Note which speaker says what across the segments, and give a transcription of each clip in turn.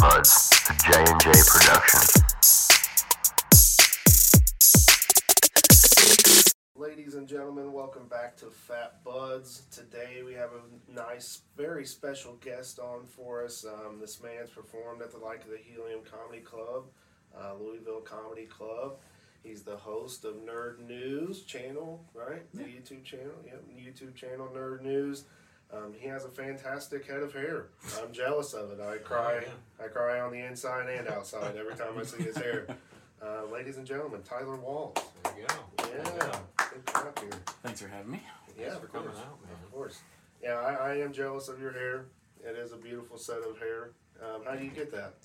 Speaker 1: Buds, the J&J production.
Speaker 2: Ladies and gentlemen, welcome back to Fat Buds. Today we have a nice, very special guest on for us. Um, this man's performed at the Like of the Helium Comedy Club, uh, Louisville Comedy Club. He's the host of Nerd News channel, right? The YouTube channel, yep, YouTube channel Nerd News. Um, he has a fantastic head of hair. I'm jealous of it. I cry, I cry on the inside and outside every time I see his hair. Uh, ladies and gentlemen, Tyler Walls.
Speaker 3: There you go.
Speaker 2: Yeah, good job here.
Speaker 4: Thanks for having me.
Speaker 2: Yeah,
Speaker 3: Thanks
Speaker 2: of
Speaker 3: for coming
Speaker 2: course.
Speaker 3: out, man.
Speaker 2: Of course. Yeah, I, I am jealous of your hair. It is a beautiful set of hair. Um, how do you get that?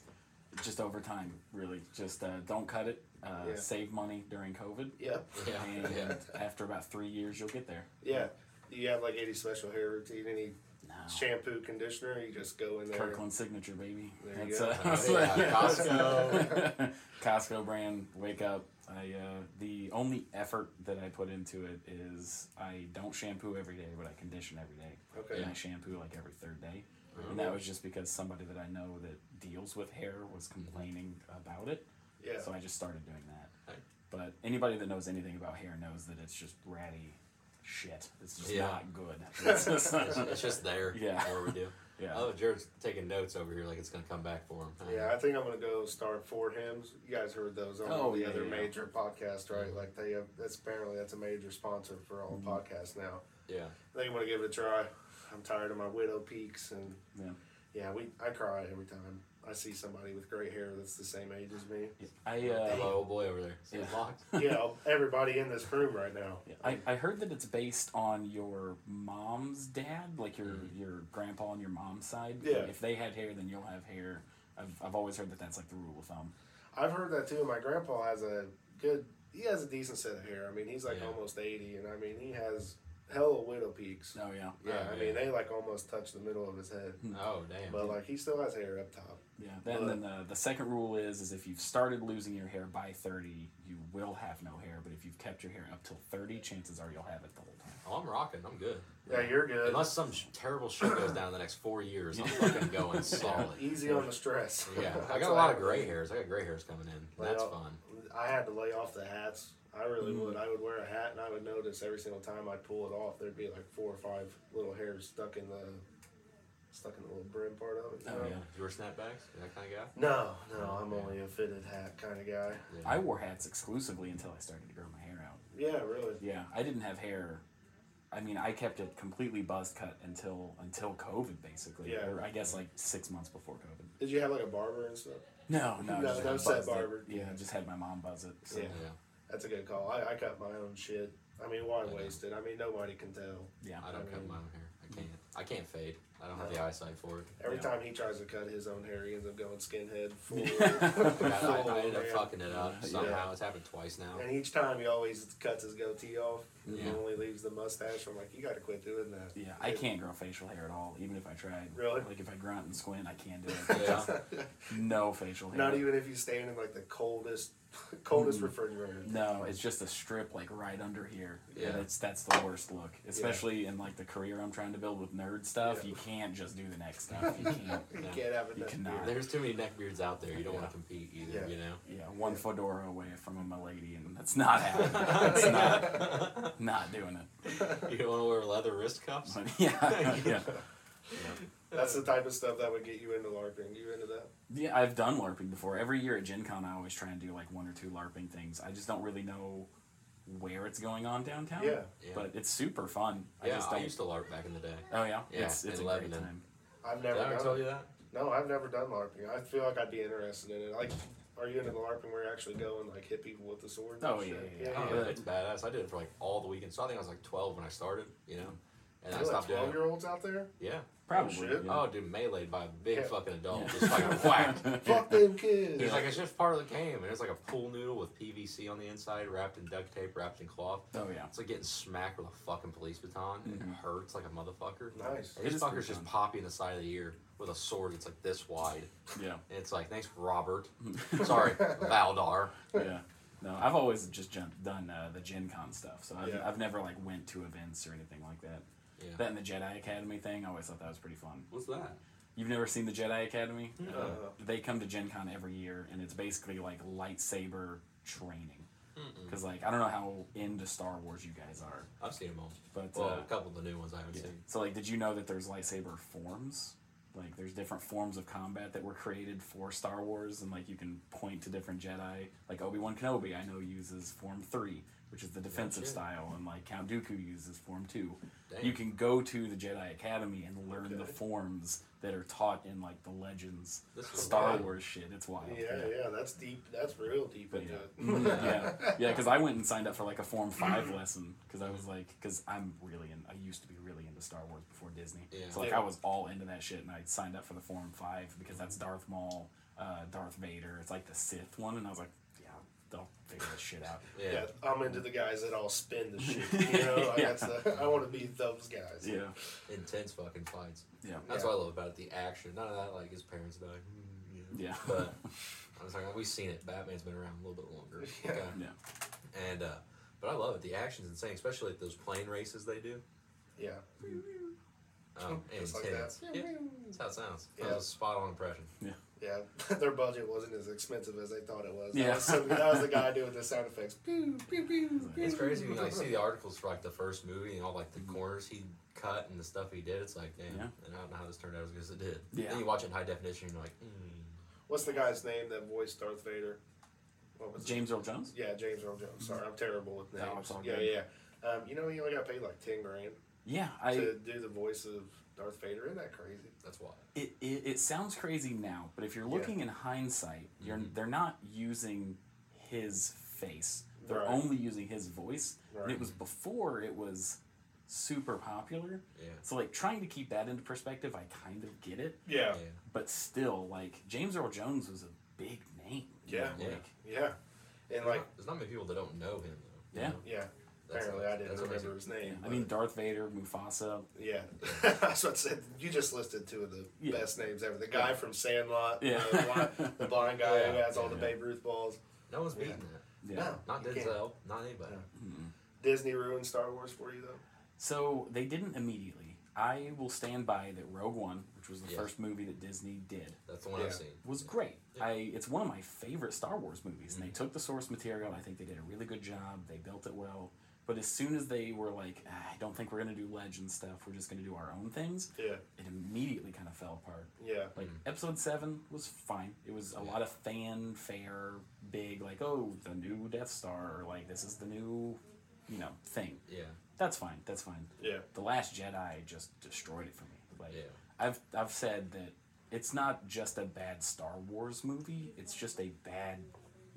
Speaker 4: Just over time, really. Just uh, don't cut it. Uh,
Speaker 2: Yeah.
Speaker 4: Save money during COVID.
Speaker 2: Yeah.
Speaker 3: Yeah.
Speaker 4: And
Speaker 3: Yeah.
Speaker 4: after about three years, you'll get there.
Speaker 2: Yeah. Do you have like any special hair routine, any
Speaker 4: No.
Speaker 2: shampoo, conditioner? You just go in there.
Speaker 4: Kirkland signature, baby.
Speaker 2: There you go.
Speaker 4: that's,
Speaker 3: Yeah, Costco.
Speaker 4: Costco brand. Wake up. I uh, the only effort that I put into it is I don't shampoo every day, but I condition every day.
Speaker 2: Okay. Oh.
Speaker 4: And I shampoo like every third day. And that was just because somebody that I know that deals with hair was complaining about it.
Speaker 2: Yeah.
Speaker 4: So I just started doing that.
Speaker 3: Right.
Speaker 4: But anybody that knows anything about hair knows that it's just ratty shit. It's just
Speaker 3: Yeah.
Speaker 4: not good. It's just-
Speaker 3: It's just there.
Speaker 4: Yeah.
Speaker 3: Where we do.
Speaker 4: yeah.
Speaker 3: Oh, Jared's taking notes over here like it's going to come back for him.
Speaker 2: Yeah, I think I'm gonna go start four hymns. You guys heard those on
Speaker 4: Oh,
Speaker 2: the
Speaker 4: yeah,
Speaker 2: other
Speaker 4: yeah. Mm-hmm.
Speaker 2: major podcast, right? Like they have. That's apparently that's a major sponsor for all podcasts now.
Speaker 3: Yeah.
Speaker 2: I think I'm gonna give it a try. I'm tired of my widow peaks and
Speaker 4: yeah.
Speaker 2: yeah, we I cry every time I see somebody with gray hair that's the same age as me.
Speaker 4: I uh,
Speaker 3: Hello, old boy over there. See
Speaker 4: Yeah.
Speaker 3: his locks?
Speaker 2: you know, everybody in this room right now.
Speaker 4: I, I heard that it's based on your mom's dad, like your your grandpa on your mom's side.
Speaker 2: Yeah.
Speaker 4: If they had hair, then you'll have hair. I've, I've always heard that that's like the rule of thumb.
Speaker 2: I've heard that too. My grandpa has a good, he has a decent set of hair. I mean, he's like
Speaker 3: Yeah.
Speaker 2: almost 80, and I mean, he has hella widow peaks.
Speaker 4: Oh yeah.
Speaker 2: Yeah,
Speaker 3: Oh,
Speaker 2: I mean,
Speaker 3: yeah.
Speaker 2: they like almost touch the middle of his head.
Speaker 3: Oh, damn.
Speaker 2: But like, he still has hair up top.
Speaker 4: Yeah. Then, then the, the second rule is is if you've started losing your hair by thirty, you will have no hair. But if you've kept your hair up till thirty, chances are you'll have it the whole time.
Speaker 3: oh, I'm rocking. I'm good.
Speaker 2: Yeah, you're good.
Speaker 3: Unless some sh- terrible shit goes down in the next four years, I'm fucking going solid.
Speaker 2: Easy on the stress.
Speaker 3: Yeah. I
Speaker 2: That's
Speaker 3: got a
Speaker 2: what
Speaker 3: lot of
Speaker 2: happens.
Speaker 3: gray hairs. I got gray hairs coming in.
Speaker 2: Lay
Speaker 3: That's
Speaker 2: off-
Speaker 3: fun.
Speaker 2: I had to lay off the hats. I really would. I would wear a hat, and I would notice every single time I'd pull it off, there'd be like four or five little hairs stuck in the stuck in the little brim part of it. you
Speaker 4: Oh,
Speaker 2: know?
Speaker 4: yeah.
Speaker 3: You wear snapbacks? You that kind of guy?
Speaker 2: No, no, I'm only a fitted hat kind of guy.
Speaker 3: Yeah.
Speaker 4: I wore hats exclusively until I started to grow my hair out.
Speaker 2: Yeah, really.
Speaker 4: Yeah, I didn't have hair. I mean, I kept it completely buzz cut until until COVID, basically.
Speaker 2: Yeah.
Speaker 4: Or I guess like six months before COVID.
Speaker 2: Did you have like a barber and stuff?
Speaker 4: No, no, I
Speaker 2: No,
Speaker 4: just
Speaker 2: no
Speaker 4: had
Speaker 2: set
Speaker 4: buzzed it.
Speaker 2: barber.
Speaker 4: Yeah, I just had my mom buzz it. So,
Speaker 2: Yeah.
Speaker 4: yeah.
Speaker 3: yeah.
Speaker 2: That's a good call. I, I cut my own shit. I mean, why waste it? I mean, nobody can tell.
Speaker 3: I don't cut my own hair. I can't. I can't fade. I don't have the eyesight for it.
Speaker 2: Every
Speaker 4: Yeah.
Speaker 2: time he tries to cut his own hair, he ends up going skinhead. Full,
Speaker 3: I, I,
Speaker 2: full
Speaker 3: I ended up
Speaker 2: man.
Speaker 3: fucking it up
Speaker 4: Yeah.
Speaker 3: somehow. It's happened twice now.
Speaker 2: And each time he always cuts his goatee off. and He
Speaker 3: Yeah.
Speaker 2: only leaves the mustache. I'm like, you got to quit doing that.
Speaker 4: Yeah, I can't grow facial hair at all, even if I tried.
Speaker 2: Really?
Speaker 4: Like if I grunt and squint, I can't do it.
Speaker 3: Yeah.
Speaker 4: Just no facial hair.
Speaker 2: Not even if you stand in like the coldest, coldest
Speaker 4: Mm.
Speaker 2: refrigerator.
Speaker 4: No, it's just a strip like right under here.
Speaker 3: Yeah.
Speaker 4: Yeah, that's that's the worst look, especially in like the career I'm trying to build with nerd stuff.
Speaker 2: Yeah.
Speaker 4: You can't just do the next stuff. You can't.
Speaker 2: You
Speaker 3: No.
Speaker 2: can't have it.
Speaker 4: You
Speaker 2: that
Speaker 4: cannot.
Speaker 2: beard.
Speaker 3: There's too many neckbeards out there. You don't want
Speaker 4: Yeah.
Speaker 3: to compete either.
Speaker 2: Yeah.
Speaker 3: You know.
Speaker 4: Yeah, one fedora away from a milady, and that's not happening. That's not not doing it.
Speaker 3: You don't want to wear leather wrist cuffs.
Speaker 4: But yeah, yeah,
Speaker 2: That's the type of stuff that would get you into LARPing. You into that?
Speaker 4: yeah. I've done LARPing before. Every year at Gen Con, I always try and do like one or two LARPing things. I just don't really know where it's going on downtown.
Speaker 2: Yeah.
Speaker 3: Yeah.
Speaker 4: but it's super fun. I
Speaker 3: yeah,
Speaker 4: just
Speaker 3: I
Speaker 4: don't.
Speaker 3: used to LARP back in the day.
Speaker 4: Oh yeah,
Speaker 3: Yeah,
Speaker 4: it's it's
Speaker 3: in
Speaker 4: a great
Speaker 3: Lebanon.
Speaker 4: time.
Speaker 2: Oh, I've
Speaker 3: Did
Speaker 2: never
Speaker 3: I ever
Speaker 2: done
Speaker 3: tell you that?
Speaker 2: No, I've never done LARPing. I feel like I'd be interested in it. Like, are you into the LARPing where you actually go and like hit people with the sword? and
Speaker 4: Oh,
Speaker 2: shit?
Speaker 4: yeah, yeah,
Speaker 3: Oh,
Speaker 4: yeah.
Speaker 3: yeah, it's badass. I did it for like all the weekend. So I think I was like 12 when I started. You know, and I
Speaker 2: There's like
Speaker 3: stopped doing.
Speaker 2: twelve
Speaker 3: it.
Speaker 2: year olds out there.
Speaker 3: Yeah.
Speaker 4: Probably.
Speaker 2: shit.
Speaker 4: yeah.
Speaker 3: Oh, dude, meleeed by a big
Speaker 2: Yeah.
Speaker 3: fucking adult,
Speaker 4: Yeah.
Speaker 3: Oh, just fucking whacked.
Speaker 2: Fuck them kids.
Speaker 3: He's like, it's just part of the game, and it's like a pool noodle with PVC on the inside, wrapped in duct tape, wrapped in cloth.
Speaker 4: Oh yeah.
Speaker 3: It's like getting smacked with a fucking police baton, and it hurts like a motherfucker.
Speaker 2: Nice.
Speaker 3: And
Speaker 4: Mm-hmm. It
Speaker 3: This
Speaker 4: is pretty
Speaker 3: fucker's just
Speaker 4: fun.
Speaker 3: popping the side of the ear with a sword that's like this wide.
Speaker 4: Yeah.
Speaker 3: And it's like, thanks, Robert. Sorry, Valdar.
Speaker 4: yeah. No, I've always just jumped, done uh, the Gen Con stuff, so I've,
Speaker 2: Yeah.
Speaker 4: I've never like went to events or anything like that.
Speaker 3: Yeah.
Speaker 4: That and the Jedi Academy thing, I always thought that was pretty fun.
Speaker 3: What's that?
Speaker 4: You've never seen the Jedi Academy?
Speaker 2: Uh,
Speaker 4: They come to Gen Con every year, and it's basically like lightsaber training. Because like I don't know how into Star Wars you guys are,
Speaker 3: I've seen them all.
Speaker 4: but
Speaker 3: Well,
Speaker 4: uh,
Speaker 3: a couple of the new ones I haven't
Speaker 4: yeah.
Speaker 3: seen.
Speaker 4: so like, did you know that there's lightsaber forms? Like there's different forms of combat that were created for Star Wars, and like you can point to different Jedi. Like Obi Wan Kenobi, I know uses form three, which is the defensive
Speaker 3: shit.
Speaker 4: style, and like Count Dooku uses form two.
Speaker 3: Damn.
Speaker 4: You can go to the Jedi Academy and learn the
Speaker 2: Okay.
Speaker 4: forms that are taught in like the Legends,
Speaker 3: This is
Speaker 4: Star
Speaker 3: wild.
Speaker 4: Wars shit. It's wild.
Speaker 2: yeah, Mm-hmm. yeah, that's deep. That's real deep into
Speaker 4: Mhm,
Speaker 2: it.
Speaker 4: yeah, yeah. Because I went and signed up for like a Form Five lesson because I was like, because I'm really in. I used to be really into Star Wars before Disney.
Speaker 3: Yeah.
Speaker 4: So like,
Speaker 2: Yeah.
Speaker 4: I was all into that shit, and I signed up for the Form Five because that's Darth Maul, uh, Darth Vader. It's like the Sith one, and I was like, yeah, they'll figure this shit out.
Speaker 3: Yeah.
Speaker 2: Yeah, I'm into the guys that all spin the shit. You know, like, that's the, I want to be those guys.
Speaker 4: yeah,
Speaker 3: Intense fucking fights.
Speaker 4: yeah,
Speaker 3: That's
Speaker 2: Yeah.
Speaker 3: what I love about it. The action. None of that, like, his parents dying. mm, you know.
Speaker 4: Yeah.
Speaker 3: But I was like, we've seen it. Batman's been around a little bit longer.
Speaker 2: Yeah.
Speaker 3: Okay.
Speaker 4: yeah.
Speaker 3: And, uh, but I love it. The action's insane, especially at those plane races they do.
Speaker 2: Yeah.
Speaker 3: Um,
Speaker 2: Just
Speaker 3: intense.
Speaker 2: like that.
Speaker 3: Yeah. That's how it sounds. That
Speaker 2: Yeah.
Speaker 3: was a spot on impression.
Speaker 2: Yeah, their budget wasn't as expensive as they thought it was. That,
Speaker 4: Yeah.
Speaker 2: was, some, that was the guy doing the sound effects. Pew, pew, pew,
Speaker 3: It's
Speaker 2: pew.
Speaker 3: crazy when you like see the articles for like the first movie and all like the
Speaker 2: Mm-hmm.
Speaker 3: corners he cut and the stuff he did. It's like, damn,
Speaker 4: Yeah.
Speaker 3: and I don't know how this turned out as good as it did.
Speaker 4: Yeah.
Speaker 3: Then you watch it in high definition, and you're like, mm.
Speaker 2: What's the guy's name that voiced Darth Vader? What was it?
Speaker 4: James Earl Jones.
Speaker 2: Yeah, James Earl Jones. Sorry, I'm terrible with
Speaker 4: No,
Speaker 2: names.
Speaker 4: it's all
Speaker 2: yeah, yeah.
Speaker 4: good.
Speaker 2: Um, you know, he only got paid like ten grand
Speaker 4: Yeah, I.
Speaker 2: to do the voice of Darth Vader. Isn't that crazy?
Speaker 3: that's why.
Speaker 4: It, it, it sounds crazy now, but if you're
Speaker 2: Yeah. Mm-hmm.
Speaker 4: looking in hindsight, you're they're not using his face. They're
Speaker 2: Right.
Speaker 4: only using his voice. And
Speaker 2: Right.
Speaker 4: it was before it was super popular.
Speaker 3: Yeah.
Speaker 4: So like trying to keep that into perspective, I kind of get it.
Speaker 2: Yeah,
Speaker 3: Yeah.
Speaker 4: But still, like James Earl Jones was a big name. you
Speaker 2: Yeah.
Speaker 4: know,
Speaker 3: Yeah.
Speaker 4: like-
Speaker 2: yeah, and like,
Speaker 3: there's not many people that don't know him though. you
Speaker 4: Yeah.
Speaker 3: know?
Speaker 2: yeah.
Speaker 3: That's-
Speaker 2: Apparently, I didn't
Speaker 3: that's
Speaker 2: remember
Speaker 3: amazing.
Speaker 2: his name.
Speaker 4: I mean
Speaker 2: but-
Speaker 4: Darth Vader, Mufasa.
Speaker 2: yeah, that's what I said. You just listed two of the
Speaker 4: Yeah.
Speaker 2: best names ever. The guy from Sandlot,
Speaker 4: Yeah.
Speaker 2: the, blind, the blind guy who
Speaker 3: Yeah.
Speaker 2: has all the
Speaker 3: Yeah.
Speaker 2: Babe Ruth balls.
Speaker 3: No one's beating
Speaker 2: Yeah.
Speaker 3: that.
Speaker 4: Yeah.
Speaker 2: No,
Speaker 3: Not
Speaker 2: you can't.
Speaker 3: Denzel. Not anybody.
Speaker 2: Disney ruined Star Wars for you though.
Speaker 4: So they didn't immediately. I will stand by that Rogue One, which was the
Speaker 3: Yeah.
Speaker 4: first movie that Disney did.
Speaker 3: That's the one
Speaker 2: Yeah.
Speaker 3: I've seen.
Speaker 4: was great. I it's one of my favorite Star Wars movies, and they took the source material. and I think they did a really good job. They built it well. But as soon as they were like, "Ah, I don't think we're gonna do legend stuff. We're just gonna do our own things.
Speaker 2: Yeah,
Speaker 4: It immediately kind of fell apart.
Speaker 2: yeah,
Speaker 4: Like episode seven was fine. It was a lot of fanfare, big like, oh, the new Death Star, or like this is the new, you know, thing.
Speaker 3: Yeah.
Speaker 4: That's fine. That's fine.
Speaker 2: yeah.
Speaker 4: The Last Jedi just destroyed it for me. Like
Speaker 3: Yeah.
Speaker 4: I've I've said that it's not just a bad Star Wars movie, it's just a bad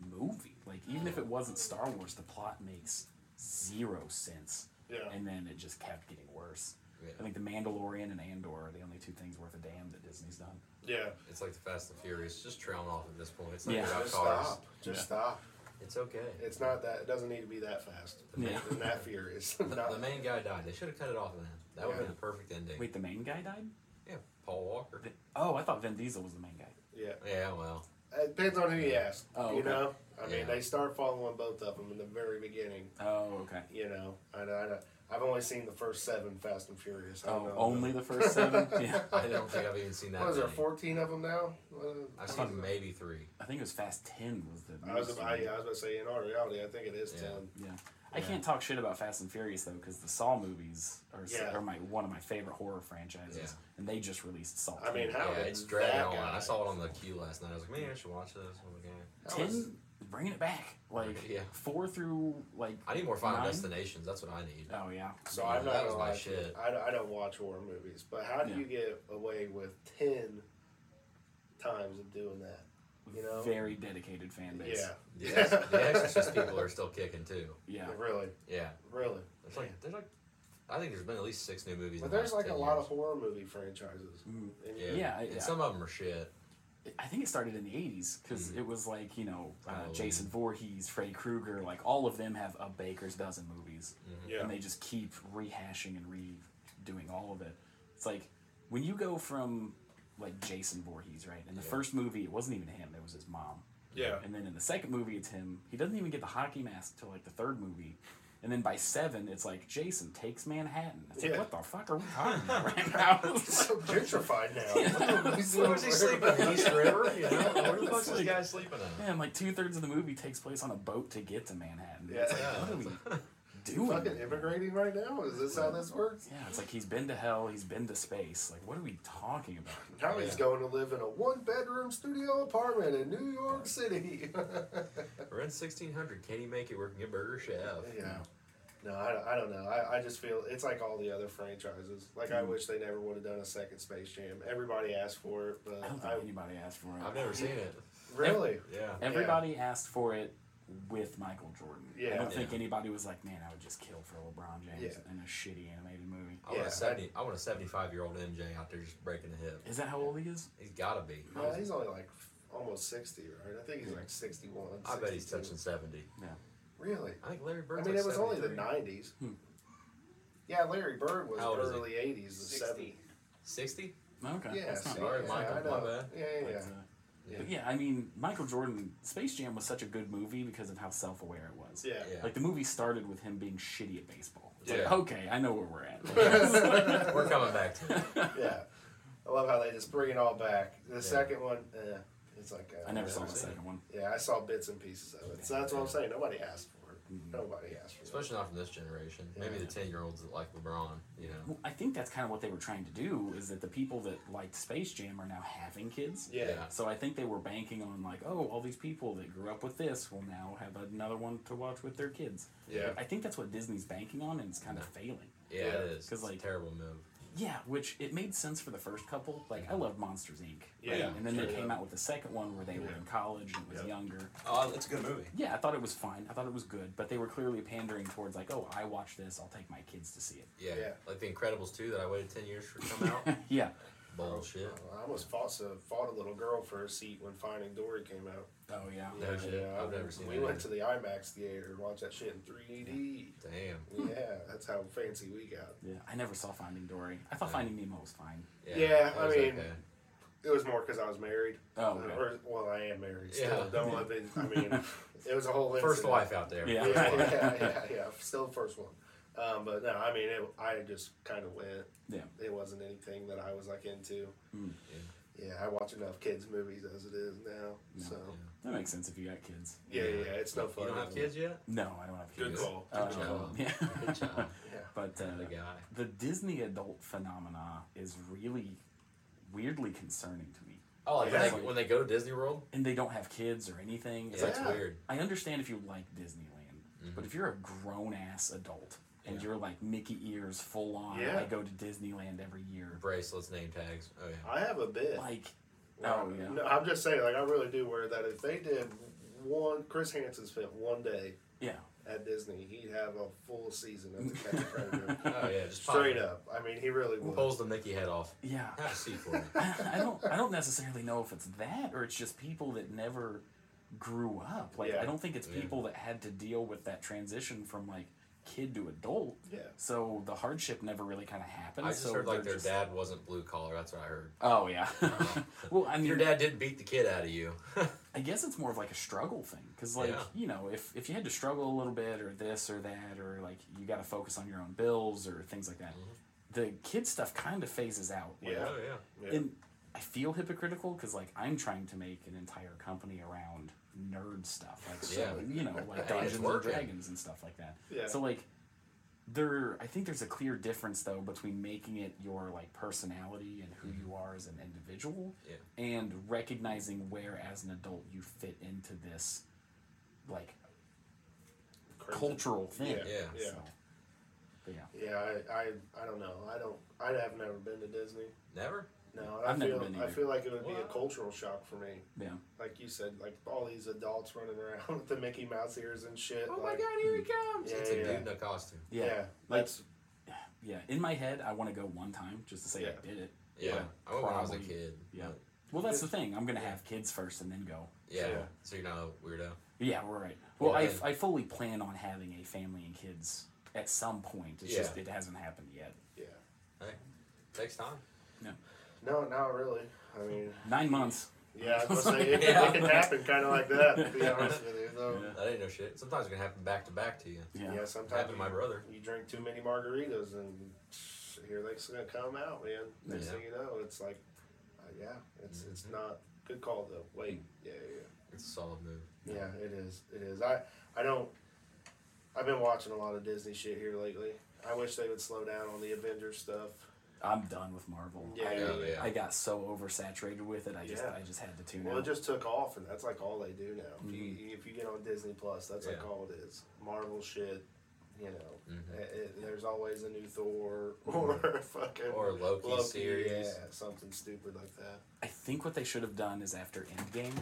Speaker 4: movie. Like even if it wasn't Star Wars, the plot makes zero sense.
Speaker 2: Yeah.
Speaker 4: And then it just kept getting worse.
Speaker 3: Yeah.
Speaker 4: I think The Mandalorian and Andor are the only two things worth a damn that Disney's done.
Speaker 2: Yeah.
Speaker 3: It's like the Fast and Furious, just trailing off at this point. It's like
Speaker 4: Yeah.
Speaker 3: about
Speaker 2: Just
Speaker 3: cars.
Speaker 2: stop. Just
Speaker 4: Yeah.
Speaker 2: stop.
Speaker 3: It's okay.
Speaker 2: It's not that. It doesn't need to be that fast.
Speaker 4: Yeah.
Speaker 2: And that fear is
Speaker 3: the,
Speaker 2: not.
Speaker 3: the main guy died. They should have cut it off then. That would have
Speaker 2: Yeah.
Speaker 3: been the perfect ending.
Speaker 4: Wait, the main guy died?
Speaker 3: Yeah, Paul Walker.
Speaker 4: Th- Oh, I thought Vin Diesel was the main guy.
Speaker 2: Yeah.
Speaker 3: Yeah, well,
Speaker 2: It depends on who you ask.
Speaker 4: Oh,
Speaker 2: You
Speaker 4: okay.
Speaker 2: know. I mean,
Speaker 3: Yeah.
Speaker 2: they start following both of them in the very beginning.
Speaker 4: Oh, okay.
Speaker 2: You know. I, I, I've only seen the first seven Fast and Furious. I don't
Speaker 4: Oh,
Speaker 2: know.
Speaker 4: only the first seven? Yeah.
Speaker 3: I don't think I've even seen that.
Speaker 2: What is there?
Speaker 3: many.
Speaker 2: Fourteen of them now. Uh,
Speaker 3: I've
Speaker 2: what is
Speaker 3: seen
Speaker 2: it?
Speaker 3: maybe three.
Speaker 4: I think it was Fast Ten was the
Speaker 2: I was,
Speaker 4: newest
Speaker 2: about, I,
Speaker 4: one.
Speaker 2: I was about to say, in all reality, I think it is
Speaker 3: Yeah.
Speaker 2: ten.
Speaker 4: Yeah. I
Speaker 3: Yeah.
Speaker 4: can't talk shit about Fast and Furious though, because the Saw movies are, s-
Speaker 2: Yeah.
Speaker 4: are my one of my favorite horror franchises,
Speaker 3: Yeah.
Speaker 4: and they just released Saw.
Speaker 2: I mean,
Speaker 4: 10.
Speaker 2: how
Speaker 3: yeah,
Speaker 2: did
Speaker 3: it's dragging
Speaker 2: that
Speaker 3: on.
Speaker 2: guy?
Speaker 3: I saw it on the queue last night. I was like, man, I should watch this. one again.
Speaker 2: How
Speaker 4: ten,
Speaker 2: is-
Speaker 4: bringing it back, like
Speaker 3: Yeah.
Speaker 4: four through like.
Speaker 3: I need more Final
Speaker 4: nine?
Speaker 3: Destinations. That's what I need.
Speaker 4: Oh yeah,
Speaker 2: So I'm not
Speaker 3: That
Speaker 2: gonna
Speaker 3: was my
Speaker 2: lie to you,
Speaker 3: shit.
Speaker 2: I, don't- I don't watch horror movies, but how do
Speaker 4: Yeah.
Speaker 2: you get away with ten times of doing that? You know,
Speaker 4: very dedicated fan base.
Speaker 2: yeah,
Speaker 3: The, Ex- the Exorcist people are still kicking too.
Speaker 4: yeah.
Speaker 2: really,
Speaker 3: Yeah,
Speaker 2: really.
Speaker 3: there's like, there's like, I think there's been at least six new movies.
Speaker 2: But
Speaker 3: in the
Speaker 2: there's
Speaker 3: last
Speaker 2: like a
Speaker 3: 10
Speaker 2: lot
Speaker 3: years.
Speaker 2: of horror movie franchises.
Speaker 4: Mm.
Speaker 2: And
Speaker 3: Yeah,
Speaker 2: you-
Speaker 4: Yeah, I-
Speaker 3: and
Speaker 4: yeah.
Speaker 3: some of them are shit.
Speaker 4: I think it started in the '80s because
Speaker 3: Mhm.
Speaker 4: it was like you know uh,
Speaker 3: Halloween.
Speaker 4: Jason Voorhees, Freddy Krueger, like all of them have a baker's dozen movies.
Speaker 2: yeah,
Speaker 4: and they just keep rehashing and redoing all of it. It's like when you go from like Jason Voorhees, right? In the
Speaker 3: Yeah.
Speaker 4: first movie, it wasn't even him; it was his mom.
Speaker 2: yeah,
Speaker 4: And then in the second movie, it's him. He doesn't even get the hockey mask till like the third movie, And then by seven, it's like Jason takes Manhattan. It's
Speaker 2: Yeah.
Speaker 4: like, what the fuck are we talking about right now? It's
Speaker 2: So
Speaker 4: like-
Speaker 2: gentrified now.
Speaker 3: Where was he sleeping? in East River? You know? Where the fuck's
Speaker 4: It's
Speaker 3: this
Speaker 4: like-
Speaker 3: guy sleeping at?
Speaker 4: yeah, and like two thirds of the movie takes place on a boat to get to Manhattan. It's like,
Speaker 3: Yeah.
Speaker 4: what are we
Speaker 2: Fucking
Speaker 4: doing?
Speaker 2: immigrating right now? Is this how this works?
Speaker 4: Yeah, it's like he's been to hell, he's been to space. Like, what are we talking about?
Speaker 2: Now he's
Speaker 3: Yeah.
Speaker 2: going to live in a one bedroom studio apartment in New York City.
Speaker 3: We're in 1600. Can he make it? We're get Burger Chef.
Speaker 2: Yeah. No, I, don't- I don't know. I, I just feel it's like all the other franchises. Like,
Speaker 3: Mm.
Speaker 2: I wish they never would have done a second Space Jam. Everybody asked for it, but
Speaker 4: I don't think
Speaker 2: I,
Speaker 4: anybody asked for it.
Speaker 3: I've never seen it.
Speaker 2: really.
Speaker 3: Yeah.
Speaker 4: Everybody asked for it with Michael Jordan. I
Speaker 2: Yeah.
Speaker 4: don't think
Speaker 3: Yeah.
Speaker 4: anybody was like, man, I would just kill for LeBron James
Speaker 2: Yeah.
Speaker 4: in a shitty animated movie.
Speaker 3: I want
Speaker 2: Yeah.
Speaker 3: a 70. I want a 75 year old MJ out there just breaking the hip.
Speaker 4: Is that how old he is?
Speaker 3: He's gotta be.
Speaker 2: No, he's only like almost 60, right? I think he's like 61.
Speaker 3: I bet he's
Speaker 2: 62.
Speaker 3: touching 70.
Speaker 4: Yeah.
Speaker 2: Really?
Speaker 3: I think Larry
Speaker 2: I
Speaker 3: Bird's
Speaker 2: mean,
Speaker 3: like
Speaker 2: it was only the
Speaker 3: 73.
Speaker 2: 90s. Yeah, Larry Bird was
Speaker 3: Hmm. How old is he?
Speaker 2: early 80s, the 70s.
Speaker 3: 60?
Speaker 5: 60.
Speaker 4: Okay.
Speaker 2: Yeah,
Speaker 4: that's not
Speaker 2: see,
Speaker 3: Sorry,
Speaker 2: yeah,
Speaker 3: Michael,
Speaker 2: I
Speaker 3: my
Speaker 2: know.
Speaker 3: bad.
Speaker 2: Yeah, yeah,
Speaker 4: bad.
Speaker 2: yeah.
Speaker 4: But, uh,
Speaker 3: Yeah.
Speaker 4: but yeah, I mean, Michael Jordan, Space Jam was such a good movie because of how self aware it was.
Speaker 2: Yeah.
Speaker 3: Yeah.
Speaker 4: Like the movie started with him being shitty at baseball. It's like,
Speaker 3: Yeah.
Speaker 4: okay, I know where we're at.
Speaker 3: We're coming back to it.
Speaker 2: yeah. I love how they just bring it all back. The
Speaker 3: Yeah.
Speaker 2: second one, eh, it's like uh,
Speaker 4: I never saw the
Speaker 3: seen
Speaker 4: second one.
Speaker 2: Yeah, I saw bits and pieces of it. So that's what I'm saying. Nobody asked for it. Nobody asked for it.
Speaker 3: Hmm. Especially not from this generation. Maybe the 10 year olds that like LeBron, you know.
Speaker 4: Well, I think that's kind of what they were trying to do is that the people that liked Space Jam are now having kids.
Speaker 2: yeah.
Speaker 3: Yeah.
Speaker 4: So I think they were banking on like, oh, all these people that grew up with this will now have another one to watch with their kids.
Speaker 2: Yeah.
Speaker 4: I think that's what Disney's banking on, and it's kind of failing.
Speaker 3: Yeah,
Speaker 2: Yeah.
Speaker 3: it is.
Speaker 4: 'Cause,
Speaker 3: It's like, a
Speaker 4: like-
Speaker 3: terrible move.
Speaker 4: Yeah, which it made sense for the first couple. Like I loved Monsters Inc. right?
Speaker 2: Yeah,
Speaker 4: and then they
Speaker 2: sure,
Speaker 4: came
Speaker 2: yeah.
Speaker 4: out with the second one where they were in college and it was
Speaker 2: Yeah.
Speaker 4: younger.
Speaker 3: Oh, it's a good movie.
Speaker 4: Yeah, I thought it was fine. I thought it was good, but they were clearly pandering towards like, oh, I watch this, I'll take my kids to see it.
Speaker 3: Yeah.
Speaker 2: Yeah.
Speaker 3: Like The Incredibles 2 that I waited 10 years for to come out.
Speaker 4: Yeah.
Speaker 3: Bullshit.
Speaker 2: Oh, I almost fought, so, fought a little girl for a seat when Finding Dory came out.
Speaker 4: Oh yeah.
Speaker 3: No shit. I've never seen
Speaker 2: We
Speaker 3: that
Speaker 2: went
Speaker 3: either.
Speaker 2: to the IMAX theater and watched that shit in 3D.
Speaker 3: Damn.
Speaker 2: Yeah, that's how fancy we got.
Speaker 4: Yeah. I never saw Finding Dory. I thought
Speaker 3: Yeah.
Speaker 4: Finding Nemo was fine.
Speaker 2: Yeah,
Speaker 3: it
Speaker 2: I
Speaker 3: was
Speaker 2: mean, It was more because I was married.
Speaker 4: Oh,
Speaker 2: Uh,
Speaker 4: okay.
Speaker 2: or, well, I am married. Still.
Speaker 3: Yeah.
Speaker 2: Don't let me. I mean, it was a whole
Speaker 3: First
Speaker 2: incident.
Speaker 3: wife out there.
Speaker 4: Yeah.
Speaker 2: Yeah, yeah, yeah, yeah. Still the first one. Um, but no, I mean, it, I just kind of went.
Speaker 4: Yeah. Hmm.
Speaker 2: It wasn't anything that I was like into.
Speaker 3: Yeah.
Speaker 2: Yeah, I watch enough kids movies as it is now.
Speaker 4: No.
Speaker 2: So
Speaker 4: That makes sense if you got kids.
Speaker 2: yeah, yeah, yeah, it's no fun.
Speaker 3: You don't have kids yet?
Speaker 4: No, I don't have
Speaker 2: Good
Speaker 4: kids.
Speaker 2: call.
Speaker 3: Good
Speaker 4: Um,
Speaker 3: job.
Speaker 4: yeah.
Speaker 3: Good job.
Speaker 2: Yeah.
Speaker 4: But
Speaker 3: The
Speaker 4: uh,
Speaker 3: guy.
Speaker 4: the Disney adult phenomena is really weirdly concerning to me.
Speaker 3: Oh, like when,
Speaker 2: Yeah.
Speaker 3: they, when they go to Disney World?
Speaker 4: And they don't have kids or anything. It's
Speaker 3: Yeah,
Speaker 4: like,
Speaker 3: it's weird.
Speaker 4: I understand if you like Disneyland, but if you're a grown ass adult and
Speaker 3: Yeah.
Speaker 4: you're like Mickey ears full on,
Speaker 2: Yeah.
Speaker 4: I go to Disneyland every year.
Speaker 3: Bracelets, name tags. Oh, yeah.
Speaker 2: I have a bit.
Speaker 4: Like,
Speaker 2: Well,
Speaker 4: oh yeah,
Speaker 2: No, I'm just saying. Like I really do worry that if they did one, Chris Hansen spent one day
Speaker 4: yeah,
Speaker 2: at Disney, he'd have a full season of the Catch a Predator.
Speaker 3: Oh, yeah. Just pop
Speaker 2: Straight
Speaker 3: it.
Speaker 2: up. I mean, he really would.
Speaker 3: Pulls the Mickey head off.
Speaker 4: yeah.
Speaker 3: Have a seat for me.
Speaker 4: I don't I don't necessarily know if it's that or it's just people that never grew up. Like
Speaker 2: Yeah.
Speaker 4: I don't think it's
Speaker 3: Yeah.
Speaker 4: people that had to deal with that transition from like kid to adult.
Speaker 2: Yeah.
Speaker 4: So the hardship never really kind of happened.
Speaker 3: I just
Speaker 4: so
Speaker 3: heard like
Speaker 4: they're
Speaker 3: their
Speaker 4: just-
Speaker 3: dad wasn't blue collar. That's what I heard.
Speaker 4: Oh yeah. well, I mean,
Speaker 3: Your dad didn't beat the kid out of you.
Speaker 4: I guess it's more of like a struggle thing because like
Speaker 3: Yeah.
Speaker 4: you know if if you had to struggle a little bit or this or that or like you got to focus on your own bills or things like that.
Speaker 3: Mm-hmm.
Speaker 4: The kid stuff kind of phases out. where
Speaker 2: Yeah.
Speaker 3: Oh yeah.
Speaker 2: Yeah.
Speaker 4: and I feel hypocritical because like I'm trying to make an entire company around nerd stuff, like so,
Speaker 3: Yeah.
Speaker 4: you know, like
Speaker 3: it's
Speaker 4: Dungeons and
Speaker 3: working.
Speaker 4: Dragons and stuff like that.
Speaker 2: Yeah.
Speaker 4: So like there, I think there's a clear difference though between making it your like personality and who you are as an individual,
Speaker 3: Mm-hmm. Yeah.
Speaker 4: and recognizing where as an adult you fit into this like
Speaker 2: Crazy.
Speaker 4: cultural thing.
Speaker 2: Yeah.
Speaker 3: Yeah.
Speaker 2: Yeah.
Speaker 4: So, but yeah.
Speaker 2: Yeah, I, I, I don't know. I don't. I have never been to Disney.
Speaker 3: Never.
Speaker 2: No, I
Speaker 4: I've never
Speaker 2: feel.
Speaker 4: been
Speaker 2: I
Speaker 4: either.
Speaker 2: feel like it would be a
Speaker 3: Wow.
Speaker 2: cultural shock for me.
Speaker 4: Yeah.
Speaker 2: Like you said, like all these adults running around with the Mickey Mouse ears and shit.
Speaker 3: Oh
Speaker 2: like,
Speaker 3: here he comes!
Speaker 2: Yeah,
Speaker 3: it's a
Speaker 2: yeah.
Speaker 3: dude in a costume.
Speaker 2: Yeah,
Speaker 4: Yeah. Like
Speaker 2: that's
Speaker 4: yeah. In my head, I want to go one time just to say
Speaker 2: Yeah.
Speaker 4: I did it.
Speaker 3: Yeah.
Speaker 4: But
Speaker 3: I went when I was a
Speaker 4: probably-
Speaker 3: kid.
Speaker 4: Yeah.
Speaker 3: but-
Speaker 4: Well, that's the thing. I'm gonna have kids first and then go.
Speaker 3: Yeah.
Speaker 2: Yeah.
Speaker 3: So you're not a weirdo.
Speaker 4: Yeah, we're right. Well, I,
Speaker 3: Yeah.
Speaker 4: I fully plan on having a family and kids at some point. It's
Speaker 3: Yeah.
Speaker 4: just it hasn't happened yet.
Speaker 2: yeah.
Speaker 3: Hey. Takes time.
Speaker 4: No,
Speaker 2: No, not really. I mean,
Speaker 4: nine months.
Speaker 2: Yeah, I was gonna say, it, could-
Speaker 3: Yeah.
Speaker 2: it can happen kind of like that, to be honest with you. So,
Speaker 4: Yeah.
Speaker 3: That ain't no shit. Sometimes it can happen back to back to you.
Speaker 2: yeah.
Speaker 4: Yeah.
Speaker 2: sometimes
Speaker 3: Happened to my
Speaker 2: you,
Speaker 3: brother.
Speaker 2: you drink too many margaritas and psh, here they's gonna come out, man. Next
Speaker 3: Yeah. Mm-hmm.
Speaker 2: thing you know, it's like, uh, yeah, it's it's not good call though. Wait, yeah, yeah.
Speaker 3: It's a solid move.
Speaker 2: Yeah, it is. It is. I I don't. I've been watching a lot of Disney shit here lately. I wish they would slow down on the Avengers stuff.
Speaker 4: I'm done with Marvel.
Speaker 2: Yeah,
Speaker 4: I,
Speaker 3: yeah, yeah.
Speaker 4: I got so oversaturated with it. I just
Speaker 2: Yeah.
Speaker 4: I just had to tune
Speaker 2: Well, it
Speaker 4: out.
Speaker 2: just took off, and that's like all they do now. If, you, if you get on Disney Plus, that's like
Speaker 3: Mm-hmm. Yeah.
Speaker 2: all it is. Marvel shit. You know,
Speaker 3: Mhm.
Speaker 2: It- it- there's always a new Thor
Speaker 3: Mm-hmm.
Speaker 2: or fucking
Speaker 3: Or Loki series.
Speaker 2: Yeah, something stupid like that.
Speaker 4: I think what they should have done is after Endgame,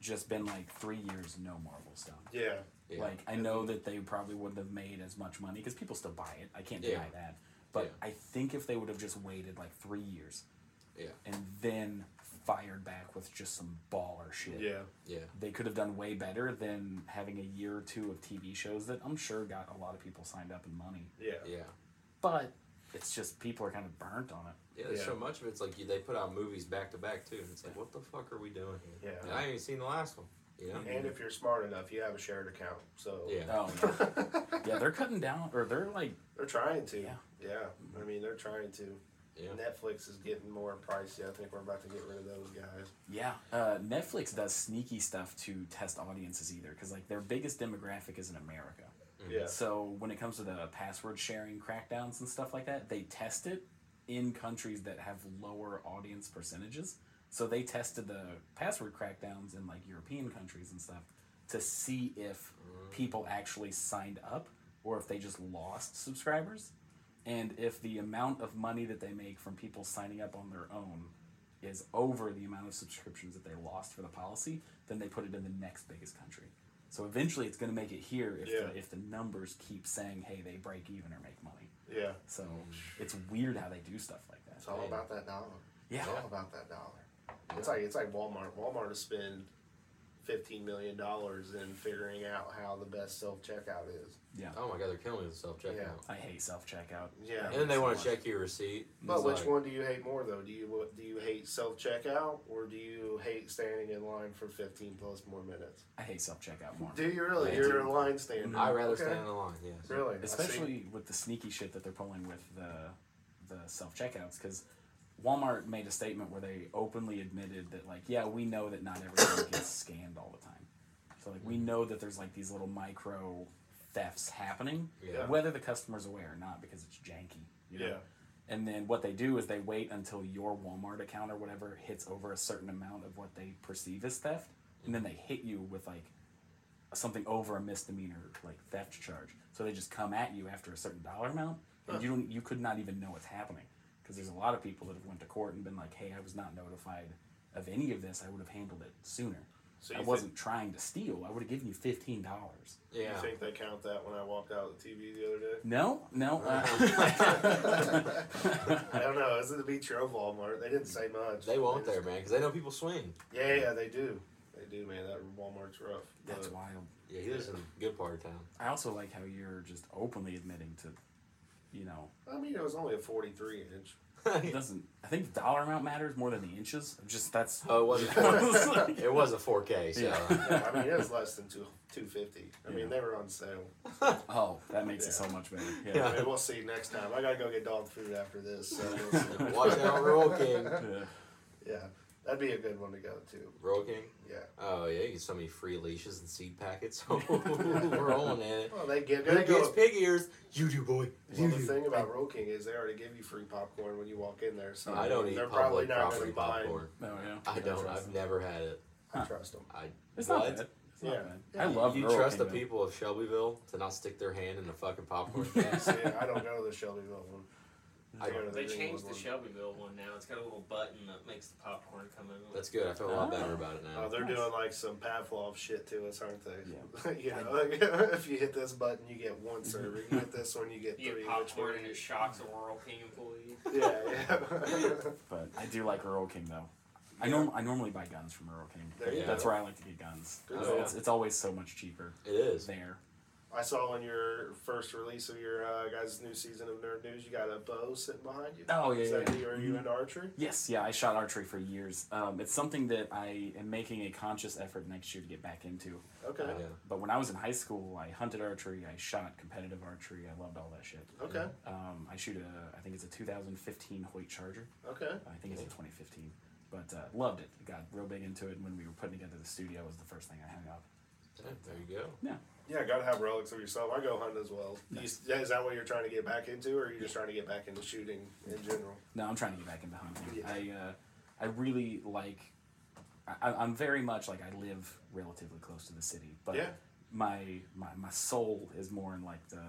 Speaker 4: just been like three years no Marvel stuff.
Speaker 2: Yeah,
Speaker 3: Yeah.
Speaker 4: Like I know that they probably wouldn't have made as much money because people still buy it. I can't deny
Speaker 3: Yeah.
Speaker 4: that. But
Speaker 3: Yeah.
Speaker 4: I think if they would have just waited like three years
Speaker 3: yeah.
Speaker 4: and then fired back with just some baller shit,
Speaker 2: yeah.
Speaker 3: Yeah.
Speaker 4: they could have done way better than having a year or two of TV shows that I'm sure got a lot of people signed up and money.
Speaker 2: Yeah,
Speaker 3: Yeah.
Speaker 4: But it's just people are kind of burnt on it.
Speaker 3: Yeah, there's
Speaker 2: Yeah.
Speaker 3: so much of it. It's like you, they put out movies back to back too, and it's like, what the fuck are we doing here?
Speaker 2: Yeah.
Speaker 3: And I ain't even seen the last one. You know?
Speaker 2: And if you're smart enough, you have a shared account. So
Speaker 3: Yeah.
Speaker 4: Oh, yeah. yeah, they're cutting down, or they're like,
Speaker 2: They're trying to. Yeah.
Speaker 4: Yeah.
Speaker 2: I mean, they're trying to.
Speaker 3: Yeah.
Speaker 2: Netflix is getting more pricey. I think we're about to get rid of those guys.
Speaker 4: yeah. Uh, Netflix does sneaky stuff to test audiences either, because like their biggest demographic is in America.
Speaker 2: Yeah.
Speaker 4: So when it comes to the password sharing crackdowns and stuff like that, they test it in countries that have lower audience percentages. So they tested the password crackdowns in like European countries and stuff to see if people actually signed up or if they just lost subscribers and if the amount of money that they make from people signing up on their own is over the amount of subscriptions that they lost for the policy, then they put it in the next biggest country. So eventually, it's going to make it here if,
Speaker 2: Yeah.
Speaker 4: the, if the numbers keep saying, "Hey, they break even or make money."
Speaker 2: Yeah.
Speaker 4: So it's weird how they do stuff like that.
Speaker 2: It's all about that dollar.
Speaker 4: Yeah.
Speaker 2: It's all about that dollar. It's like it's like Walmart. Walmart to spend fifteen million dollars in figuring out how the best self checkout is.
Speaker 4: Yeah,
Speaker 3: Oh my god, they're killing me with self checkout.
Speaker 2: Yeah.
Speaker 4: I hate self checkout.
Speaker 2: Yeah.
Speaker 3: And then they want to check your receipt.
Speaker 2: But
Speaker 3: It's
Speaker 2: which
Speaker 3: like,
Speaker 2: one do you hate more though? Do you do you hate self checkout or do you hate standing in line for fifteen plus more minutes?
Speaker 4: I hate self checkout more,
Speaker 2: Do you really?
Speaker 3: I
Speaker 2: You're
Speaker 3: do.
Speaker 2: a line standing.
Speaker 3: I rather
Speaker 2: Okay.
Speaker 3: stand in line. Yes.
Speaker 2: Really, I see.
Speaker 4: especially with the sneaky shit that they're pulling with the the self checkouts because. Walmart made a statement where they openly admitted that, like, yeah, we know that not everything gets scanned all the time. So, like, we
Speaker 2: Mm-hmm.
Speaker 4: know that there's, like, these little micro thefts happening,
Speaker 3: Yeah.
Speaker 4: whether the customer's aware or not, because it's janky. you know?
Speaker 2: Yeah.
Speaker 4: And then what they do is they wait until your Walmart account or whatever hits over a certain amount of what they perceive as theft, and then they hit you with, like, something over a misdemeanor, like, theft charge. So they just come at you after a certain dollar amount, and you don't, you could not even know what's happening because there's a lot of people that have went to court and been like, "Hey, I was not notified of any of this. I would have handled it sooner.
Speaker 2: So
Speaker 4: I
Speaker 2: you
Speaker 4: wasn't trying to steal. I would have given you fifteen dollars."
Speaker 3: Yeah.
Speaker 2: You think they count that when I walked out of the TV the other day?
Speaker 4: No, no. Uh,
Speaker 2: I don't know. Is it the Beach Road Walmart? They didn't say much.
Speaker 3: They won't
Speaker 2: just-
Speaker 3: there, man, because they know people swing.
Speaker 2: Yeah, yeah, they do. They do, man. That Walmart's rough.
Speaker 4: that's
Speaker 2: But-
Speaker 4: wild.
Speaker 3: Yeah, he lives in a good part of town.
Speaker 4: I also like how you're just openly admitting to, you know,
Speaker 2: I mean, it was only a 43 inch.
Speaker 4: it doesn't. I think the dollar amount matters more than the inches. Just that's.
Speaker 3: Oh, it wasn't. it was a 4K, so
Speaker 2: Yeah, I mean, it was less than two 250. I mean, they were on sale.
Speaker 4: oh, that makes it so much better. Yeah.
Speaker 2: I mean, we'll see next time. I gotta go get dog food after this. So we'll see.
Speaker 3: watch out, Royal King.
Speaker 4: Yeah. Oh,
Speaker 2: yeah, that'd be a good one to go to.
Speaker 3: Royal King.
Speaker 2: Yeah.
Speaker 3: Oh yeah, you get so many free leashes and seed packets. We're rolling in it.
Speaker 2: Well, they give.
Speaker 3: Who
Speaker 2: They
Speaker 3: gets
Speaker 2: go,
Speaker 3: pig ears? You do, boy.
Speaker 2: well,
Speaker 3: You
Speaker 2: the
Speaker 3: do.
Speaker 2: thing about Roll King is they already give you free popcorn when you walk in there. So
Speaker 3: I don't eat
Speaker 2: they're probably
Speaker 3: public
Speaker 2: not gonna
Speaker 3: property
Speaker 2: be buying-
Speaker 3: popcorn.
Speaker 4: Oh, yeah.
Speaker 3: I don't.
Speaker 4: trust
Speaker 3: I've
Speaker 4: it.
Speaker 3: never had it.
Speaker 2: I trust them.
Speaker 3: I.
Speaker 4: It's
Speaker 3: what?
Speaker 4: not bad. It's not
Speaker 2: Yeah.
Speaker 4: bad.
Speaker 2: Yeah,
Speaker 4: I love
Speaker 3: You
Speaker 4: Rural
Speaker 3: trust the
Speaker 4: Kingdom.
Speaker 3: people of Shelbyville to not stick their hand in the fucking popcorn can?
Speaker 2: yeah, I don't go to the Shelbyville one.
Speaker 3: I-
Speaker 2: go to the
Speaker 5: They
Speaker 2: Greenwood
Speaker 5: changed the
Speaker 2: one.
Speaker 5: Shelbyville one now. It's got a little button that makes the popcorn come out.
Speaker 3: That's good. I feel a lot better about it
Speaker 2: Oh,
Speaker 3: now.
Speaker 2: they're
Speaker 4: Nice.
Speaker 2: doing like some Pavlov shit to us, aren't they?
Speaker 4: Yeah.
Speaker 2: you know, like, if you hit this button, you get one server. You hit this one, you get
Speaker 5: you
Speaker 2: three.
Speaker 5: get
Speaker 2: which
Speaker 5: popcorn
Speaker 2: one
Speaker 5: and
Speaker 2: you-
Speaker 5: it shocks a Rural King employee.
Speaker 2: yeah, yeah.
Speaker 4: But I do like Rural King though. I norm- I normally buy guns from Rural King.
Speaker 2: There
Speaker 3: you
Speaker 4: That's
Speaker 3: go.
Speaker 4: where I like to get guns.
Speaker 2: Good
Speaker 4: Uh,
Speaker 2: call.
Speaker 4: It's, it's always so much cheaper
Speaker 3: It is.
Speaker 4: there.
Speaker 2: I saw in your first release of your uh, guys' new season of Nerd News, you got a bow sitting behind you.
Speaker 4: Oh, yeah,
Speaker 2: Is that
Speaker 4: yeah,
Speaker 2: you? Are
Speaker 4: yeah.
Speaker 2: you into archery?
Speaker 4: Yes, yeah, I shot archery for years. Um, it's something that I am making a conscious effort next year to get back into.
Speaker 2: Okay.
Speaker 4: Uh, But when I was in high school, I hunted archery, I shot competitive archery, I loved all that shit.
Speaker 2: Okay.
Speaker 4: Um, I shoot a, I think it's a 2015 Hoyt Charger.
Speaker 2: Okay.
Speaker 4: I think it's a 2015. But uh, loved it. Got real big into it. And when we were putting together the studio, it was the first thing I hung up.
Speaker 3: Yeah, there you go.
Speaker 4: Yeah.
Speaker 2: Yeah, gotta have relics of yourself. I go hunt as well. You, is that what you're trying to get back into, or are you just trying to get back into shooting in general?
Speaker 4: No, I'm trying to get back into hunting.
Speaker 2: Yeah.
Speaker 4: I uh, I really like. I, I'm very much like I live relatively close to the city, but
Speaker 2: Yeah.
Speaker 4: my, my my soul is more in like the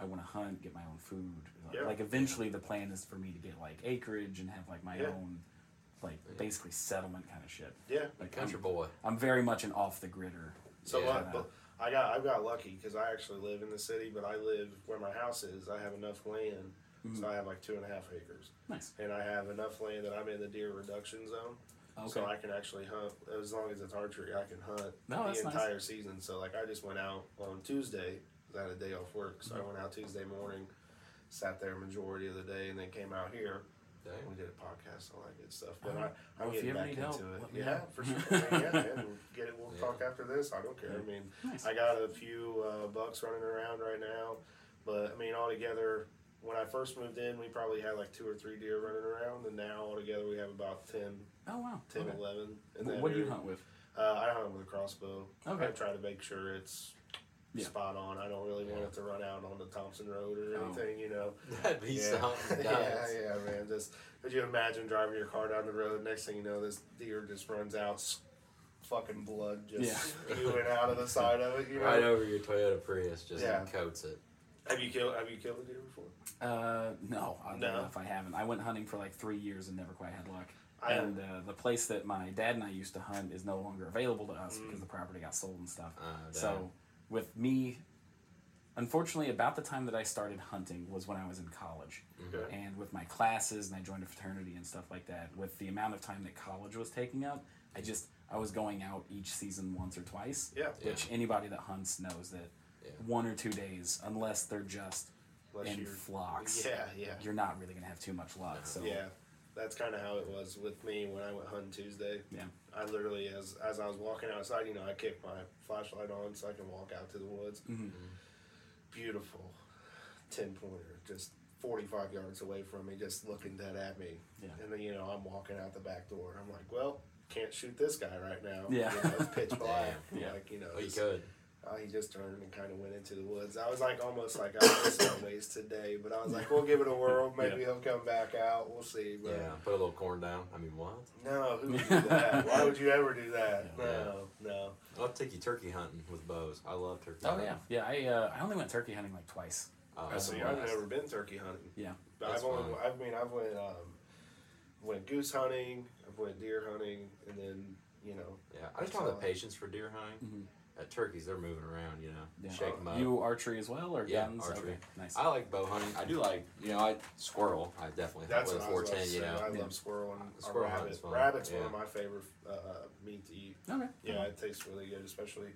Speaker 4: I want to hunt, get my own food. Like,
Speaker 2: Yeah.
Speaker 4: like, eventually, the plan is for me to get like acreage and have like my
Speaker 2: Yeah.
Speaker 4: own, like basically settlement kind of shit.
Speaker 2: Yeah.
Speaker 4: Like
Speaker 3: Country
Speaker 4: I'm,
Speaker 3: boy.
Speaker 4: I'm very much an off the gritter.
Speaker 2: So
Speaker 3: Yeah.
Speaker 2: I, but I got I've got lucky because I actually live in the city, but I live where my house is. I have enough land,
Speaker 4: Mm.
Speaker 2: so I have like two and a half acres,
Speaker 4: Nice.
Speaker 2: and I have enough land that I'm in the deer reduction zone. So
Speaker 4: Okay.
Speaker 2: I can actually hunt as long as it's archery. I can hunt
Speaker 4: No, that's
Speaker 2: the
Speaker 4: nice.
Speaker 2: entire season. So like I just went out on Tuesday. 'cause I had a day off work, so I
Speaker 4: Mm-hmm.
Speaker 2: went out Tuesday morning, sat there majority of the day, and then came out here. We
Speaker 3: Dang.
Speaker 2: did a podcast and all that good stuff. But I,
Speaker 4: Oh,
Speaker 2: I'm
Speaker 4: well, if
Speaker 2: getting
Speaker 4: you ever
Speaker 2: back
Speaker 4: need
Speaker 2: into
Speaker 4: help,
Speaker 2: it.
Speaker 4: let me
Speaker 2: Yeah,
Speaker 4: know.
Speaker 2: for sure. yeah, yeah, we'll get it. We'll
Speaker 3: Yeah.
Speaker 2: talk after this. I don't care. I mean,
Speaker 4: Nice.
Speaker 2: I got a few uh, bucks running around right now, but I mean, altogether, when I first moved in, we probably had like two or three deer running around, and now altogether we have about 10,
Speaker 4: Oh wow.
Speaker 2: 10
Speaker 4: Okay.
Speaker 2: 11. And
Speaker 4: Wh-
Speaker 2: then
Speaker 4: What do you
Speaker 2: we-
Speaker 4: hunt with?
Speaker 2: Uh, I hunt with a crossbow.
Speaker 4: Okay.
Speaker 2: I try to make sure it's.
Speaker 4: Yeah.
Speaker 2: Spot on. I don't really want it to run out on the Thompson Road or
Speaker 4: Oh.
Speaker 2: anything, you know.
Speaker 3: That'd be something.
Speaker 2: yeah,
Speaker 3: Guys.
Speaker 2: yeah, man. Just could you imagine driving your car down the road? Next thing you know, this deer just runs out, s- fucking blood just
Speaker 4: Yeah.
Speaker 2: spewing out of the side of it. You know?
Speaker 3: Right over your Toyota Prius, just
Speaker 2: Yeah.
Speaker 3: coats it.
Speaker 2: Have you killed? Have you killed a deer before?
Speaker 4: Uh, no, I don't
Speaker 2: No.
Speaker 4: know if I haven't. I went hunting for like three years and never quite had luck.
Speaker 2: I-
Speaker 4: and uh, the place that my dad and I used to hunt is no longer available to us
Speaker 2: Mm.
Speaker 4: because the property got sold and stuff.
Speaker 3: Ah,
Speaker 4: so with me, unfortunately, about the time that I started hunting was when I was in college,
Speaker 2: Okay.
Speaker 4: and with my classes and I joined a fraternity and stuff like that. With the amount of time that college was taking up, I just I was going out each season once or twice.
Speaker 2: Yeah.
Speaker 4: Which anybody that hunts knows that
Speaker 3: Yeah.
Speaker 4: one or two days, unless they're just
Speaker 2: Unless
Speaker 4: in
Speaker 2: you're-
Speaker 4: flocks
Speaker 2: Yeah, yeah,
Speaker 4: you're not really gonna have too much luck. So
Speaker 2: yeah. That's kind of how it was with me when I went hunting Tuesday.
Speaker 4: yeah,
Speaker 2: I literally, as as I was walking outside, you know, I kicked my flashlight on so I can walk out to the woods.
Speaker 4: Mm-hmm.
Speaker 2: Beautiful, ten pointer, just forty five yards away from me, just looking dead at me.
Speaker 4: Yeah.
Speaker 2: And then you know, I'm walking out the back door. I'm like, well, can't shoot this guy right now.
Speaker 4: Yeah.
Speaker 2: You know, it's pitch black.
Speaker 4: Yeah.
Speaker 2: Like you know,
Speaker 3: Oh, you
Speaker 2: just-
Speaker 3: could.
Speaker 2: uh, he just turned and kind of went into the woods. I was like almost like I was some ways today, but I was like, we'll give it a whirl. Maybe he'll come back out. We'll see. But
Speaker 3: Yeah. Put a little corn down. I mean, what?
Speaker 2: no, who would do that? Why would you ever do that?
Speaker 3: Yeah.
Speaker 2: No, no.
Speaker 3: I'll take you turkey hunting with bows. I love turkey.
Speaker 4: oh
Speaker 3: hunting.
Speaker 4: yeah, yeah. I uh, I only went turkey hunting like twice.
Speaker 3: Oh,
Speaker 2: I
Speaker 3: that's
Speaker 2: see.
Speaker 3: the
Speaker 2: I've
Speaker 3: best.
Speaker 2: never been turkey hunting.
Speaker 4: Yeah,
Speaker 2: But
Speaker 3: That's
Speaker 2: I've only.
Speaker 3: fun.
Speaker 2: I mean, I've went um, went goose hunting. I've went deer hunting, and then you know.
Speaker 3: Yeah, I just don't have the patience for deer hunting. At turkeys, they're moving around, you know,
Speaker 4: Mm-hmm. yeah. Uh,
Speaker 3: shake them up.
Speaker 4: You archery as well or
Speaker 3: yeah,
Speaker 4: guns?
Speaker 3: archery.
Speaker 4: Okay, nice.
Speaker 3: I like bow hunting. I do like, you know, I squirrel. I definitely hunt
Speaker 2: That's
Speaker 3: with
Speaker 2: what
Speaker 3: a
Speaker 2: I was about to
Speaker 3: 410,
Speaker 2: say.
Speaker 3: you
Speaker 2: I
Speaker 3: know.
Speaker 4: Yeah.
Speaker 2: love squirrel and a
Speaker 3: Squirrel
Speaker 2: rabbit.
Speaker 3: hunting's fun.
Speaker 2: Rabbit's one of
Speaker 3: Yeah.
Speaker 2: my favorite uh, uh, meat to eat.
Speaker 4: okay.
Speaker 2: Yeah, it tastes really good, especially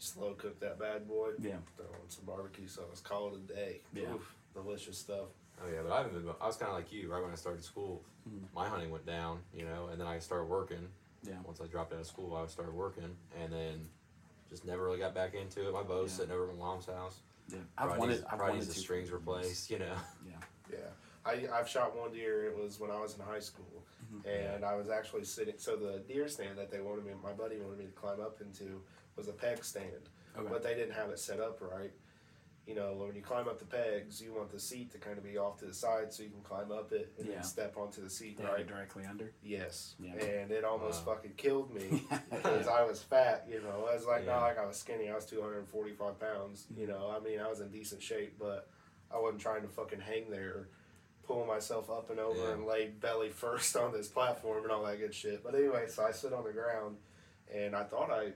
Speaker 2: slow cook that bad boy.
Speaker 4: Yeah.
Speaker 2: Throw on some barbecue sauce, call it a day.
Speaker 4: Yeah.
Speaker 2: Oof, delicious stuff.
Speaker 3: Oh yeah, but I haven't been. I was kind of like you, right when I started school. My hunting went down, you know, and then I started working.
Speaker 4: Hmm. Yeah.
Speaker 3: Once I dropped out of school, I started working, and then just never really got back into it. My bow's
Speaker 4: Yeah.
Speaker 3: sitting over at my mom's house.
Speaker 4: yeah. I've
Speaker 3: Probably
Speaker 4: wanted.
Speaker 3: needs-
Speaker 4: I've
Speaker 3: probably
Speaker 4: wanted
Speaker 3: needs
Speaker 4: to
Speaker 3: the strings
Speaker 4: for years.
Speaker 3: replaced, you know.
Speaker 4: Yeah.
Speaker 2: Yeah. I, I've shot one deer. It was when I was in high school,
Speaker 4: Mm-hmm.
Speaker 2: and I was actually sitting. So the deer stand that they wanted me, my buddy wanted me to climb up into, was a peg stand,
Speaker 4: Okay.
Speaker 2: but they didn't have it set up right. You know, when you climb up the pegs, you want the seat to kind of be off to the side so you can climb up it and
Speaker 4: Yeah.
Speaker 2: then step onto the seat.
Speaker 4: They
Speaker 2: right.
Speaker 4: are directly under.
Speaker 2: Yes,
Speaker 4: Yeah.
Speaker 2: and it almost
Speaker 3: Wow.
Speaker 2: fucking killed me because I was fat. You know, I was like
Speaker 3: Yeah.
Speaker 2: not like I was skinny. I was two hundred and forty five pounds. You know, I mean, I was in decent shape, but I wasn't trying to fucking hang there, pulling myself up and over
Speaker 3: Yeah.
Speaker 2: and lay belly first on this platform and all that good shit. But anyway, so I sit on the ground, and I thought I, you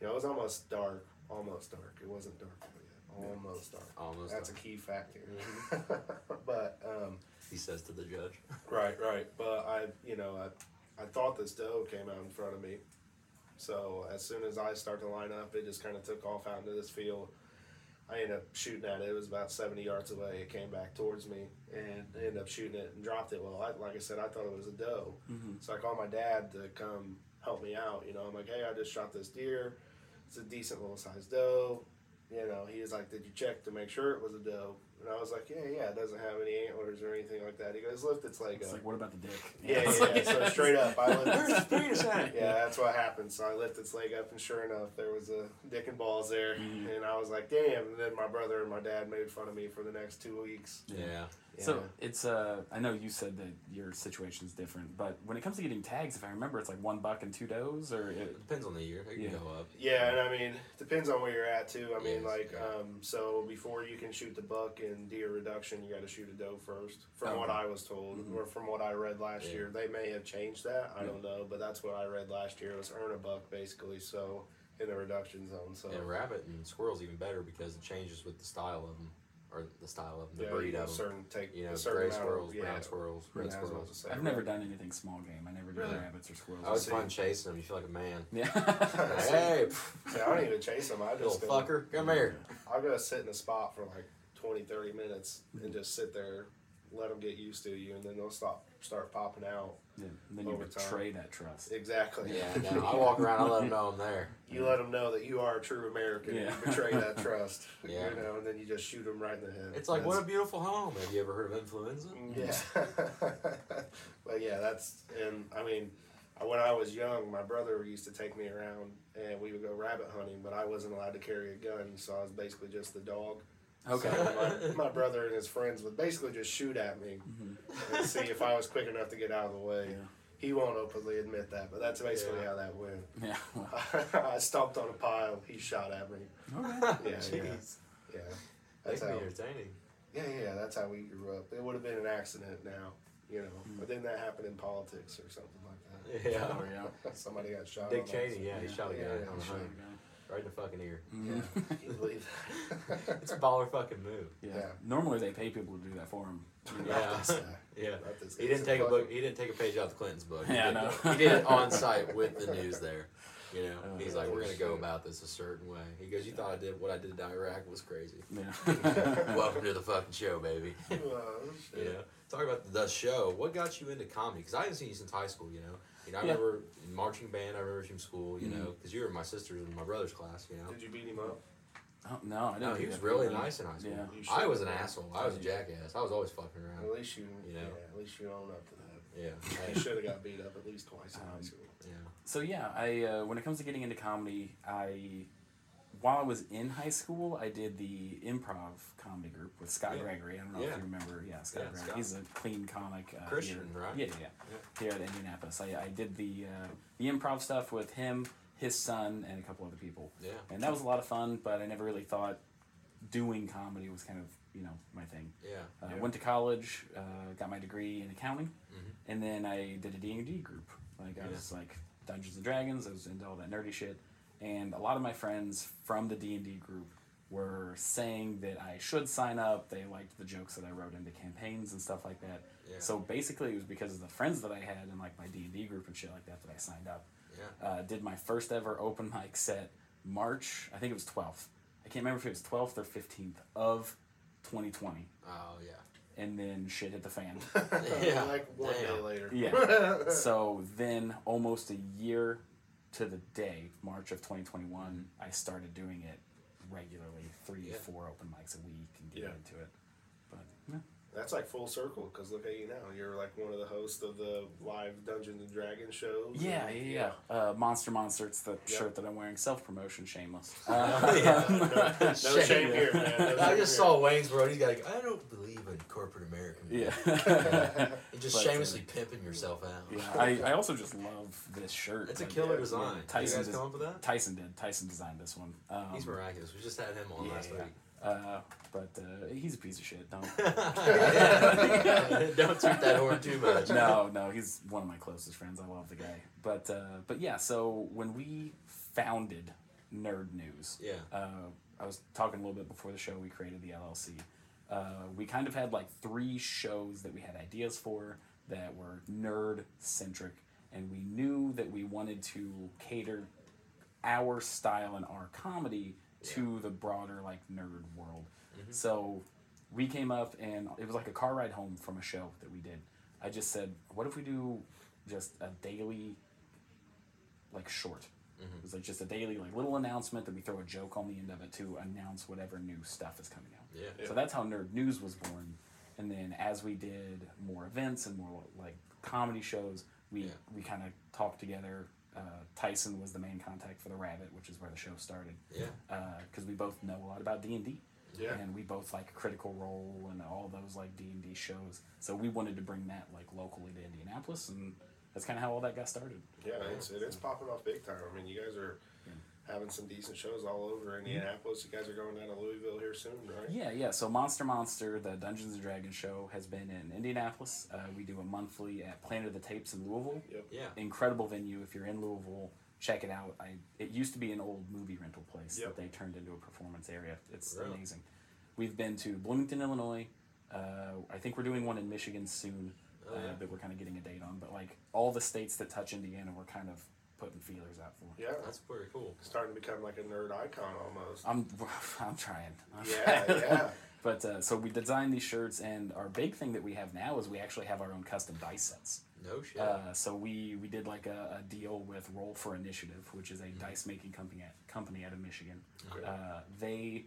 Speaker 2: know, it was almost dark, almost dark. It wasn't dark yet, almost dark.
Speaker 3: Almost
Speaker 2: That's
Speaker 3: dark. Mm-hmm.
Speaker 2: a key factor. but um,
Speaker 3: He says to the judge.
Speaker 2: Right, right. But I, you know, I, I thought this doe came out in front of me. So as soon as I start to line up, it just kind of took off out into this field. I ended up shooting at it. It was about 70 yards away. It came back towards me and I ended up shooting it and dropped it. Well, I, like I said, I thought it was a doe.
Speaker 4: Mm-hmm.
Speaker 2: So I called my dad to come help me out. You know, I'm like, hey, I just shot this deer. It's a decent little sized doe. You know, he was like, did you check to make sure it was a doe? And I was like, yeah, yeah, it doesn't have any antlers or anything like that. He goes, look, it's like
Speaker 4: It's
Speaker 2: a.
Speaker 4: like, what about the dick?
Speaker 2: yeah, yeah,
Speaker 4: It's
Speaker 2: yeah.
Speaker 4: like-
Speaker 2: So straight up, I
Speaker 3: Where's his
Speaker 2: looked,
Speaker 3: penis at?
Speaker 2: yeah, that's what happened. So I lift its leg up, and sure enough, there was a dick and balls there,
Speaker 3: Mm-hmm.
Speaker 2: and I was like, "Damn!" And then my brother and my dad made fun of me for the next two weeks.
Speaker 3: Yeah.
Speaker 4: So it's uh, I know you said that your situation's different, but when it comes to getting tags, if I remember, it's like one buck and two does, or it,
Speaker 3: It depends on the year. It can
Speaker 4: Yeah.
Speaker 3: go up.
Speaker 2: yeah, and I mean, depends on where you're at too. I mean,
Speaker 3: Yes,
Speaker 2: like,
Speaker 3: yeah.
Speaker 2: um, so before you can shoot the buck in deer reduction, you got to shoot a doe first, from what
Speaker 4: Okay.
Speaker 2: I was told, or from what I read last
Speaker 3: Mm-hmm. Yeah.
Speaker 2: year. They may have changed that. I
Speaker 4: Yeah.
Speaker 2: don't know, but that's what I read last year was earn a buck basically. So in the reduction zone, so.
Speaker 3: And rabbit and squirrel's even better because it changes with the style of them, or the style of them, the
Speaker 2: yeah,
Speaker 3: breed
Speaker 2: you know,
Speaker 3: of them.
Speaker 2: certain take
Speaker 3: You know,
Speaker 2: a
Speaker 3: gray
Speaker 2: certain amount of-
Speaker 3: squirrels,
Speaker 2: yeah,
Speaker 3: brown squirrels, red
Speaker 2: Yeah, I was about to
Speaker 3: squirrels.
Speaker 2: say,
Speaker 4: I've never done anything small game. I never did
Speaker 2: Really?
Speaker 4: rabbits or squirrels.
Speaker 3: I always
Speaker 2: See.
Speaker 3: find chasing them. You feel like a man.
Speaker 4: yeah.
Speaker 3: Like, hey,
Speaker 2: See, I don't even chase them. I
Speaker 3: little
Speaker 2: just go,
Speaker 3: fucker, come here.
Speaker 2: I'll go sit in a spot for like 20, 30 minutes and just sit there, let them get used to you, and then they'll stop, start popping out.
Speaker 4: Yeah, and then you
Speaker 2: Over time.
Speaker 4: betray that trust.
Speaker 2: Exactly.
Speaker 3: Yeah, no, I walk around. I let them know I'm there.
Speaker 2: You let them know that you are a true American. and
Speaker 4: Yeah.
Speaker 2: You betray that trust.
Speaker 3: Yeah.
Speaker 2: You know, and then you just shoot them right in the head.
Speaker 3: It's like,
Speaker 2: That's-
Speaker 3: what a beautiful home. Have you ever heard of influenza?
Speaker 2: Yeah. but yeah, that's and I mean, I- when I was young, my brother used to take me around and we would go rabbit hunting, but I wasn't allowed to carry a gun, so I was basically just the dog.
Speaker 4: Okay.
Speaker 2: So my, my brother and his friends would basically just shoot at me and see if I was quick enough to get out of the way.
Speaker 4: Mm-hmm. Yeah.
Speaker 2: He won't openly admit that, but that's basically
Speaker 3: Yeah.
Speaker 2: how that went.
Speaker 4: Yeah. well,
Speaker 2: I stomped on a pile. He shot at me. Yeah, yeah,
Speaker 3: Jeez.
Speaker 2: yeah.
Speaker 3: They
Speaker 2: That's
Speaker 3: can be
Speaker 2: how.
Speaker 3: entertaining.
Speaker 2: Yeah, yeah, that's how we grew up. It would have been an accident now, you know.
Speaker 4: Mm.
Speaker 2: But then that happened in politics or something like
Speaker 3: Yeah.
Speaker 4: oh, yeah.
Speaker 2: that. Somebody got shot.
Speaker 3: Dick
Speaker 2: on
Speaker 3: Cheney, yeah, he
Speaker 4: Yeah.
Speaker 3: shot a guy
Speaker 2: Yeah,
Speaker 3: on
Speaker 2: he
Speaker 3: the
Speaker 2: shot a
Speaker 3: hunt. Right in the fucking ear.
Speaker 4: Mm-hmm.
Speaker 2: accident. Yeah, can you believe that?
Speaker 3: It's a baller fucking move.
Speaker 4: Yeah.
Speaker 2: Yeah.
Speaker 4: Normally they pay people to do that for them.
Speaker 3: Yeah.
Speaker 2: This guy.
Speaker 3: Yeah.
Speaker 2: Not this
Speaker 3: He
Speaker 2: guy's
Speaker 3: didn't take a
Speaker 2: fucking-
Speaker 3: book. He didn't take a page out of Clinton's book. He
Speaker 4: Yeah,
Speaker 3: did,
Speaker 4: I know.
Speaker 3: he did it on site with the news there. You know,
Speaker 4: Oh,
Speaker 3: he's
Speaker 2: yeah,
Speaker 3: like, we're gonna
Speaker 2: that's
Speaker 3: go
Speaker 2: true.
Speaker 3: about this a certain way. He goes, you thought I did what I did to Iraq was crazy.
Speaker 4: Yeah.
Speaker 3: Welcome to the fucking show, baby.
Speaker 2: Oh,
Speaker 3: you
Speaker 2: shit.
Speaker 3: know, talk about the show. What got you into comedy? Because I haven't seen you since high school. You know, you know, I
Speaker 4: Yeah. Mm-hmm.
Speaker 3: remember in marching band. I remember from school. You know, 'cause know, because you were in my sister's and my brother's class. You know,
Speaker 2: Did you beat him up?
Speaker 4: oh, no, I didn't.
Speaker 3: no,
Speaker 4: do
Speaker 3: he was
Speaker 4: that.
Speaker 3: really nice in high school.
Speaker 4: Yeah.
Speaker 2: You
Speaker 3: I
Speaker 2: should.
Speaker 3: was an asshole. I was a jackass. I was always fucking
Speaker 2: At
Speaker 3: around.
Speaker 2: least you,
Speaker 3: You know.
Speaker 2: yeah, at least you own up to that.
Speaker 3: Yeah,
Speaker 2: You
Speaker 3: yeah.
Speaker 2: should have got beat up at least twice in high
Speaker 4: Um,
Speaker 2: school.
Speaker 4: So yeah, I uh, when it comes to getting into comedy, I while I was in high school, I did the improv comedy group with Scott
Speaker 3: Yeah.
Speaker 4: Gregory. I don't know
Speaker 3: Yeah.
Speaker 4: if you remember. Yeah, Scott
Speaker 3: Yeah,
Speaker 4: Gregory.
Speaker 3: Scott.
Speaker 4: He's a clean comic. Uh,
Speaker 3: Christian,
Speaker 4: here-
Speaker 3: right?
Speaker 4: Yeah, yeah, yeah. Here at Indianapolis, I, I did the uh, the improv stuff with him, his son, and a couple other people,
Speaker 3: yeah.
Speaker 4: and that was a lot of fun. But I never really thought doing comedy was kind of you know my thing.
Speaker 3: Yeah. Mm-hmm.
Speaker 4: Uh,
Speaker 2: Yeah.
Speaker 4: Went to college, uh, got my degree in accounting, and then I did a D&D group. Like I
Speaker 3: Yeah.
Speaker 4: was like Dungeons and Dragons. I was into all that nerdy shit, and a lot of my friends from the D&D group were saying that I should sign up. They liked the jokes that I wrote into campaigns and stuff like that.
Speaker 3: Yeah.
Speaker 4: So basically, it was because of the friends that I had and like my D&D group and shit like that that I signed up
Speaker 3: Yeah.
Speaker 4: uh, did my first ever open mic set March, I think it was 12th. I can't remember if it was 12th or 15th of 2020.
Speaker 3: Oh yeah.
Speaker 4: And then shit hit the fan.
Speaker 3: Yeah.
Speaker 2: like one day
Speaker 3: Damn.
Speaker 2: later.
Speaker 4: yeah. So then, almost a year to the day, March of 2021, I started doing it regularly three,
Speaker 3: Yeah.
Speaker 4: four open mics a week and getting
Speaker 2: Yeah.
Speaker 4: into it. But yeah.
Speaker 2: That's like full circle because look at you now. You're like one of the hosts of the live Dungeons and Dragons shows.
Speaker 4: Yeah,
Speaker 2: And-
Speaker 4: yeah, yeah. Uh, Monster Monster, it's the
Speaker 2: Yeah.
Speaker 4: shirt that I'm wearing. Self promotion, shameless. Uh,
Speaker 2: no, no shame,
Speaker 3: Shame.
Speaker 2: here, man. No
Speaker 3: I
Speaker 2: shame
Speaker 3: just
Speaker 2: here.
Speaker 3: saw Wayne's World. He's like, I don't believe in corporate America. man."
Speaker 4: yeah.
Speaker 3: You're just
Speaker 4: But, uh,
Speaker 3: shamelessly pimping yourself out.
Speaker 4: Yeah, I, I also just love this shirt.
Speaker 3: It's a
Speaker 4: Like,
Speaker 3: killer
Speaker 2: yeah,
Speaker 3: design. Did
Speaker 4: Tyson
Speaker 3: you guys
Speaker 4: does-
Speaker 3: come up with that?
Speaker 4: Tyson did. Tyson designed this one. Um,
Speaker 3: He's miraculous. We just had him on
Speaker 4: yeah,
Speaker 3: last
Speaker 4: yeah.
Speaker 3: week.
Speaker 4: Uh, but uh, he's a piece of shit. Don't.
Speaker 3: Don't toot that horn too much.
Speaker 4: no, no, he's one of my closest friends. I love the guy. But uh, but yeah, so when we founded Nerd News,
Speaker 3: Yeah.
Speaker 4: uh, I was talking a little bit before the show. We created the LLC. Uh, we kind of had like three shows that we had ideas for that were nerd centric, and we knew that we wanted to cater our style and our comedy to the broader like nerd world. So we came up and it was like a car ride home from a show that we did. I just said, what if we do just a daily like short?
Speaker 3: Mm-hmm.
Speaker 4: It was like just a daily like little announcement that we throw a joke on the end of it to announce whatever new stuff is coming out.
Speaker 3: Yeah.
Speaker 4: So that's how Nerd News was born. And then as we did more events and more like comedy shows, we
Speaker 3: Yeah.
Speaker 4: we kind of talked together. Uh, Tyson was the main contact for the Rabbit, which is where the show started.
Speaker 3: Yeah.
Speaker 4: Because we both know a lot about D and D,
Speaker 2: Yeah.
Speaker 4: and we both like Critical Role and all those like D and D shows. So we wanted to bring that like locally to Indianapolis, and that's kind of how all that got started.
Speaker 2: Yeah, it's it is popping off big time. I mean, you guys are having some decent shows all over Indianapolis. You guys are going down to Louisville here soon, right?
Speaker 4: Yeah, yeah. So Monster Monster, the Dungeons and Dragons show, has been in Indianapolis. Uh, we do a monthly at Planet of the Tapes in Louisville.
Speaker 2: Yep.
Speaker 3: Yeah.
Speaker 4: incredible venue. If you're in Louisville, check it out. I it used to be an old movie rental place
Speaker 2: Yep.
Speaker 4: that they turned into a performance area. It's
Speaker 3: Really?
Speaker 4: amazing. We've been to Bloomington, Illinois. Uh, I think we're doing one in Michigan soon
Speaker 3: Oh,
Speaker 4: uh,
Speaker 3: yeah.
Speaker 4: that we're kind of getting a date on. But like all the states that touch Indiana, we're kind of putting feelers out for.
Speaker 2: Yeah,
Speaker 3: That's pretty cool.
Speaker 2: starting to become like a nerd icon almost.
Speaker 4: I'm I'm trying. I'm
Speaker 2: Yeah,
Speaker 4: trying.
Speaker 2: yeah.
Speaker 4: But uh, so we designed these shirts, and our big thing that we have now is we actually have our own custom dice sets.
Speaker 3: No shit.
Speaker 4: Uh, so we we did like a, a deal with Roll for Initiative, which is a dice making company at, company out of Michigan.
Speaker 2: Okay.
Speaker 4: Uh, they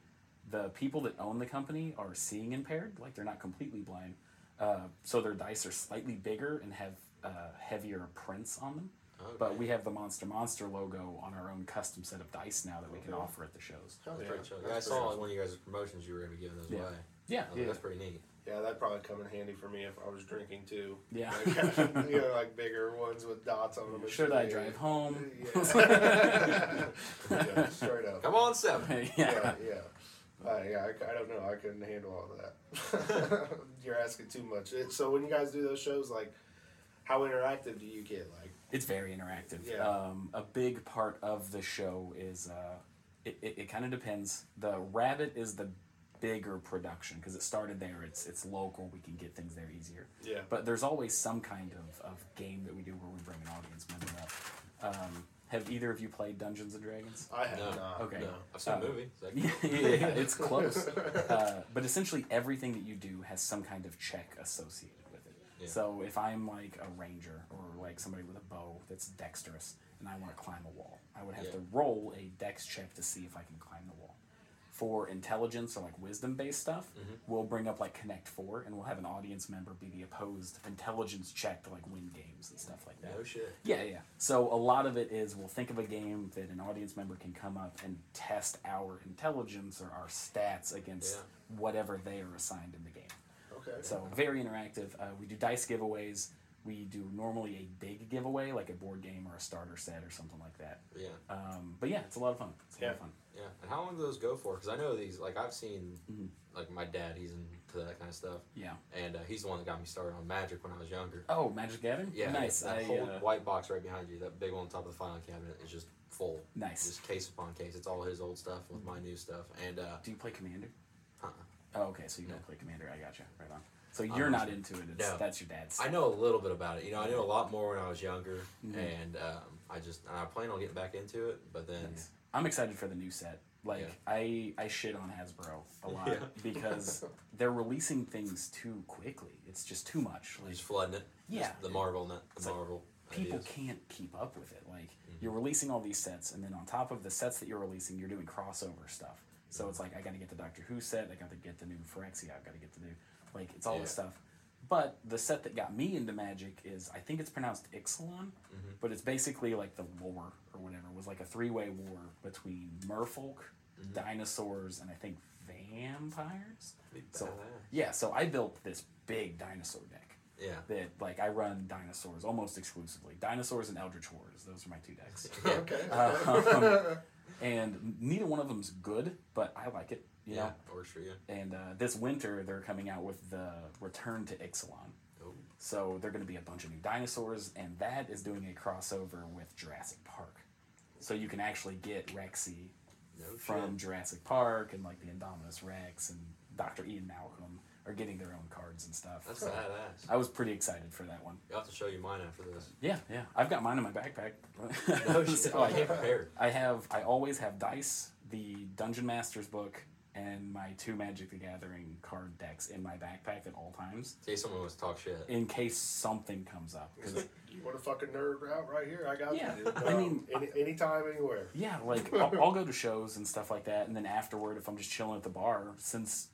Speaker 4: the people that own the company are seeing impaired, like they're not completely blind. Uh, so their dice are slightly bigger and have uh, heavier prints on them. But
Speaker 3: Okay.
Speaker 4: we have the Monster Monster logo on our own custom set of dice now that we can offer at the shows.
Speaker 2: Hell
Speaker 3: That's
Speaker 2: yeah.
Speaker 3: pretty chill.
Speaker 2: That's
Speaker 3: Yeah, I
Speaker 2: pretty
Speaker 3: saw
Speaker 2: awesome.
Speaker 3: one of you guys' promotions you were gonna be giving those
Speaker 4: Yeah.
Speaker 3: away.
Speaker 4: Yeah,
Speaker 3: I was like,
Speaker 4: yeah.
Speaker 3: That's pretty neat.
Speaker 2: Yeah, that'd probably come in handy for me if I was drinking too.
Speaker 4: Yeah.
Speaker 2: Like, you know, like bigger ones with dots on them. and
Speaker 4: Should I
Speaker 2: shit.
Speaker 4: drive home?
Speaker 2: Yeah. yeah, straight up.
Speaker 3: Come on, seven.
Speaker 4: yeah.
Speaker 2: Yeah, yeah. Uh, yeah, I, I don't know. I couldn't handle all of that. You're asking too much. It, so when you guys do those shows, like, how interactive do you get? Like,
Speaker 4: It's very interactive.
Speaker 2: Yeah.
Speaker 4: Um, a big part of the show is uh, it, it, it kind of depends. The Rabbit is the bigger production because it started there. It's it's local. We can get things there easier.
Speaker 2: Yeah.
Speaker 4: But there's always some kind of, of game that we do where we bring an audience member up. Um, have either of you played Dungeons and Dragons?
Speaker 2: I have
Speaker 3: No.
Speaker 2: not.
Speaker 4: Okay.
Speaker 3: No, I've seen
Speaker 4: Uh,
Speaker 3: a movie. Is that
Speaker 4: yeah,
Speaker 3: cool?
Speaker 4: yeah, it's close. Uh, but essentially, everything that you do has some kind of check associated with it.
Speaker 3: Yeah.
Speaker 4: So if I'm like a ranger or like somebody with a bow that's dexterous and I want to climb a wall, I would have
Speaker 3: Yeah.
Speaker 4: to roll a dex check to see if I can climb the wall. For intelligence or like wisdom based stuff,
Speaker 3: Mm-hmm.
Speaker 4: we'll bring up like Connect Four and we'll have an audience member be the opposed intelligence check to like win games and stuff like that.
Speaker 3: No shit.
Speaker 4: Yeah, yeah. So a lot of it is we'll think of a game that an audience member can come up and test our intelligence or our stats against
Speaker 3: Yeah.
Speaker 4: whatever they are assigned in the game.
Speaker 2: Okay.
Speaker 4: So very interactive. Uh, we do dice giveaways. We do normally a big giveaway, like a board game or a starter set or something like that.
Speaker 3: Yeah.
Speaker 4: Um, but yeah, it's a lot of fun. It's a lot of
Speaker 2: Yeah.
Speaker 4: fun.
Speaker 3: Yeah. And how long do those go for? Because I know these. Like I've seen,
Speaker 4: Mm-hmm.
Speaker 3: like my dad. He's into that kind of stuff.
Speaker 4: Yeah.
Speaker 3: And uh, he's the one that got me started on magic when I was younger.
Speaker 4: Oh, Magic the Gathering?
Speaker 3: Yeah.
Speaker 4: Nice.
Speaker 3: That
Speaker 4: I,
Speaker 3: whole
Speaker 4: uh,
Speaker 3: white box right behind you, that big one on top of the filing cabinet, is just full.
Speaker 4: Nice. Mm-hmm.
Speaker 3: Just case upon case. It's all his old stuff with my new stuff. And uh,
Speaker 4: do you play Commander?
Speaker 3: uh-uh.
Speaker 4: Oh, okay. So you don't play Commander. I gotcha. Right on. So
Speaker 3: Um,
Speaker 4: you're not into it. It's,
Speaker 3: no.
Speaker 4: That's your dad's.
Speaker 3: I know a little bit about it. You know, I knew
Speaker 4: Mm-hmm.
Speaker 3: a lot more when I was younger, and um, I just and I plan on getting back into it. But then,
Speaker 4: Nice. I'm excited for the new set. Like
Speaker 3: Yeah.
Speaker 4: I, I shit on Hasbro a lot
Speaker 3: Yeah.
Speaker 4: because they're releasing things too quickly. It's just too much. Like
Speaker 3: just flooding it.
Speaker 4: Yeah.
Speaker 3: Just the Marvel, net, the
Speaker 4: It's like
Speaker 3: Marvel.
Speaker 4: people
Speaker 3: ideas.
Speaker 4: can't keep up with it. Like you're releasing all these sets, and then on top of the sets that you're releasing, you're doing crossover stuff. So it's like I got to get the Doctor Who set. I got to get the new Phyrexia. I've got to get the new like it's all this
Speaker 3: Yeah.
Speaker 4: stuff. But the set that got me into Magic is I think it's pronounced Ixalan, but it's basically like the war or whatever was like a three way war between merfolk, dinosaurs, and I think vampires.
Speaker 3: Be
Speaker 4: So
Speaker 3: badass.
Speaker 4: yeah, so I built this big dinosaur deck
Speaker 3: Yeah.
Speaker 4: that like I run dinosaurs almost exclusively. Dinosaurs and Eldritch Horrors, those are my two decks.
Speaker 2: okay.
Speaker 4: Um, and neither one of them's good, but I like it. You
Speaker 3: Yeah.
Speaker 4: know.
Speaker 3: Works for you.
Speaker 4: And uh, this winter they're coming out with the Return to Ixalan.
Speaker 3: Oh.
Speaker 4: So they're going to be a bunch of new dinosaurs, and that is doing a crossover with Jurassic Park. So you can actually get Rexy
Speaker 3: No
Speaker 4: from
Speaker 3: shit.
Speaker 4: Jurassic Park and like the Indominus Rex and Dr. Ian Malcolm are getting their own cards and stuff.
Speaker 3: That's
Speaker 4: So
Speaker 3: badass.
Speaker 4: I was pretty excited for that one.
Speaker 3: You'll have to show you mine after this.
Speaker 4: Yeah, yeah. I've got mine in my backpack.
Speaker 3: No shit.
Speaker 4: So
Speaker 3: Oh, I
Speaker 4: I
Speaker 3: came
Speaker 4: have-
Speaker 3: prepared.
Speaker 4: I have. I always have dice, the Dungeon Masters book, and my two Magic the Gathering card decks in my backpack at all times,
Speaker 3: See, someone wants to talk shit.
Speaker 4: in case something comes up. 'Cause,
Speaker 2: You want a fucking nerd route right here? I got
Speaker 4: Yeah,
Speaker 2: you. dude.
Speaker 4: I
Speaker 2: Um,
Speaker 4: mean-
Speaker 2: any, anytime, anywhere.
Speaker 4: yeah, like I'll, I'll go to shows and stuff like that, and then afterward, if I'm just chilling at the bar, since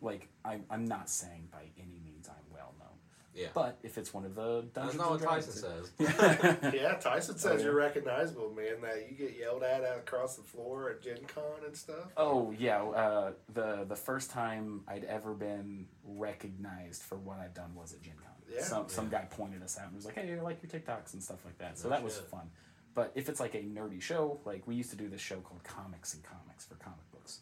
Speaker 4: like I'm, I'm not saying by any means I'm well known,
Speaker 3: Yeah.
Speaker 4: but if it's one of the
Speaker 3: That's
Speaker 4: Dungeons
Speaker 3: not
Speaker 4: and
Speaker 3: what Tyson
Speaker 4: Dragons,
Speaker 3: says.
Speaker 2: Yeah, Tyson says
Speaker 4: yeah.
Speaker 2: you're recognizable, man. That you get yelled at out across the floor at Gen Con and stuff.
Speaker 4: Oh yeah, uh, the the first time I'd ever been recognized for what I've done was at Gen Con.
Speaker 2: Yeah.
Speaker 4: some some
Speaker 3: Yeah.
Speaker 4: guy pointed us out and was like, "Hey, I like your TikToks and stuff like that." So
Speaker 3: No
Speaker 4: that was
Speaker 3: shit.
Speaker 4: fun. But if it's like a nerdy show, like we used to do this show called Comics and Comics for comic books,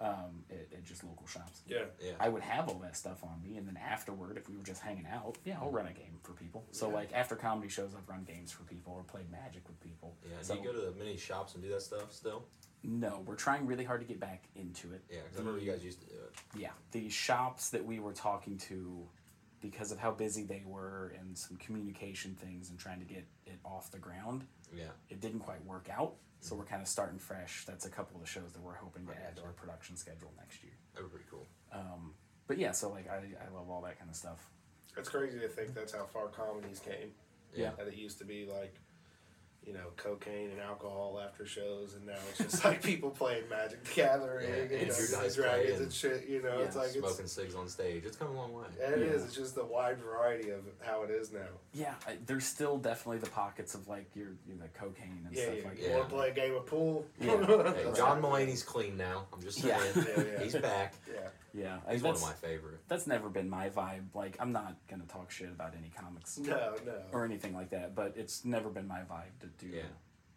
Speaker 4: um, at, at just local shops.
Speaker 2: Yeah.
Speaker 3: Uh-huh. Yeah.
Speaker 4: I would have all that stuff on me, and then afterward, if we were just hanging out, yeah, I'll run a game for people. So like after comedy shows, I've run games for people or played Magic with people.
Speaker 3: Yeah.
Speaker 4: So
Speaker 3: do you go to the mini shops and do that stuff still? Mm-hmm.
Speaker 4: no, we're trying really hard to get back into it.
Speaker 3: Yeah, because I remember you guys used to do it.
Speaker 4: yeah the shops that we were talking to because of how busy they were and some communication things and trying to get it off the ground
Speaker 3: Yeah.
Speaker 4: it didn't quite work out so we're kind of starting fresh that's a couple of the shows that we're hoping to add to our production schedule next year Um,
Speaker 3: That was pretty cool.
Speaker 4: but yeah so like i, I love all that kind of stuff
Speaker 2: It's crazy to think that's how far comedies came.
Speaker 3: Yeah.
Speaker 2: That it used to be like, you know, cocaine and alcohol after shows, and now it's just like people playing Magic the Gathering
Speaker 3: Yeah,
Speaker 2: and,
Speaker 3: and
Speaker 2: Dungeons
Speaker 3: Drew
Speaker 2: and
Speaker 3: Dice
Speaker 2: Dragons
Speaker 3: playing.
Speaker 2: and shit. You know,
Speaker 4: Yeah,
Speaker 2: it's like it's.
Speaker 3: Smoking cigs on stage. It's come a long way.
Speaker 2: And it
Speaker 4: Yeah.
Speaker 2: is. It's just the wide variety of how it is now.
Speaker 4: yeah I, there's still definitely the pockets of like your, your the cocaine and
Speaker 2: Yeah,
Speaker 4: stuff
Speaker 2: you,
Speaker 4: like
Speaker 2: you
Speaker 3: yeah.
Speaker 2: want to play a game of pool?
Speaker 4: Yeah.
Speaker 3: Hey, John Mulaney's clean now. I'm just saying.
Speaker 4: Yeah.
Speaker 2: Yeah, yeah.
Speaker 3: He's back.
Speaker 2: Yeah.
Speaker 4: that yeah I-
Speaker 3: He's one of
Speaker 4: that's-
Speaker 3: my favorite.
Speaker 4: that's never been my vibe like i'm not gonna talk shit about any comics
Speaker 2: No, no.
Speaker 4: or anything like that. But it's never been my vibe to do
Speaker 3: Yeah.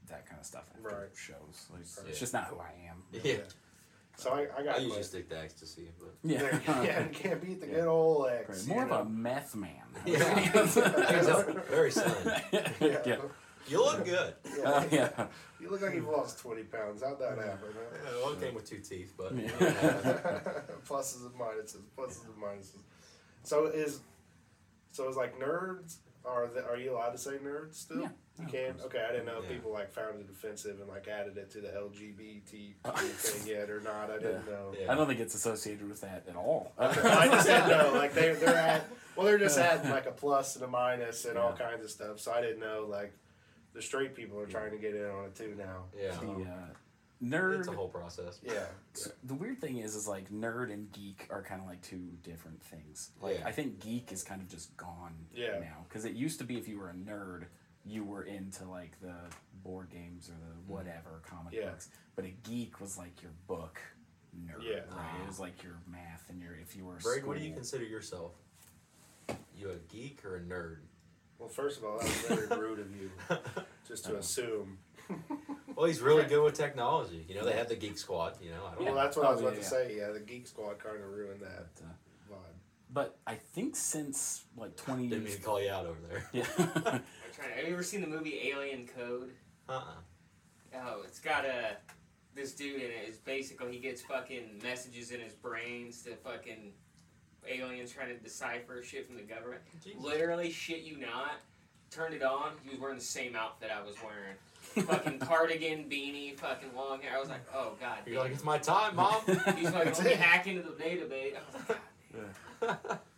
Speaker 4: that kind of stuff after
Speaker 2: Right.
Speaker 4: shows. Like, it's,
Speaker 3: Yeah.
Speaker 4: just not who I am.
Speaker 3: Yeah.
Speaker 2: So I, I got. a
Speaker 3: I usually
Speaker 2: question.
Speaker 3: stick to ecstasy, but
Speaker 4: Yeah.
Speaker 2: yeah, you can't beat the good old X.
Speaker 4: Right.
Speaker 2: you
Speaker 4: More of
Speaker 2: know?
Speaker 4: a meth man.
Speaker 3: Hands up, very slim.
Speaker 4: yeah.
Speaker 2: Yeah.
Speaker 4: Yeah.
Speaker 3: You look good.
Speaker 2: Yeah.
Speaker 4: Uh, yeah.
Speaker 2: You look like you've lost 20 pounds. How'd that happen?
Speaker 3: Yeah,
Speaker 2: Huh?
Speaker 3: well, it came with two teeth, but
Speaker 4: Yeah.
Speaker 2: pluses and minuses, pluses and minuses. So is, so is like nerds. Are the, are you allowed to say nerds still?
Speaker 4: Yeah.
Speaker 2: You
Speaker 4: Yeah, of
Speaker 2: can.
Speaker 4: course.
Speaker 2: Okay, I didn't know if
Speaker 3: Yeah.
Speaker 2: people like found it offensive and like added it to the LGBT thing yet or not. I didn't
Speaker 4: Yeah.
Speaker 2: know.
Speaker 3: Yeah.
Speaker 4: I don't think it's associated with that at all.
Speaker 2: I just didn't know. Like they they're at well, they're just adding like a plus and a minus and all
Speaker 4: Yeah.
Speaker 2: kinds of stuff. So I didn't know like the straight people are trying to get in on it too now.
Speaker 3: yeah.
Speaker 4: the
Speaker 2: Um,
Speaker 4: uh, nerd.
Speaker 3: It's a whole process.
Speaker 2: Yeah.
Speaker 4: So the weird thing is, is like nerd and geek are kind of like two different things. Like
Speaker 3: Yeah.
Speaker 4: I think geek is kind of just gone
Speaker 2: Yeah.
Speaker 4: now because it used to be if you were a nerd, you were into like the board games or
Speaker 3: Mm-hmm.
Speaker 4: the whatever comic
Speaker 2: Yeah.
Speaker 4: books. But a geek was like your book nerd.
Speaker 2: Yeah.
Speaker 4: right? it was like your math and your if you were. a
Speaker 3: Brady, what do you
Speaker 4: school-
Speaker 3: consider yourself? You a geek or a nerd?
Speaker 2: Well, first of all, that was very rude of you just
Speaker 4: Uh-huh.
Speaker 2: to assume.
Speaker 3: Well, he's really good with technology. You know, they have the geek squad. You know, I don't.
Speaker 2: Well, that's what I
Speaker 4: Oh,
Speaker 2: was about
Speaker 4: yeah,
Speaker 2: to
Speaker 4: yeah.
Speaker 2: say. Yeah, the Geek Squad kind of ruined that
Speaker 4: uh,
Speaker 2: vibe.
Speaker 4: But I think since like twenty
Speaker 3: Didn't mean
Speaker 4: years.
Speaker 3: to call you out over there.
Speaker 4: Yeah.
Speaker 5: I'm trying to, have you ever seen the movie Alien Code?
Speaker 3: Uh. uh
Speaker 5: Oh, it's got a this dude in it. It's basically he gets fucking messages in his brains to fucking aliens trying to decipher shit from the government. Literally, shit you not. Turned it on. He was wearing the same outfit I was wearing. fucking cardigan, beanie, fucking long hair. I was like, oh god.
Speaker 3: You're like, it's my time, mom.
Speaker 5: damn." He's like,
Speaker 2: That's
Speaker 5: let me
Speaker 2: it.
Speaker 5: hack into the database. I was like, "God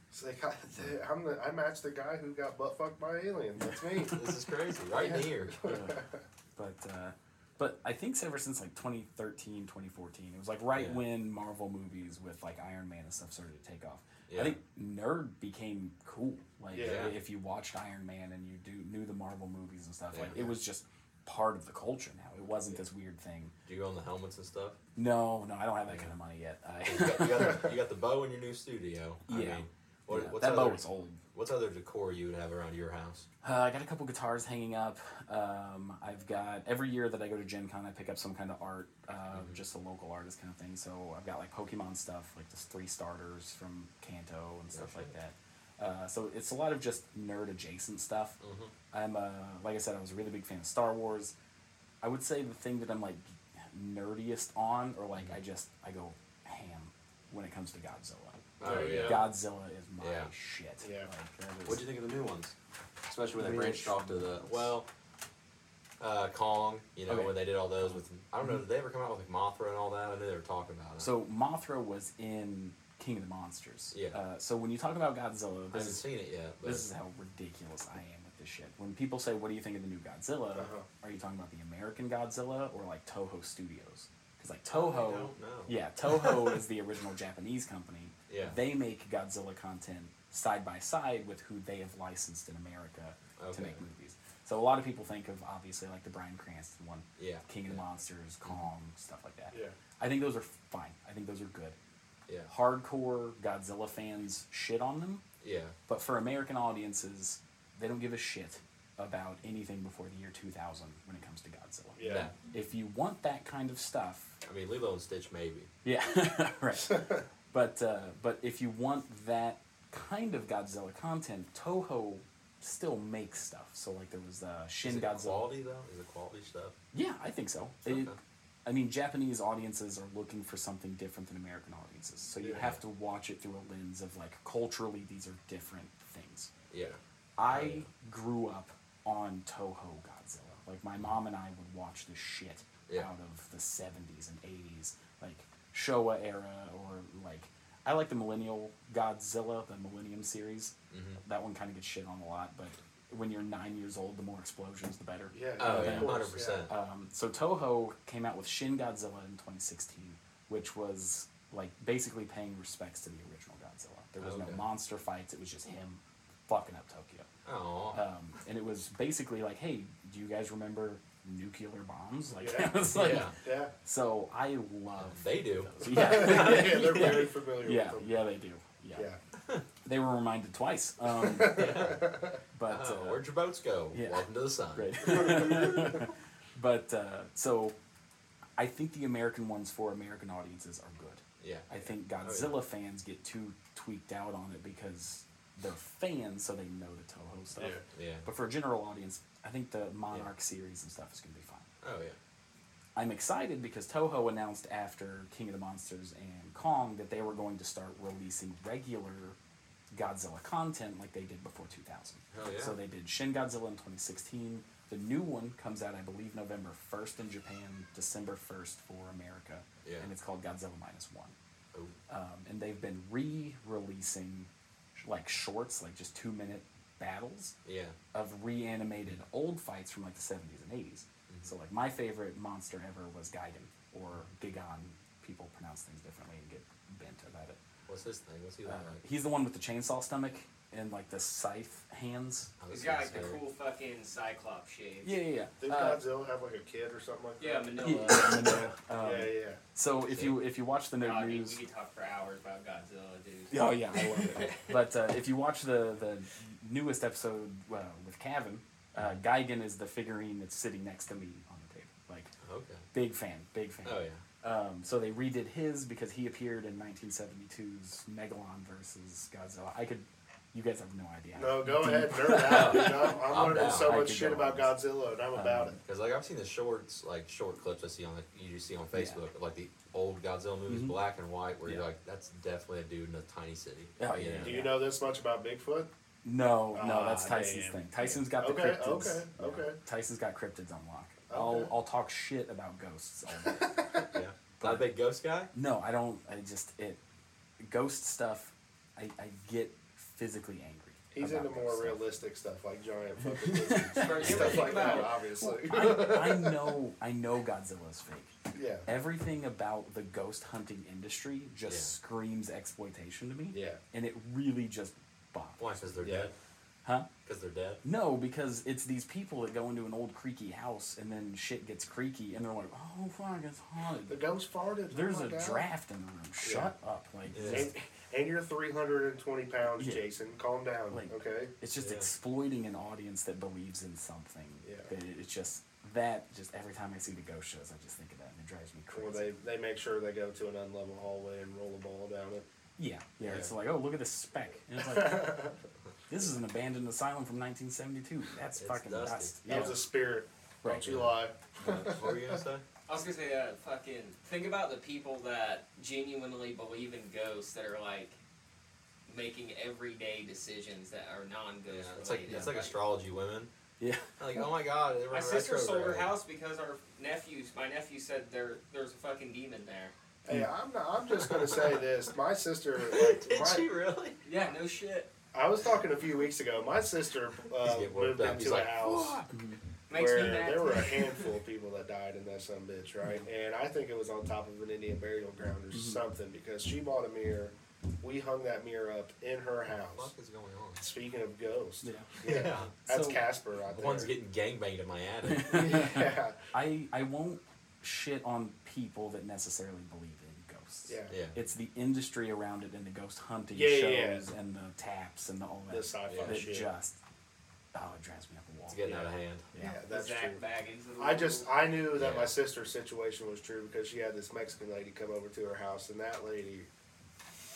Speaker 2: It's like, I, the, I'm the, I matched the guy who got butt fucked by aliens. That's me.
Speaker 3: this is crazy. Right
Speaker 2: Yeah.
Speaker 3: here.
Speaker 4: but uh, but I think ever since like 2013, 2014, it was like right
Speaker 3: Yeah.
Speaker 4: when Marvel movies with like Iron Man and stuff started to take off.
Speaker 3: Yeah.
Speaker 4: I think nerd became cool. Like
Speaker 2: Yeah.
Speaker 4: if you watched Iron Man and you do knew the Marvel movies and stuff, like
Speaker 3: Yeah.
Speaker 4: it was just part of the culture now. It wasn't this weird thing.
Speaker 3: Do you own the helmets and stuff?
Speaker 4: No, no, I don't have that kind of money yet. I,
Speaker 3: You got, you got, the, you got the bow in your new studio. I
Speaker 4: Yeah.
Speaker 3: mean, what,
Speaker 4: Yeah,
Speaker 3: what's
Speaker 4: that
Speaker 3: other,
Speaker 4: bow was old.
Speaker 3: What's other decor you would have around your house?
Speaker 4: Uh, I got a couple guitars hanging up. Um, I've got every year that I go to Gen Con, I pick up some kind of art, uh,
Speaker 3: Mm-hmm.
Speaker 4: just a local artist kind of thing. So I've got like Pokemon stuff, like just three starters from Kanto and stuff like
Speaker 3: shit.
Speaker 4: that. Uh, so it's a lot of just nerd adjacent stuff.
Speaker 3: Mm-hmm.
Speaker 4: I'm uh, like I said, I was a really big fan of Star Wars. I would say the thing that I'm like
Speaker 3: Mm-hmm.
Speaker 4: nerdiest on, or like I just I go ham when it comes to Godzilla.
Speaker 3: Oh
Speaker 2: There you
Speaker 3: yeah.
Speaker 2: go.
Speaker 4: Godzilla is my
Speaker 3: Yeah.
Speaker 4: shit.
Speaker 2: Yeah.
Speaker 4: Like, that is-
Speaker 3: What'd you think of the new ones? Especially when they
Speaker 4: Which
Speaker 3: branched off to the well, uh, Kong. You know
Speaker 4: Okay.
Speaker 3: when they did all those with I don't know did they ever come out with like Mothra and all that? I know they were talking about it.
Speaker 4: so Mothra was in King of the Monsters.
Speaker 3: Yeah.
Speaker 4: Uh, so when you talk about Godzilla,
Speaker 3: I
Speaker 4: this
Speaker 3: haven't
Speaker 4: is
Speaker 3: seen it yet. But
Speaker 4: this is how ridiculous I am with this shit. When people say, "What do you think of the new Godzilla?"
Speaker 2: Uh-huh.
Speaker 4: Are you talking about the American Godzilla or like Toho Studios? Because like
Speaker 3: I
Speaker 4: Toho,
Speaker 3: don't know.
Speaker 4: yeah, Toho is the original Japanese company.
Speaker 3: Yeah.
Speaker 4: They make Godzilla content side by side with who they have licensed in America to
Speaker 3: Okay.
Speaker 4: make movies. So a lot of people think of obviously like the Brian Cranston one,
Speaker 3: Yeah.
Speaker 4: King of the
Speaker 3: yeah.
Speaker 4: Monsters, Kong, stuff like that.
Speaker 2: Yeah.
Speaker 4: I think those are fine. I think those are good.
Speaker 3: Yeah.
Speaker 4: Hardcore Godzilla fans shit on them,
Speaker 3: Yeah.
Speaker 4: but for American audiences, they don't give a shit about anything before the year 2000 when it comes to Godzilla.
Speaker 2: Yeah.
Speaker 3: That-
Speaker 4: If you want that kind of stuff,
Speaker 3: I mean Lilo and Stitch maybe.
Speaker 4: yeah, right. but uh, but if you want that kind of Godzilla content, Toho still makes stuff. So like there was uh,
Speaker 3: Is
Speaker 4: Shin
Speaker 3: it
Speaker 4: Godzilla.
Speaker 3: quality though? Is it quality stuff?
Speaker 4: Yeah, I think so. It-
Speaker 3: Okay.
Speaker 4: I mean, Japanese audiences are looking for something different than American audiences. So you
Speaker 3: Yeah.
Speaker 4: have to watch it through a lens of like culturally these are different things.
Speaker 3: Yeah.
Speaker 4: I
Speaker 3: Yeah.
Speaker 4: grew up on Toho Godzilla. Like my mom and I would watch the shit
Speaker 3: Yeah.
Speaker 4: out of the seventies and eighties, like Showa era or like I like the Millennial Godzilla, the Millennium series.
Speaker 3: Mm-hmm.
Speaker 4: That one kind of gets shit on a lot, but when you're nine years old, the more explosions, the better.
Speaker 2: Yeah.
Speaker 3: Oh
Speaker 2: of
Speaker 3: yeah,
Speaker 2: course,
Speaker 3: hundred percent.
Speaker 4: Um, so Toho came out with Shin Godzilla in 2016, which was like basically paying respects to the original Godzilla. There was
Speaker 3: Okay.
Speaker 4: no monster fights; it was just him fucking up Tokyo.
Speaker 3: Oh.
Speaker 4: Um, and it was basically like, hey, do you guys remember nuclear bombs? Like,
Speaker 2: Yeah.
Speaker 4: it was like- um,
Speaker 3: Yeah. Um,
Speaker 2: Yeah.
Speaker 4: so I love.
Speaker 3: They do.
Speaker 4: those. Yeah.
Speaker 2: yeah, they're very familiar
Speaker 4: yeah,
Speaker 2: with them.
Speaker 4: yeah, they do. Yeah.
Speaker 2: Yeah.
Speaker 4: they were reminded twice. Um, But
Speaker 3: Oh,
Speaker 4: uh,
Speaker 3: where'd your boats go?
Speaker 4: yeah.
Speaker 3: Welcome to the sun.
Speaker 4: Great. but uh, so I think the American ones for American audiences are good.
Speaker 3: Yeah.
Speaker 4: I think
Speaker 3: Oh, yeah.
Speaker 4: Godzilla fans get too tweaked out on it because they're fans, so they know the Toho stuff.
Speaker 2: Yeah.
Speaker 3: Yeah.
Speaker 4: But for a general audience, I think the Monarch series and stuff is going to be fine.
Speaker 3: Oh yeah.
Speaker 4: I'm excited because Toho announced after King of the Monsters and Kong that they were going to start releasing regular Godzilla content like they did before 2000.
Speaker 3: Hell yeah.
Speaker 4: So they did Shin Godzilla in 2016. The new one comes out, I believe, November 1st in Japan, December 1st for America,
Speaker 3: Yeah.
Speaker 4: and it's called Godzilla minus one.
Speaker 3: Oh.
Speaker 4: Um, and they've been re-releasing like shorts, like just two-minute battles
Speaker 3: Yeah.
Speaker 4: of reanimated old fights from like the 70s and 80s. So like my favorite monster ever was Gaiden or Gigan. People pronounce things differently and get bent about it.
Speaker 3: What's this thing? What's he
Speaker 4: Uh,
Speaker 3: look like?
Speaker 4: he's the one with the chainsaw stomach and like the scythe hands.
Speaker 3: Oh, this
Speaker 5: He's got like
Speaker 3: thing's
Speaker 5: the
Speaker 3: scary.
Speaker 5: cool fucking Cyclops shape.
Speaker 4: Yeah, yeah,
Speaker 2: Did
Speaker 4: yeah. Uh,
Speaker 2: Godzilla have like a kid or something like
Speaker 5: Yeah,
Speaker 2: that?
Speaker 5: Manila. Oh,
Speaker 4: yeah, and, uh, um,
Speaker 2: yeah, yeah,
Speaker 4: so if you if you watch the
Speaker 5: God,
Speaker 4: new
Speaker 5: I mean,
Speaker 4: news,
Speaker 5: we could talk for hours about Godzilla, dude.
Speaker 4: oh yeah, I love it. but uh, if you watch the the newest episode uh, with Cavan, uh, Gigan is the figurine that's sitting next to me on the table. Like
Speaker 3: Okay.
Speaker 4: big fan, big fan.
Speaker 3: Oh yeah.
Speaker 4: Um, so they redid his because he appeared in 1972's Megalon versus Godzilla. I could, you guys have no idea.
Speaker 2: No, go ahead, nerd out. You know, I'm,
Speaker 3: I'm
Speaker 2: learning
Speaker 3: down.
Speaker 2: so
Speaker 4: I
Speaker 2: much
Speaker 4: could
Speaker 2: shit
Speaker 4: go
Speaker 2: about
Speaker 4: on. Um,
Speaker 2: Godzilla, and I'm about it.
Speaker 3: Because like I've seen the shorts, like short clips I see on the, you just see on
Speaker 4: Yeah.
Speaker 3: Facebook, of, like the old Godzilla movies,
Speaker 4: Mhm.
Speaker 3: black and white, where you're
Speaker 4: Yeah.
Speaker 3: like, that's definitely a dude in a tiny city.
Speaker 4: Oh,
Speaker 3: You
Speaker 4: yeah.
Speaker 3: know?
Speaker 2: Do you know this much about Bigfoot?
Speaker 4: No, no,
Speaker 2: Ah,
Speaker 4: that's Tyson's
Speaker 2: damn.
Speaker 4: thing. Tyson's got the
Speaker 2: Okay,
Speaker 4: cryptids.
Speaker 2: okay, okay.
Speaker 4: Tyson's got cryptids on lock.
Speaker 2: Okay.
Speaker 4: I'll I'll talk shit about ghosts. All day.
Speaker 3: Yeah. Not a big ghost guy.
Speaker 4: no, I don't. I just it, ghost stuff. I, I get physically angry.
Speaker 2: He's
Speaker 4: about
Speaker 2: into more
Speaker 4: ghost stuff.
Speaker 2: realistic stuff like giant fucking lizards,
Speaker 5: Bro, you ever
Speaker 2: stuff
Speaker 5: think
Speaker 2: like that,
Speaker 5: about-
Speaker 2: obviously.
Speaker 4: I, I know I know Godzilla's fake.
Speaker 2: yeah,
Speaker 4: everything about the ghost hunting industry just
Speaker 3: Yeah.
Speaker 4: screams exploitation to me.
Speaker 2: Yeah.
Speaker 4: And it really just bothers.
Speaker 3: Why? Because they're
Speaker 2: Yeah.
Speaker 3: dead.
Speaker 4: Huh?
Speaker 3: Because they're dead.
Speaker 4: No, because it's these people that go into an old creaky house and then shit gets creaky and they're like, oh fuck, it's
Speaker 2: the
Speaker 4: haunted.
Speaker 2: ghost farted.
Speaker 4: There's
Speaker 2: oh
Speaker 4: a
Speaker 2: my God.
Speaker 4: draft in the room. Shut up. Like,
Speaker 3: Yeah.
Speaker 2: And,
Speaker 4: just-
Speaker 2: and you're 320 pounds,
Speaker 4: Yeah.
Speaker 2: Jason. Calm down,
Speaker 4: Like-
Speaker 2: okay?
Speaker 4: it's just
Speaker 3: Yeah.
Speaker 4: exploiting an audience that believes in something.
Speaker 2: Yeah.
Speaker 4: That it- it's just that, just every time I see the ghost shows, I just think of that and it drives me crazy.
Speaker 2: Or they, they make sure they go to an unlevel hallway and roll a ball down it.
Speaker 4: Yeah, yeah.
Speaker 3: Yeah.
Speaker 4: It's like, oh, look at this speck. And it's like, this is an abandoned asylum from 1972. That's
Speaker 3: It's
Speaker 4: fucking
Speaker 3: dusty.
Speaker 4: dust.
Speaker 2: That was a spirit.
Speaker 4: Right.
Speaker 2: Don't you lie.
Speaker 3: what were you gonna say?
Speaker 5: I was gonna say uh, that fucking think about the people that genuinely believe in ghosts that are like, making everyday decisions that are non-ghost
Speaker 3: Yeah,
Speaker 5: related.
Speaker 3: it's like it's like astrology women.
Speaker 4: Yeah.
Speaker 3: They're Like oh my god, they're
Speaker 5: My sister sold her
Speaker 3: retrograde.
Speaker 5: house because our nephews, my nephew said there there's a fucking demon there.
Speaker 2: Hey, I'm not, I'm just gonna say this. My sister, like,
Speaker 3: Did
Speaker 2: my-
Speaker 3: she really?
Speaker 5: Yeah, no shit.
Speaker 2: I was talking a few weeks ago. My sister
Speaker 3: He's
Speaker 2: uh,
Speaker 3: getting worked
Speaker 2: moved
Speaker 3: up. He's
Speaker 2: into
Speaker 3: like,
Speaker 2: a house.
Speaker 5: Makes
Speaker 2: where
Speaker 5: me mad.
Speaker 2: there were a handful of people that died in that some bitch, right? And I think it was on top of an Indian burial ground or something because she bought a mirror. We hung that mirror up in her
Speaker 3: What
Speaker 2: house.
Speaker 3: the fuck is going on?
Speaker 2: Speaking of ghosts,
Speaker 4: Yeah.
Speaker 2: yeah, that's
Speaker 4: So-
Speaker 2: Casper right there.
Speaker 3: One's getting gangbanged in my attic.
Speaker 2: yeah,
Speaker 4: I I won't shit on people that necessarily believe in ghosts.
Speaker 2: yeah.
Speaker 3: yeah.
Speaker 4: It's the industry around it and the ghost hunting
Speaker 2: Yeah, yeah, yeah.
Speaker 4: shows and the taps and the, all that.
Speaker 2: The sci-fi
Speaker 4: that
Speaker 2: shit.
Speaker 4: just oh, it drives me up the wall.
Speaker 3: It's getting out of hand.
Speaker 2: yeah,
Speaker 4: yeah.
Speaker 2: that's
Speaker 5: Zach
Speaker 2: true.
Speaker 5: Baggins of the
Speaker 2: I just
Speaker 5: world.
Speaker 2: I knew that my
Speaker 3: Yeah.
Speaker 2: sister's situation was true because she had this Mexican lady come over to her house, and that lady,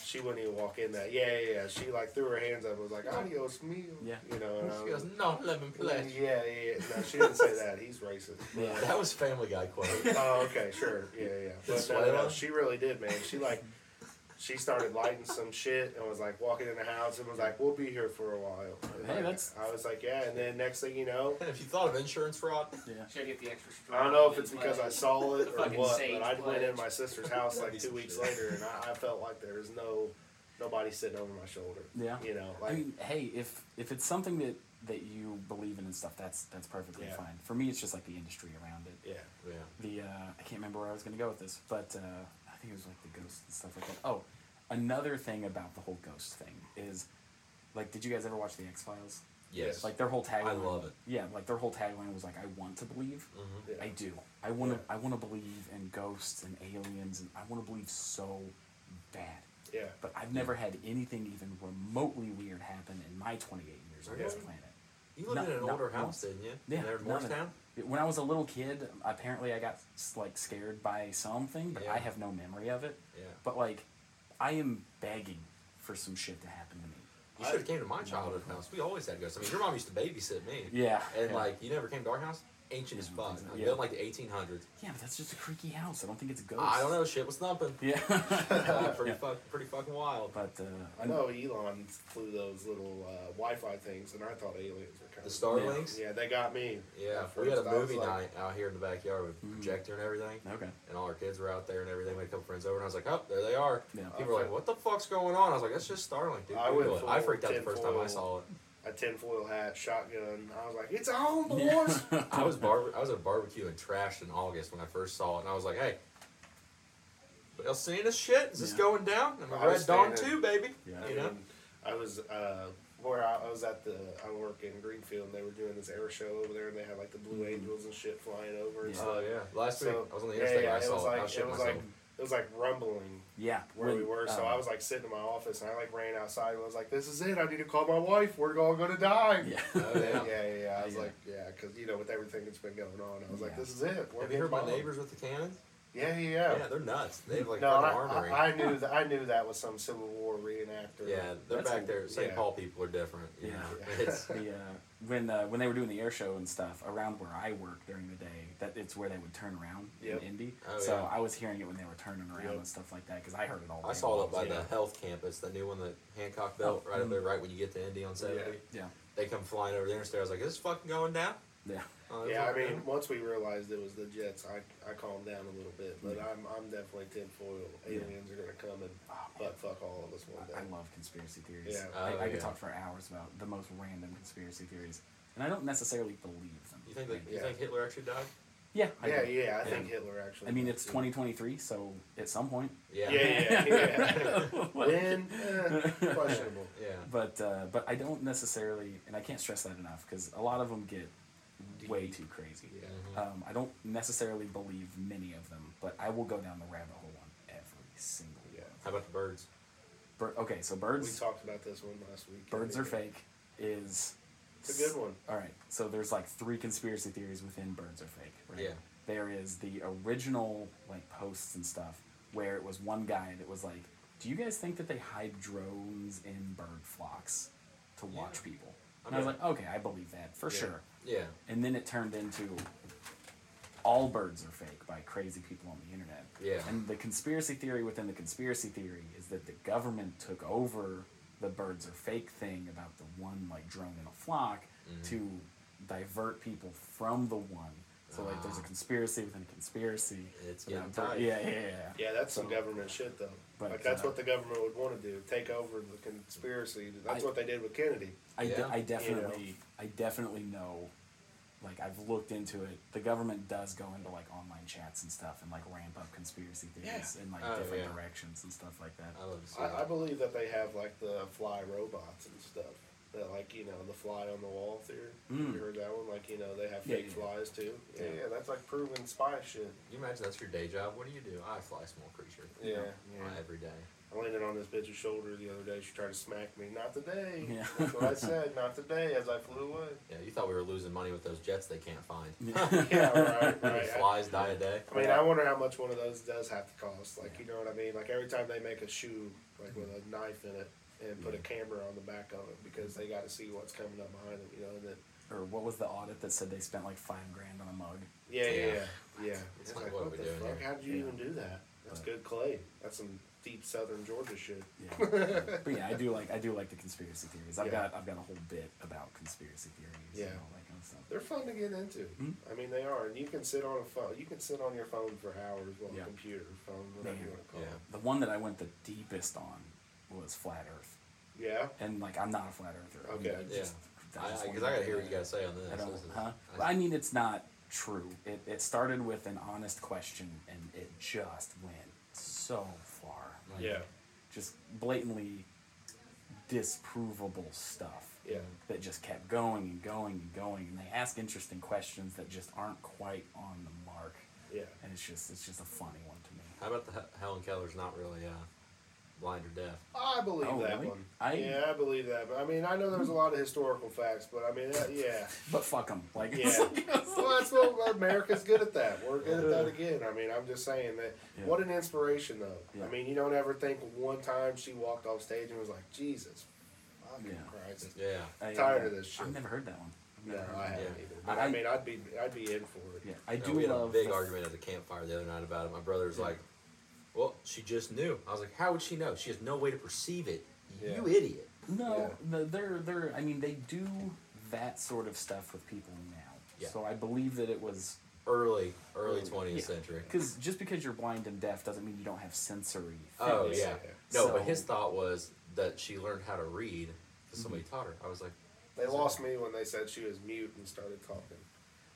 Speaker 2: she wouldn't even walk in that. Yeah, yeah, yeah. She like threw her hands up and was like, "Adios, mio."
Speaker 4: Yeah.
Speaker 2: you know. And I
Speaker 3: She
Speaker 2: was-
Speaker 3: goes, no lemon
Speaker 2: yeah,
Speaker 3: pledge.
Speaker 2: yeah, yeah. No, she didn't say that. He's racist.
Speaker 4: Yeah.
Speaker 3: That was Family Guy quote.
Speaker 2: Oh, okay, sure. Yeah, yeah. But
Speaker 3: This
Speaker 2: no, no, no,
Speaker 3: one?
Speaker 2: she really did, man. She like, she started lighting some shit and was like walking in the house and was like, "We'll be here for a while." And,
Speaker 4: Hey,
Speaker 2: like,
Speaker 4: that's-
Speaker 2: I was like, yeah, and then next thing you know,
Speaker 3: if you thought of insurance fraud,
Speaker 4: Yeah.
Speaker 5: should I get the extra. Strong
Speaker 2: I don't know if it's because I saw it
Speaker 5: The
Speaker 2: or
Speaker 5: fucking
Speaker 2: what,
Speaker 5: sage
Speaker 2: but I went in
Speaker 5: pledge.
Speaker 2: my sister's house like
Speaker 3: Piece
Speaker 2: two
Speaker 3: of
Speaker 2: weeks
Speaker 3: shit.
Speaker 2: later, and I, I felt like there was no nobody sitting over my shoulder.
Speaker 4: Yeah.
Speaker 2: you know,
Speaker 4: I
Speaker 2: like
Speaker 4: mean, hey, if if it's something that that you believe in and stuff, that's that's perfectly
Speaker 2: Yeah.
Speaker 4: fine. For me, it's just like the industry around it.
Speaker 2: yeah,
Speaker 3: yeah,
Speaker 4: The uh, I can't remember where I was going to go with this, but uh, I think it was like the ghosts and stuff like that. Oh, another thing about the whole ghost thing is, like, did you guys ever watch the X Files?
Speaker 3: yes,
Speaker 4: Like their whole tagline.
Speaker 3: I love it.
Speaker 4: Yeah, like their whole tagline was like, "I want to believe."
Speaker 3: Mhm.
Speaker 2: yeah.
Speaker 4: I do. I want to.
Speaker 2: Yeah.
Speaker 4: I want to believe in ghosts and aliens, and I want to believe so bad
Speaker 2: yeah.
Speaker 4: but I've never had anything even remotely weird happen in my 28 years on this
Speaker 2: Yeah.
Speaker 4: planet.
Speaker 3: you lived
Speaker 4: Not-
Speaker 3: in an
Speaker 4: not
Speaker 3: older
Speaker 4: once.
Speaker 3: house, didn't you?
Speaker 4: Yeah,
Speaker 3: there in
Speaker 4: none of-
Speaker 3: Morristown.
Speaker 4: it- When I was a little kid, apparently I got s- like scared by something, but I
Speaker 3: Yeah.
Speaker 4: have no memory of it.
Speaker 3: Yeah,
Speaker 4: But like, I am begging for some shit to happen to me.
Speaker 3: you should have came to my childhood house. We always had ghosts. I mean, your mom used to babysit me.
Speaker 4: Yeah,
Speaker 3: and
Speaker 4: yeah.
Speaker 3: like you never came to our house. Ancient as
Speaker 4: Yeah,
Speaker 3: fuck.
Speaker 4: exactly.
Speaker 3: Like, built in like the 1800s.
Speaker 4: Yeah, but that's just a creaky house. I don't think it's ghosts.
Speaker 3: I don't know. Shit was thumping.
Speaker 4: Yeah,
Speaker 3: Uh, pretty
Speaker 4: Yeah.
Speaker 3: fuck, pretty fucking wild.
Speaker 4: but uh,
Speaker 2: I know Elon flew those little uh, Wi-Fi things, and I thought aliens were
Speaker 3: The
Speaker 2: coming.
Speaker 3: Starlings.
Speaker 2: Yeah, they got me.
Speaker 3: Yeah,
Speaker 2: At
Speaker 3: we had a
Speaker 2: first, I was
Speaker 3: movie
Speaker 2: like,
Speaker 3: night out here in the backyard with
Speaker 4: Mhm.
Speaker 3: projector and everything,
Speaker 4: Okay.
Speaker 3: and all our kids were out there and everything. We had a couple friends over, and I was like, "Oh, there they are."
Speaker 4: Yeah.
Speaker 3: People were like, "What the fuck's going on?" I was like, "That's just Starlink, dude."
Speaker 2: I
Speaker 3: Google
Speaker 2: went
Speaker 3: it." I
Speaker 2: full
Speaker 3: freaked out the first time I
Speaker 2: tinfoil.
Speaker 3: saw it.
Speaker 2: a tinfoil hat, shotgun. I was like, it's on, boys.
Speaker 3: I was bar- I was at a barbecue and trashed in August when I first saw it, and I was like, "Hey, y'all seeing this shit? Is this
Speaker 4: Yeah.
Speaker 3: going down?" I'm
Speaker 2: I
Speaker 3: a
Speaker 2: was
Speaker 3: red dawn
Speaker 2: standing-
Speaker 3: too, baby.
Speaker 4: Yeah.
Speaker 3: You know?
Speaker 2: And I was uh, where I, I was at the I work in Greenfield. and They were doing this air show over there, and they had like the blue angels and shit flying over. And
Speaker 4: Yeah.
Speaker 2: stuff.
Speaker 3: Oh Mm-hmm. yeah. Last week
Speaker 2: So-
Speaker 3: I was on the
Speaker 2: yeah,
Speaker 3: interstate
Speaker 2: yeah,
Speaker 3: and I
Speaker 2: it
Speaker 3: saw
Speaker 2: was
Speaker 3: it. I
Speaker 2: like-
Speaker 3: was shit
Speaker 2: it was
Speaker 3: myself.
Speaker 2: like- It was like rumbling
Speaker 4: Yeah,
Speaker 2: where we
Speaker 4: when,
Speaker 2: were, so
Speaker 4: uh,
Speaker 2: I was like sitting in my office, and I like ran outside and was like, "This is it! I need to call my wife. We're all gonna die."
Speaker 4: Yeah.
Speaker 3: Oh,
Speaker 2: yeah,
Speaker 3: yeah.
Speaker 2: yeah, yeah, yeah. I was
Speaker 4: Yeah.
Speaker 2: like, yeah, because you know, with everything that's been going on, I was like,
Speaker 4: Yeah.
Speaker 2: "This is it." We're
Speaker 3: Have you heard my
Speaker 2: getting bombed.
Speaker 3: neighbors with the cannons?
Speaker 2: Yeah, yeah,
Speaker 3: Yeah,
Speaker 2: yeah.
Speaker 3: they're nuts. They have like
Speaker 2: no,
Speaker 3: fucking
Speaker 2: I,
Speaker 3: armory.
Speaker 2: I, I knew that. I knew that was some Civil War reenactor.
Speaker 3: Yeah, they're
Speaker 4: That's
Speaker 3: back
Speaker 4: a-
Speaker 3: there. St.
Speaker 2: yeah.
Speaker 3: Paul people are different. You
Speaker 4: Yeah.
Speaker 3: Know? It's,
Speaker 4: the, uh, when uh, when they were doing the air show and stuff around where I work during the day, that it's where they would turn around
Speaker 2: Yep.
Speaker 4: in Indy.
Speaker 3: Oh,
Speaker 4: so
Speaker 3: yeah.
Speaker 4: I was hearing it when they were turning around
Speaker 2: Yep.
Speaker 4: and stuff like that because I heard it all.
Speaker 3: I
Speaker 4: day
Speaker 3: saw
Speaker 4: long.
Speaker 3: it by
Speaker 4: yeah.
Speaker 3: the health campus, the new one that Hancock built right up there, right when you get to Indy on 70.
Speaker 2: Oh, mm-hmm. Yeah.
Speaker 4: Yeah,
Speaker 3: They come flying over the interstate. I was like, is this fucking going down?
Speaker 4: yeah,
Speaker 3: Oh, it's
Speaker 2: Yeah, I
Speaker 3: going
Speaker 2: mean,
Speaker 3: down.
Speaker 2: once we realized it was the Jets, I, I calmed down a little bit, but
Speaker 4: Yeah.
Speaker 2: I'm I'm definitely tinfoil.
Speaker 4: Yeah.
Speaker 2: Aliens are gonna come and butt fuck all of us one
Speaker 4: I
Speaker 2: day.
Speaker 4: love conspiracy theories.
Speaker 2: Yeah.
Speaker 4: I,
Speaker 3: Oh,
Speaker 4: I could
Speaker 3: yeah.
Speaker 4: talk for hours about the most random conspiracy theories, and I don't necessarily believe them.
Speaker 3: You think, that, you
Speaker 2: Yeah.
Speaker 3: think Hitler actually died?
Speaker 4: Yeah, I
Speaker 2: yeah,
Speaker 4: do.
Speaker 2: yeah, I
Speaker 3: Yeah.
Speaker 2: think Hitler actually.
Speaker 4: I mean,
Speaker 2: did,
Speaker 4: it's
Speaker 2: too.
Speaker 4: 2023, so at some point.
Speaker 3: Yeah.
Speaker 2: Yeah, yeah, yeah. when eh, questionable.
Speaker 3: Yeah.
Speaker 4: But uh, but I don't necessarily, and I can't stress that enough because a lot of them get way too crazy.
Speaker 2: Yeah.
Speaker 3: Mhm.
Speaker 4: Um, I don't necessarily believe many of them, but I will go down the rabbit hole on every single
Speaker 2: Yeah.
Speaker 4: one.
Speaker 3: How about the birds?
Speaker 4: Bir- okay, so
Speaker 2: We
Speaker 4: birds
Speaker 2: talked about this one last week.
Speaker 4: birds are fake is
Speaker 2: It's a good one.
Speaker 4: All right, so there's like three conspiracy theories within birds are fake, right?
Speaker 3: Yeah.
Speaker 4: There is the original like posts and stuff where it was one guy that was like, "Do you guys think that they hide drones in bird flocks to watch people?"
Speaker 3: I
Speaker 4: And I was
Speaker 3: mean-
Speaker 4: like, "Okay, I believe that for
Speaker 3: Yeah.
Speaker 4: sure."
Speaker 3: Yeah.
Speaker 4: And then it turned into all birds are fake by crazy people on the internet.
Speaker 3: Yeah.
Speaker 4: And the conspiracy theory within the conspiracy theory is that the government took over the birds are fake thing about the one like drone in a flock
Speaker 3: Mm-hmm.
Speaker 4: to divert people from the one. So like there's a conspiracy within a conspiracy.
Speaker 3: Ah. It's
Speaker 4: about
Speaker 3: getting
Speaker 4: bir-
Speaker 3: tight.
Speaker 4: Yeah, yeah, yeah.
Speaker 2: Yeah, that's some
Speaker 4: So-
Speaker 2: government shit, though.
Speaker 4: But,
Speaker 2: like that's
Speaker 4: uh,
Speaker 2: what the government would want to do: take over the conspiracy. That's
Speaker 4: I-
Speaker 2: what they did with Kennedy.
Speaker 4: I, de-
Speaker 3: Yeah.
Speaker 4: I definitely I definitely know like I've looked into it. The government does go into like online chats and stuff and like ramp up conspiracy theories in like
Speaker 3: Oh,
Speaker 4: different
Speaker 3: yeah. Oh.
Speaker 4: directions and stuff like that.
Speaker 3: I love to see
Speaker 2: I, I
Speaker 3: that.
Speaker 2: believe that they have like the fly robots and stuff. That like you know the fly on the wall theory.
Speaker 4: Mm.
Speaker 2: You heard that one? Like you know they have
Speaker 4: Yeah,
Speaker 2: fake
Speaker 4: yeah.
Speaker 2: flies too. Yeah,
Speaker 4: Yeah.
Speaker 2: yeah, that's like proven spy shit.
Speaker 3: You imagine that's your day job. What do you do? I fly small creature.
Speaker 2: Yeah, yeah.
Speaker 3: Uh, every day.
Speaker 2: I landed on this bitch's shoulder the other day. She tried to smack me. Not today.
Speaker 4: Yeah.
Speaker 2: That's what I said. Not today. As I flew away.
Speaker 3: Yeah, you thought we were losing money with those jets they can't find.
Speaker 2: Yeah, right, right. I-
Speaker 3: Flies die a day.
Speaker 2: I mean, I wonder how much one of those does have to cost. Like, you know what I mean? Like every time they make a shoe, like with a knife in it, and put a camera on the back of it because they got to see what's coming up behind them. You know, and then
Speaker 4: Or what was the audit that said they spent like five grand on a mug?
Speaker 2: yeah, yeah,
Speaker 3: Yeah.
Speaker 2: yeah. yeah.
Speaker 3: It's
Speaker 2: It's
Speaker 3: like,
Speaker 2: like,
Speaker 3: what are
Speaker 2: what, the
Speaker 3: we doing
Speaker 2: fuck?
Speaker 3: here?
Speaker 2: How did you
Speaker 4: Yeah.
Speaker 2: even do that? That's
Speaker 4: But-
Speaker 2: good clay. That's some deep southern Georgia shit.
Speaker 4: Yeah. but yeah, I do like I do like the conspiracy theories. I've
Speaker 2: Yeah.
Speaker 4: got I've got a whole bit about conspiracy theories
Speaker 2: Yeah.
Speaker 4: and all that kind of stuff.
Speaker 2: They're fun to get into.
Speaker 4: Hmm?
Speaker 2: I mean, they are, and you can sit on a phone. You can sit on your phone for hours, well,
Speaker 4: Yeah.
Speaker 2: computer, phone, whatever you
Speaker 4: Yeah.
Speaker 2: want to call
Speaker 3: Yeah.
Speaker 4: The one that I went the deepest on was flat earth.
Speaker 2: it. Yeah.
Speaker 4: And like I'm not a flat earther. I mean,
Speaker 2: Okay.
Speaker 4: I
Speaker 3: Yeah.
Speaker 4: just- I
Speaker 3: Because
Speaker 4: just
Speaker 3: I,
Speaker 4: wanna
Speaker 3: 'cause I gotta
Speaker 4: get
Speaker 3: hear what
Speaker 4: that.
Speaker 3: you gotta say on this.
Speaker 4: I don't,
Speaker 3: This is-
Speaker 4: huh?
Speaker 3: I-
Speaker 4: I mean, it's not true. It, it started with an honest question and it just went so far. Like,
Speaker 2: Yeah.
Speaker 4: Just blatantly disprovable stuff.
Speaker 2: Yeah.
Speaker 4: That just kept going and going and going. And they ask interesting questions that just aren't quite on the mark.
Speaker 2: Yeah.
Speaker 4: And it's just, it's just a funny one to me.
Speaker 3: How about the Hel- Helen Keller's not really uh, blind or deaf?
Speaker 2: I believe
Speaker 4: Oh,
Speaker 2: that
Speaker 4: really?
Speaker 2: one.
Speaker 4: I-
Speaker 2: yeah, I believe that. But I mean, I know there's a lot of historical facts, but I mean, that, yeah,
Speaker 4: But fuck them. Like, it's
Speaker 2: yeah.
Speaker 4: like-
Speaker 2: well, that's what America's good at. That we're good at that again. I mean, I'm just saying that.
Speaker 4: Yeah.
Speaker 2: What an inspiration, though.
Speaker 4: Yeah.
Speaker 2: I mean, you don't ever think one time she walked off stage and was like, Jesus, fucking
Speaker 4: Yeah.
Speaker 2: Christ.
Speaker 3: Yeah.
Speaker 4: I,
Speaker 2: Tired
Speaker 4: uh,
Speaker 2: of this shit.
Speaker 4: I've never heard that one. I've
Speaker 2: No,
Speaker 4: never heard
Speaker 2: I
Speaker 4: that one.
Speaker 2: haven't
Speaker 3: Yeah.
Speaker 2: either. But I,
Speaker 4: I-
Speaker 2: mean, I'd be, I'd be in for it.
Speaker 4: Yeah, I
Speaker 3: No,
Speaker 4: do
Speaker 3: we had
Speaker 4: love
Speaker 3: a big
Speaker 4: the-
Speaker 3: argument at the campfire the other night about it. My brother's like, "Well, she just knew." I was like, "How would she know? She has no way to perceive it.
Speaker 2: Yeah.
Speaker 3: You idiot."
Speaker 4: No,
Speaker 2: Yeah.
Speaker 4: no, they're they're. I mean, they do that sort of stuff with people now.
Speaker 3: Yeah.
Speaker 4: So I believe that it was
Speaker 3: Early, early twentieth
Speaker 4: Yeah.
Speaker 3: century.
Speaker 4: because just because you're blind and deaf doesn't mean you don't have sensory.
Speaker 3: Oh
Speaker 4: things.
Speaker 3: yeah.
Speaker 2: Yeah.
Speaker 3: No,
Speaker 4: So-
Speaker 3: but his thought was that she learned how to read because somebody
Speaker 4: Mm-hmm.
Speaker 3: taught her. I was like,
Speaker 2: They lost me when they said she was mute and started talking.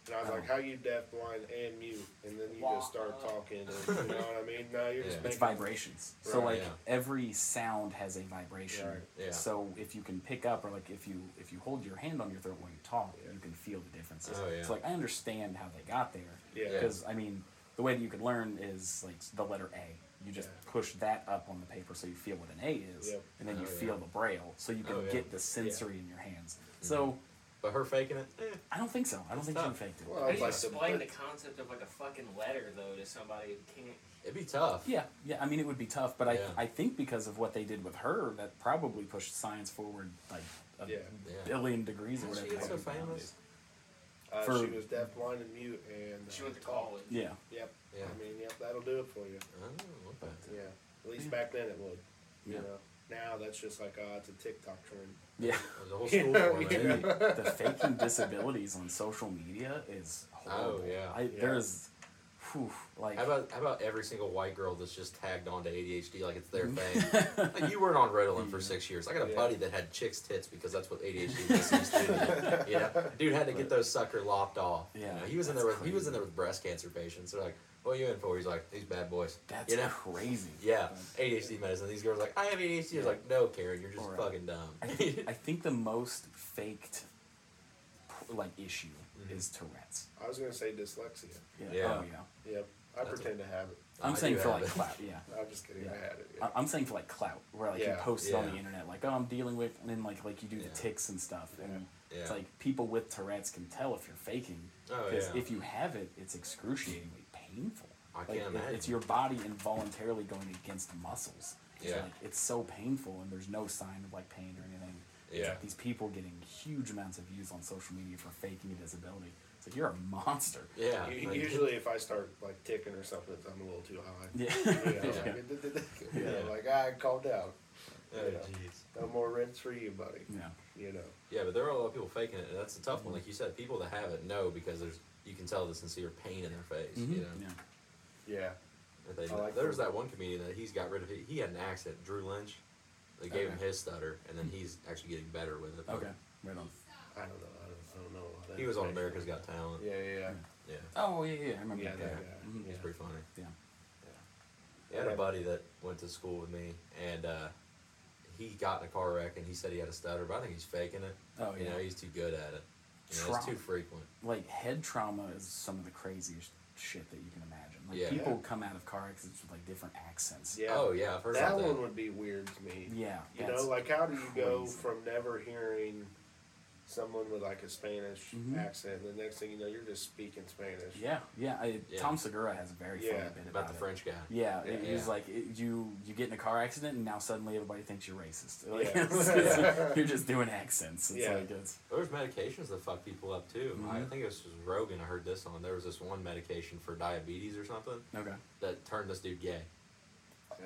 Speaker 2: And I was like,
Speaker 4: Oh.
Speaker 2: "How you deaf, blind, and mute?" And then you just start talking. And, you know what I mean? No, you're
Speaker 3: Yeah.
Speaker 2: just
Speaker 4: It's
Speaker 2: making
Speaker 4: vibrations. So
Speaker 2: Right.
Speaker 4: like
Speaker 3: Yeah.
Speaker 4: every sound has a vibration.
Speaker 2: Right.
Speaker 3: Yeah.
Speaker 4: So if you can pick up or like if you if you hold your hand on your throat while you talk, you can feel the differences.
Speaker 3: Oh, yeah.
Speaker 4: So like I understand how they got there.
Speaker 2: Yeah. Yeah.
Speaker 4: Because I mean, the way that you could learn is like the letter A. You just
Speaker 2: Yeah.
Speaker 4: push that up on the paper so you feel what an A is,
Speaker 2: Yep.
Speaker 4: and then you
Speaker 3: Oh,
Speaker 4: feel
Speaker 3: yeah.
Speaker 4: the braille, so you can
Speaker 3: Oh, yeah.
Speaker 4: get the sensory in your hands. So
Speaker 3: "But her faking it? Eh,
Speaker 4: I don't think so. I don't think you
Speaker 3: tough.
Speaker 4: faked it.
Speaker 2: Well,
Speaker 5: How
Speaker 2: I
Speaker 5: do you
Speaker 2: like the-
Speaker 5: explain the concept of like a fucking letter though to somebody who can't?
Speaker 3: it'd be tough."
Speaker 4: Yeah, yeah. I mean, it would be tough, but I,
Speaker 3: Yeah.
Speaker 4: I think because of what they did with her, that probably pushed science forward like
Speaker 3: Uh,
Speaker 4: a
Speaker 2: Yeah.
Speaker 3: Yeah.
Speaker 4: billion degrees or
Speaker 3: How'd
Speaker 4: whatever.
Speaker 3: she get
Speaker 4: the
Speaker 3: so
Speaker 4: heck it is
Speaker 3: famous?
Speaker 2: Uh,
Speaker 4: For-
Speaker 2: she was deaf, blind, and mute, and uh,
Speaker 5: She went to
Speaker 2: talk.
Speaker 5: college.
Speaker 4: Yeah,
Speaker 2: Yep.
Speaker 3: Yeah.
Speaker 2: I mean, yep, that'll do it for you.
Speaker 3: Oh, okay.
Speaker 2: Yeah. At least
Speaker 4: Yeah.
Speaker 2: back then it would. You
Speaker 4: Yeah.
Speaker 2: know. Now that's just like uh, it's a TikTok trend.
Speaker 4: yeah.
Speaker 3: There's a whole school for it.
Speaker 4: Dude, the faking disabilities on social media is horrible.
Speaker 3: Oh, yeah.
Speaker 4: I,
Speaker 2: Yeah.
Speaker 4: There's, whew, like
Speaker 3: How about how about every single white girl that's just tagged onto ADHD like it's their thing?
Speaker 4: Mm-hmm.
Speaker 3: like you weren't on Ritalin for six years. I got a
Speaker 2: Yeah.
Speaker 3: buddy that had chicks tits because that's what ADHD listens to. You know, dude had to get those sucker lopped off. You
Speaker 4: Yeah,
Speaker 3: know, he was in there with
Speaker 4: that's
Speaker 3: he was in
Speaker 4: crazy.
Speaker 3: there with breast cancer patients. They're like, "What are you in for?" He's like, "These bad boys."
Speaker 4: that's
Speaker 3: you know,
Speaker 4: crazy.
Speaker 3: yeah, ADHD medicine. These girls are like, "I have ADHD." He's like, "No, Karen, you're just
Speaker 4: Or, uh,
Speaker 3: fucking dumb."
Speaker 4: I think, I think the most faked like issue is Tourette's.
Speaker 2: I was gonna say dyslexia.
Speaker 3: Mm-hmm. Yeah.
Speaker 4: Oh yeah.
Speaker 2: Yep. I
Speaker 3: That's
Speaker 2: pretend to have it.
Speaker 4: I'm
Speaker 3: I
Speaker 4: saying
Speaker 3: do
Speaker 4: for
Speaker 3: have
Speaker 4: like
Speaker 3: it.
Speaker 4: clout. Yeah.
Speaker 2: I'm just kidding. I
Speaker 4: Yeah.
Speaker 2: had it. Yeah.
Speaker 4: I- I'm saying for like clout, where like you
Speaker 2: Yeah.
Speaker 4: post it on
Speaker 3: Yeah.
Speaker 4: the internet, like oh I'm dealing with, and then like like you do
Speaker 3: Yeah.
Speaker 4: the ticks and stuff, and it's
Speaker 3: Yeah.
Speaker 4: like people with Tourette's can tell if you're faking,
Speaker 3: Oh, yeah.
Speaker 4: if you have it, it's excruciatingly painful.
Speaker 3: I
Speaker 4: like,
Speaker 3: can't
Speaker 4: it-
Speaker 3: imagine.
Speaker 4: It's your body involuntarily going against muscles. So,
Speaker 3: Yeah.
Speaker 4: like, it's so painful, and there's no sign of like pain or anything. It's
Speaker 3: Yeah.
Speaker 4: like these people getting huge amounts of views on social media for faking a disability. It's like you're a monster.
Speaker 3: yeah,
Speaker 2: U-
Speaker 3: like-
Speaker 2: Usually, if I start like ticking or something, I'm a little too high.
Speaker 4: Yeah.
Speaker 2: You know, like, you know, like I called out.
Speaker 3: Oh,
Speaker 2: Yeah.
Speaker 3: jeez.
Speaker 2: No more rent for you, buddy.
Speaker 4: Yeah.
Speaker 2: You know.
Speaker 3: Yeah, but there are a lot of people faking it, and that's a tough one. Like you said, people that have it know because there's you can tell the sincere pain in their face. You know,
Speaker 4: Mm-hmm. Yeah.
Speaker 2: Yeah.
Speaker 3: If they-
Speaker 2: I like
Speaker 3: there was
Speaker 2: that.
Speaker 3: that one comedian that he's got rid of. It. He had an accident, Drew Lynch. They gave him
Speaker 2: Okay.
Speaker 3: his stutter, and then he's actually getting better with it.
Speaker 4: Okay. Right on.
Speaker 2: I don't know. I don't, I don't know. all that
Speaker 3: He was on America's
Speaker 2: information.
Speaker 3: Got Talent.
Speaker 2: Yeah, yeah, yeah.
Speaker 3: Yeah, Mm-hmm.
Speaker 4: Oh yeah, yeah. I remember
Speaker 2: Yeah,
Speaker 4: that.
Speaker 2: that
Speaker 4: Yeah.
Speaker 2: guy.
Speaker 4: Mhm.
Speaker 3: he's pretty funny.
Speaker 4: Yeah.
Speaker 3: I had a
Speaker 2: Yeah.
Speaker 3: buddy that went to school with me, and uh, he got in a car wreck, and he said he had a stutter, but I think he's faking it.
Speaker 4: Oh
Speaker 3: You
Speaker 4: yeah.
Speaker 3: know, he's too good at it. You know, it's
Speaker 4: Trauma.
Speaker 3: too frequent.
Speaker 4: like head trauma is some of the craziest shit that you can imagine. Like
Speaker 3: Yeah.
Speaker 4: people
Speaker 2: Yeah.
Speaker 4: come out of car accidents with like different accents.
Speaker 2: Yeah.
Speaker 3: Oh yeah, I've heard
Speaker 2: That
Speaker 3: about
Speaker 2: one
Speaker 3: that.
Speaker 2: would be weird to me.
Speaker 4: Yeah.
Speaker 2: You
Speaker 4: that's-
Speaker 2: know, like how do you go
Speaker 4: crazy.
Speaker 2: from never hearing someone with like a Spanish
Speaker 3: Mm-hmm.
Speaker 4: Mhm.
Speaker 2: accent, and the next thing you know, you're just speaking Spanish.
Speaker 4: Yeah. Yeah. I,
Speaker 3: Yeah.
Speaker 4: Tom Segura has a very
Speaker 2: Yeah,
Speaker 4: funny bit about,
Speaker 3: About the
Speaker 4: it.
Speaker 3: French guy.
Speaker 4: Yeah,
Speaker 2: Yeah.
Speaker 4: it,
Speaker 3: Yeah.
Speaker 4: he's like it, you you get in a car accident and now suddenly everybody thinks you're racist. Like,
Speaker 2: Yeah.
Speaker 4: it's just- you're just doing accents. It's
Speaker 2: Yeah.
Speaker 4: like it's,
Speaker 3: There's medications that fuck people up too. I
Speaker 4: Mhm.
Speaker 3: think this was Rogan. I heard this on. There was this one medication for diabetes or something
Speaker 4: okay.
Speaker 3: that turned this dude gay.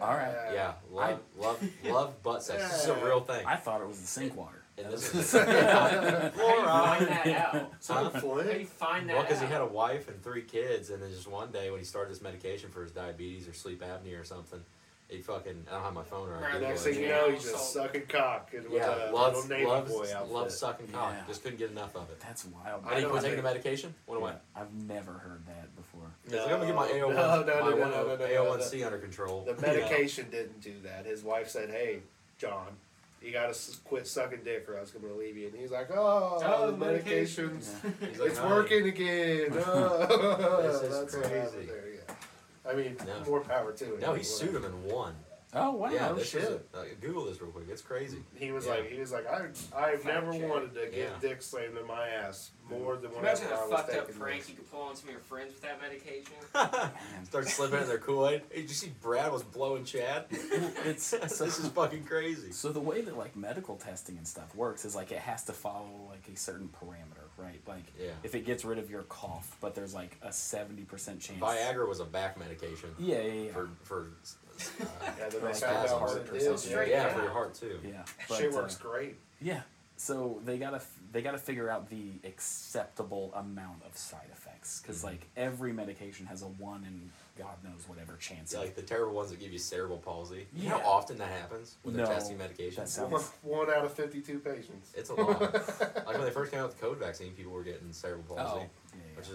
Speaker 4: All right.
Speaker 2: Uh,
Speaker 3: Yeah, love, love, love butt sex. This is a real thing.
Speaker 4: I thought it was the sink water.
Speaker 3: And this is well,
Speaker 5: How do you find that out?
Speaker 2: So
Speaker 3: Huh?
Speaker 5: How do
Speaker 2: Flint,
Speaker 5: you find that
Speaker 3: because he
Speaker 5: out?
Speaker 3: had a wife and three kids, and then just one day when he started this medication for his diabetes or sleep apnea or something, he fucking I don't have my phone or
Speaker 5: Right,
Speaker 2: the
Speaker 3: anything.
Speaker 2: next thing you know, he's just sucking cock and with
Speaker 3: yeah,
Speaker 2: a
Speaker 3: loves,
Speaker 2: uh, little navy boy
Speaker 3: loves,
Speaker 2: outfit.
Speaker 3: loves sucking cock.
Speaker 4: Yeah.
Speaker 3: Just couldn't get enough of it.
Speaker 4: That's wild.
Speaker 2: I
Speaker 3: And he
Speaker 2: don't
Speaker 3: quit
Speaker 2: think-
Speaker 3: taking the medication. Went away.
Speaker 4: Yeah, I've never heard that before.
Speaker 3: He's like, I'm gonna get my
Speaker 2: No, no,
Speaker 3: AO1,
Speaker 2: no,
Speaker 3: my
Speaker 2: no, no,
Speaker 3: 10
Speaker 2: no, no, no.
Speaker 3: AO1C under control.
Speaker 2: The
Speaker 3: Yeah.
Speaker 2: medication didn't do that. His wife said, "Hey, John." You gotta s- quit sucking dick, or else I'm gonna leave you. And he's like, "Oh,
Speaker 5: Oh,
Speaker 2: the
Speaker 5: the medication."
Speaker 2: medications,
Speaker 3: He's like,
Speaker 2: it's
Speaker 3: "No,
Speaker 2: working again." Oh,
Speaker 3: This is
Speaker 2: that's what happened
Speaker 3: crazy.
Speaker 2: there, yeah. I mean,
Speaker 3: No.
Speaker 2: more power to him.
Speaker 3: No, he sued him and won.
Speaker 4: Oh wow.
Speaker 3: yeah,
Speaker 2: no
Speaker 3: this is
Speaker 2: shit.
Speaker 3: a- uh, Google this real quick. It's crazy.
Speaker 2: He was
Speaker 3: Yeah.
Speaker 2: like, he was like, I, I've
Speaker 5: Fact
Speaker 2: never
Speaker 5: check.
Speaker 2: wanted to get
Speaker 3: Yeah.
Speaker 2: dick slammed in my ass more than whenever
Speaker 5: Imagine
Speaker 2: I
Speaker 5: a
Speaker 2: was
Speaker 5: fucked up
Speaker 2: taking
Speaker 5: prank
Speaker 2: this.
Speaker 5: you could pull on some of your friends with that medication.
Speaker 4: Man,
Speaker 3: Starts slipping in their Kool Aid. Hey, did you see Brad was blowing Chad?
Speaker 4: it's so,
Speaker 3: this is fucking crazy.
Speaker 4: so the way that like medical testing and stuff works is like it has to follow like a certain parameter, right? Like
Speaker 3: Yeah.
Speaker 4: if it gets rid of your cough, but there's like a seventy percent chance.
Speaker 3: Viagra was a back medication
Speaker 4: Yeah, yeah, yeah.
Speaker 3: for for uh,
Speaker 2: Yeah, then
Speaker 4: Or
Speaker 2: they
Speaker 4: like
Speaker 2: found
Speaker 4: Dad's
Speaker 2: out what
Speaker 4: heart
Speaker 2: it
Speaker 4: or
Speaker 2: is.
Speaker 4: something.
Speaker 2: Yeah,
Speaker 5: Straight
Speaker 3: yeah
Speaker 5: down.
Speaker 3: for your heart too.
Speaker 4: yeah.
Speaker 2: shit
Speaker 4: but, uh,
Speaker 2: works great.
Speaker 4: Yeah. So they gotta f- they gotta figure out the acceptable amount of side effects because like every medication has a one and God knows whatever chance.
Speaker 3: It's
Speaker 4: of-
Speaker 3: like the terrible ones that give you cerebral palsy. You know
Speaker 4: Yeah.
Speaker 3: how often that happens when they're
Speaker 4: No,
Speaker 3: testing medication.
Speaker 4: that sounds-
Speaker 2: One, one out of fifty-two patients.
Speaker 3: It's a lot. like when they first came out with the COVID vaccine, people were getting cerebral palsy,
Speaker 4: oh, yeah,
Speaker 3: which
Speaker 4: yeah.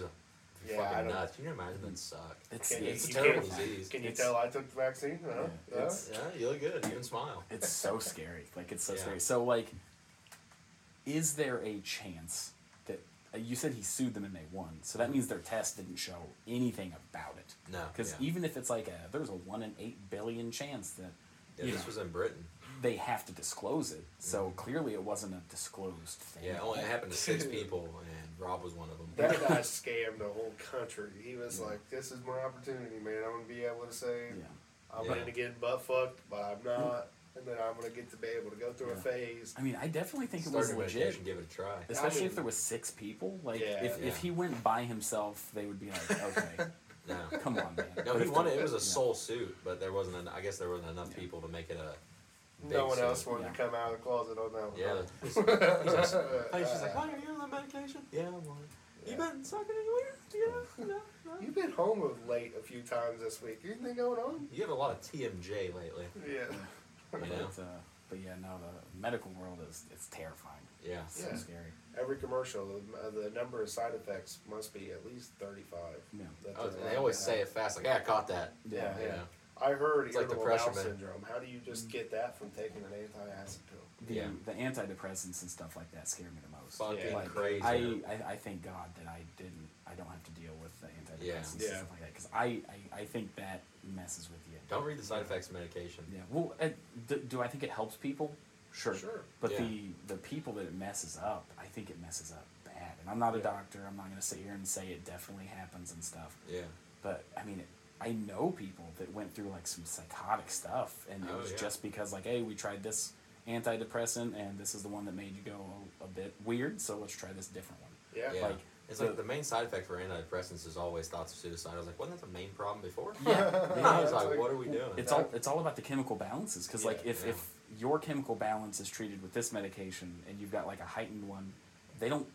Speaker 4: Mm-hmm.
Speaker 3: is a
Speaker 2: Yeah, I
Speaker 3: fucking
Speaker 2: don't-
Speaker 3: nuts. Can you imagine that suck?
Speaker 4: It's
Speaker 2: Can you,
Speaker 4: it's
Speaker 2: you
Speaker 4: terrible.
Speaker 2: can,
Speaker 3: disease.
Speaker 2: Can you
Speaker 4: It's-
Speaker 2: tell I took the vaccine? Uh-huh. Huh?
Speaker 4: Yeah,
Speaker 2: Huh?
Speaker 4: it's-
Speaker 3: Yeah, you look good. You even smile.
Speaker 4: It's so scary. Like it's so
Speaker 3: Yeah.
Speaker 4: scary. So like, is there a chance that uh, you said he sued them and they won? So that means their test didn't show anything about it.
Speaker 3: No,
Speaker 4: Because
Speaker 3: yeah.
Speaker 4: even if it's like a there's a one in eight billion chance that
Speaker 3: Yeah,
Speaker 4: you
Speaker 3: this
Speaker 4: know,
Speaker 3: was in Britain.
Speaker 4: they have to disclose it. So clearly it wasn't a disclosed thing.
Speaker 3: Mm-hmm. Yeah, it only happened to six people, and Rob was one of them.
Speaker 2: That guy scammed the whole country. He was like, "This is my opportunity, man. I'm gonna be able to say
Speaker 4: Yeah.
Speaker 2: I'm
Speaker 3: Yeah.
Speaker 2: gonna get butt fucked, but I'm not, and then I'm gonna get to be able to go through a
Speaker 4: Yeah.
Speaker 2: phase."
Speaker 4: I mean, I definitely think it
Speaker 3: Start
Speaker 4: was
Speaker 3: your
Speaker 4: legit.
Speaker 3: medication, give it a try.
Speaker 4: Especially
Speaker 2: I mean-
Speaker 4: if there was six people. Like
Speaker 2: Yeah.
Speaker 4: if,
Speaker 3: Yeah.
Speaker 4: if he went by himself, they would be like, okay,
Speaker 3: No,
Speaker 4: come on, man.
Speaker 3: no,
Speaker 4: But
Speaker 3: he
Speaker 4: if
Speaker 3: wanted. It
Speaker 4: there-
Speaker 3: was a
Speaker 4: yeah.
Speaker 3: sole suit, but there wasn't. En- I guess there wasn't enough
Speaker 4: Yeah.
Speaker 3: people to make it a.
Speaker 2: no
Speaker 3: big
Speaker 2: one
Speaker 3: suit.
Speaker 2: else wanted
Speaker 4: yeah.
Speaker 2: to come out of the closet on that one. Uh,
Speaker 3: Yeah.
Speaker 2: huh?
Speaker 3: the- He's like,
Speaker 2: Oh,
Speaker 3: hey, she's like, honey, are you on that medication? Yeah, I'm on. it. You been sucking anywhere? Yeah, no, no.
Speaker 2: You've been home of late a few times this week. Anything going on?
Speaker 3: You have a lot of TMJ lately.
Speaker 2: Yeah.
Speaker 3: You know?
Speaker 4: But, uh, but yeah, no, the medical world is it's terrifying.
Speaker 3: Yeah.
Speaker 4: It's so
Speaker 2: Yeah.
Speaker 4: scary.
Speaker 2: Every commercial, the, uh, the number of side effects must be at least 35.
Speaker 4: Yeah.
Speaker 2: That
Speaker 3: Oh,
Speaker 2: they're
Speaker 3: they always
Speaker 2: allowed to
Speaker 3: say
Speaker 2: have.
Speaker 3: it fast, like, yeah, I caught that.
Speaker 2: Yeah,
Speaker 3: You
Speaker 2: yeah.
Speaker 3: know?
Speaker 2: I heard
Speaker 3: It's like
Speaker 2: irritable
Speaker 3: depression,
Speaker 2: bowel
Speaker 3: man.
Speaker 2: syndrome. How do you just get that from taking an antacid pill?
Speaker 4: The,
Speaker 3: Yeah.
Speaker 4: the antidepressants and stuff like that scare me the most.
Speaker 3: Fucking
Speaker 2: Yeah.
Speaker 4: Like,
Speaker 3: crazy.
Speaker 4: I, I, I thank God that I didn't. I don't have to deal with the antidepressants
Speaker 3: Yeah.
Speaker 4: and
Speaker 2: Yeah.
Speaker 4: stuff like that because I, I, I think that messes with you.
Speaker 3: Don't read the side effects of medication.
Speaker 4: Yeah. Well, uh, do, do I think it helps people? Sure.
Speaker 2: Sure.
Speaker 4: But
Speaker 3: Yeah.
Speaker 4: the the people that it messes up, I think it messes up bad. And I'm not a doctor. I'm not going to sit here and say it definitely happens and stuff.
Speaker 3: Yeah.
Speaker 4: But I mean, it, I know people that went through like some psychotic stuff, and it
Speaker 3: Oh,
Speaker 4: was
Speaker 3: yeah.
Speaker 4: just because like, hey, we tried this antidepressant, and this is the one that made you go a, a bit weird, so let's try this different one.
Speaker 2: Yeah.
Speaker 3: Yeah.
Speaker 4: Like
Speaker 3: It's like the main side effect for antidepressants is always thoughts of suicide. I was like, wasn't that the main problem before?
Speaker 4: Yeah.
Speaker 3: I was
Speaker 2: it's
Speaker 3: like,
Speaker 2: like-
Speaker 3: what are we doing?
Speaker 4: It's all it's all about the chemical balances because like
Speaker 3: Yeah,
Speaker 4: if,
Speaker 3: yeah.
Speaker 4: if your chemical balance is treated with this medication and you've got like a heightened one, they don't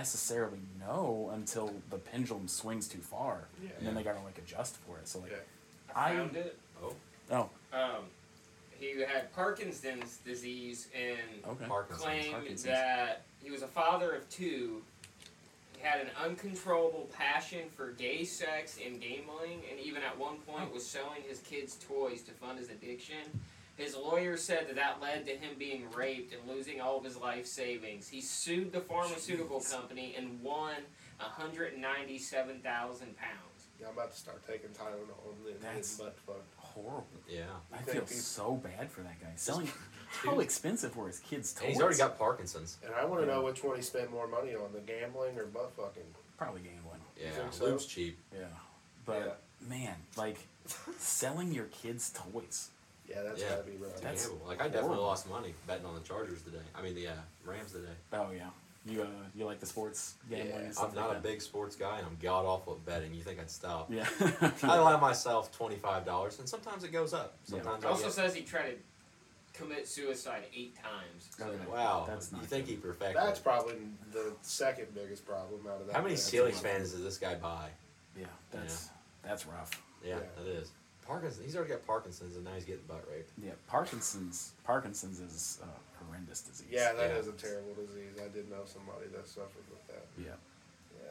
Speaker 4: necessarily know until the pendulum swings too far,
Speaker 2: Yeah.
Speaker 4: and then they gotta like adjust for it. So like,
Speaker 5: I
Speaker 4: I-
Speaker 5: found it.
Speaker 3: oh,
Speaker 4: oh
Speaker 5: Um, he had Parkinson's disease and
Speaker 4: okay,
Speaker 3: Parkinson's.
Speaker 5: claimed
Speaker 4: Parkinson's.
Speaker 5: that he was a father of two. He had an uncontrollable passion for gay sex and gambling, and even at one point was selling his kids' toys to fund his addiction. His lawyer said that that led to him being raped and losing all of his life savings. He sued the pharmaceutical
Speaker 4: Jeez.
Speaker 5: company and won 197,000 pounds.
Speaker 2: Yeah, I'm about to start taking Tylenol and then That's...
Speaker 4: That's-
Speaker 2: butt fucked.
Speaker 4: horrible.
Speaker 3: yeah.
Speaker 4: I
Speaker 2: Thank
Speaker 4: feel
Speaker 2: you.
Speaker 4: so bad for that guy. Selling how expensive were his kids' toys?
Speaker 3: And he's already got Parkinson's.
Speaker 2: And I want to
Speaker 4: Yeah.
Speaker 2: know which one he spent more money on, the gambling or butt fucking.
Speaker 4: probably gambling.
Speaker 3: Yeah,
Speaker 2: think so?
Speaker 3: lube's cheap.
Speaker 4: Yeah, but man, like selling your kids' toys.
Speaker 2: Yeah, that's
Speaker 3: Yeah.
Speaker 2: gotta be rough.
Speaker 3: to
Speaker 4: That's
Speaker 3: gamble. Like I definitely
Speaker 4: horrible.
Speaker 3: lost money betting on the Chargers today. I mean the uh, Rams today.
Speaker 4: Oh yeah, you uh, you like the sports gambling
Speaker 2: Yeah,
Speaker 4: and stuff
Speaker 3: I'm not
Speaker 4: like
Speaker 3: a
Speaker 4: that?
Speaker 3: big sports guy, and I'm god awful at betting. You think I'd stop?
Speaker 4: Yeah.
Speaker 3: I allow myself twenty five dollars, and sometimes it goes up.
Speaker 4: Yeah.
Speaker 3: Sometimes
Speaker 5: It
Speaker 3: I
Speaker 5: also
Speaker 3: get,
Speaker 5: says he tried to commit suicide eight times. So
Speaker 4: Okay.
Speaker 3: wow.
Speaker 4: That's not
Speaker 3: you think
Speaker 4: good.
Speaker 3: he perfected?
Speaker 2: That's
Speaker 3: it.
Speaker 2: probably the second biggest problem out of that.
Speaker 3: How many
Speaker 2: list.
Speaker 3: Steelers fans does this guy buy?
Speaker 4: Yeah, that's that's rough.
Speaker 3: Yeah,
Speaker 2: Yeah.
Speaker 3: that is. Parkinson's. He's already got Parkinson's, and now he's getting butt raped.
Speaker 4: Yeah, Parkinson's Parkinson's is a horrendous disease.
Speaker 2: Yeah, that
Speaker 3: Yeah.
Speaker 2: is a terrible disease. I did know somebody that suffered with that.
Speaker 4: yeah.
Speaker 2: Yeah.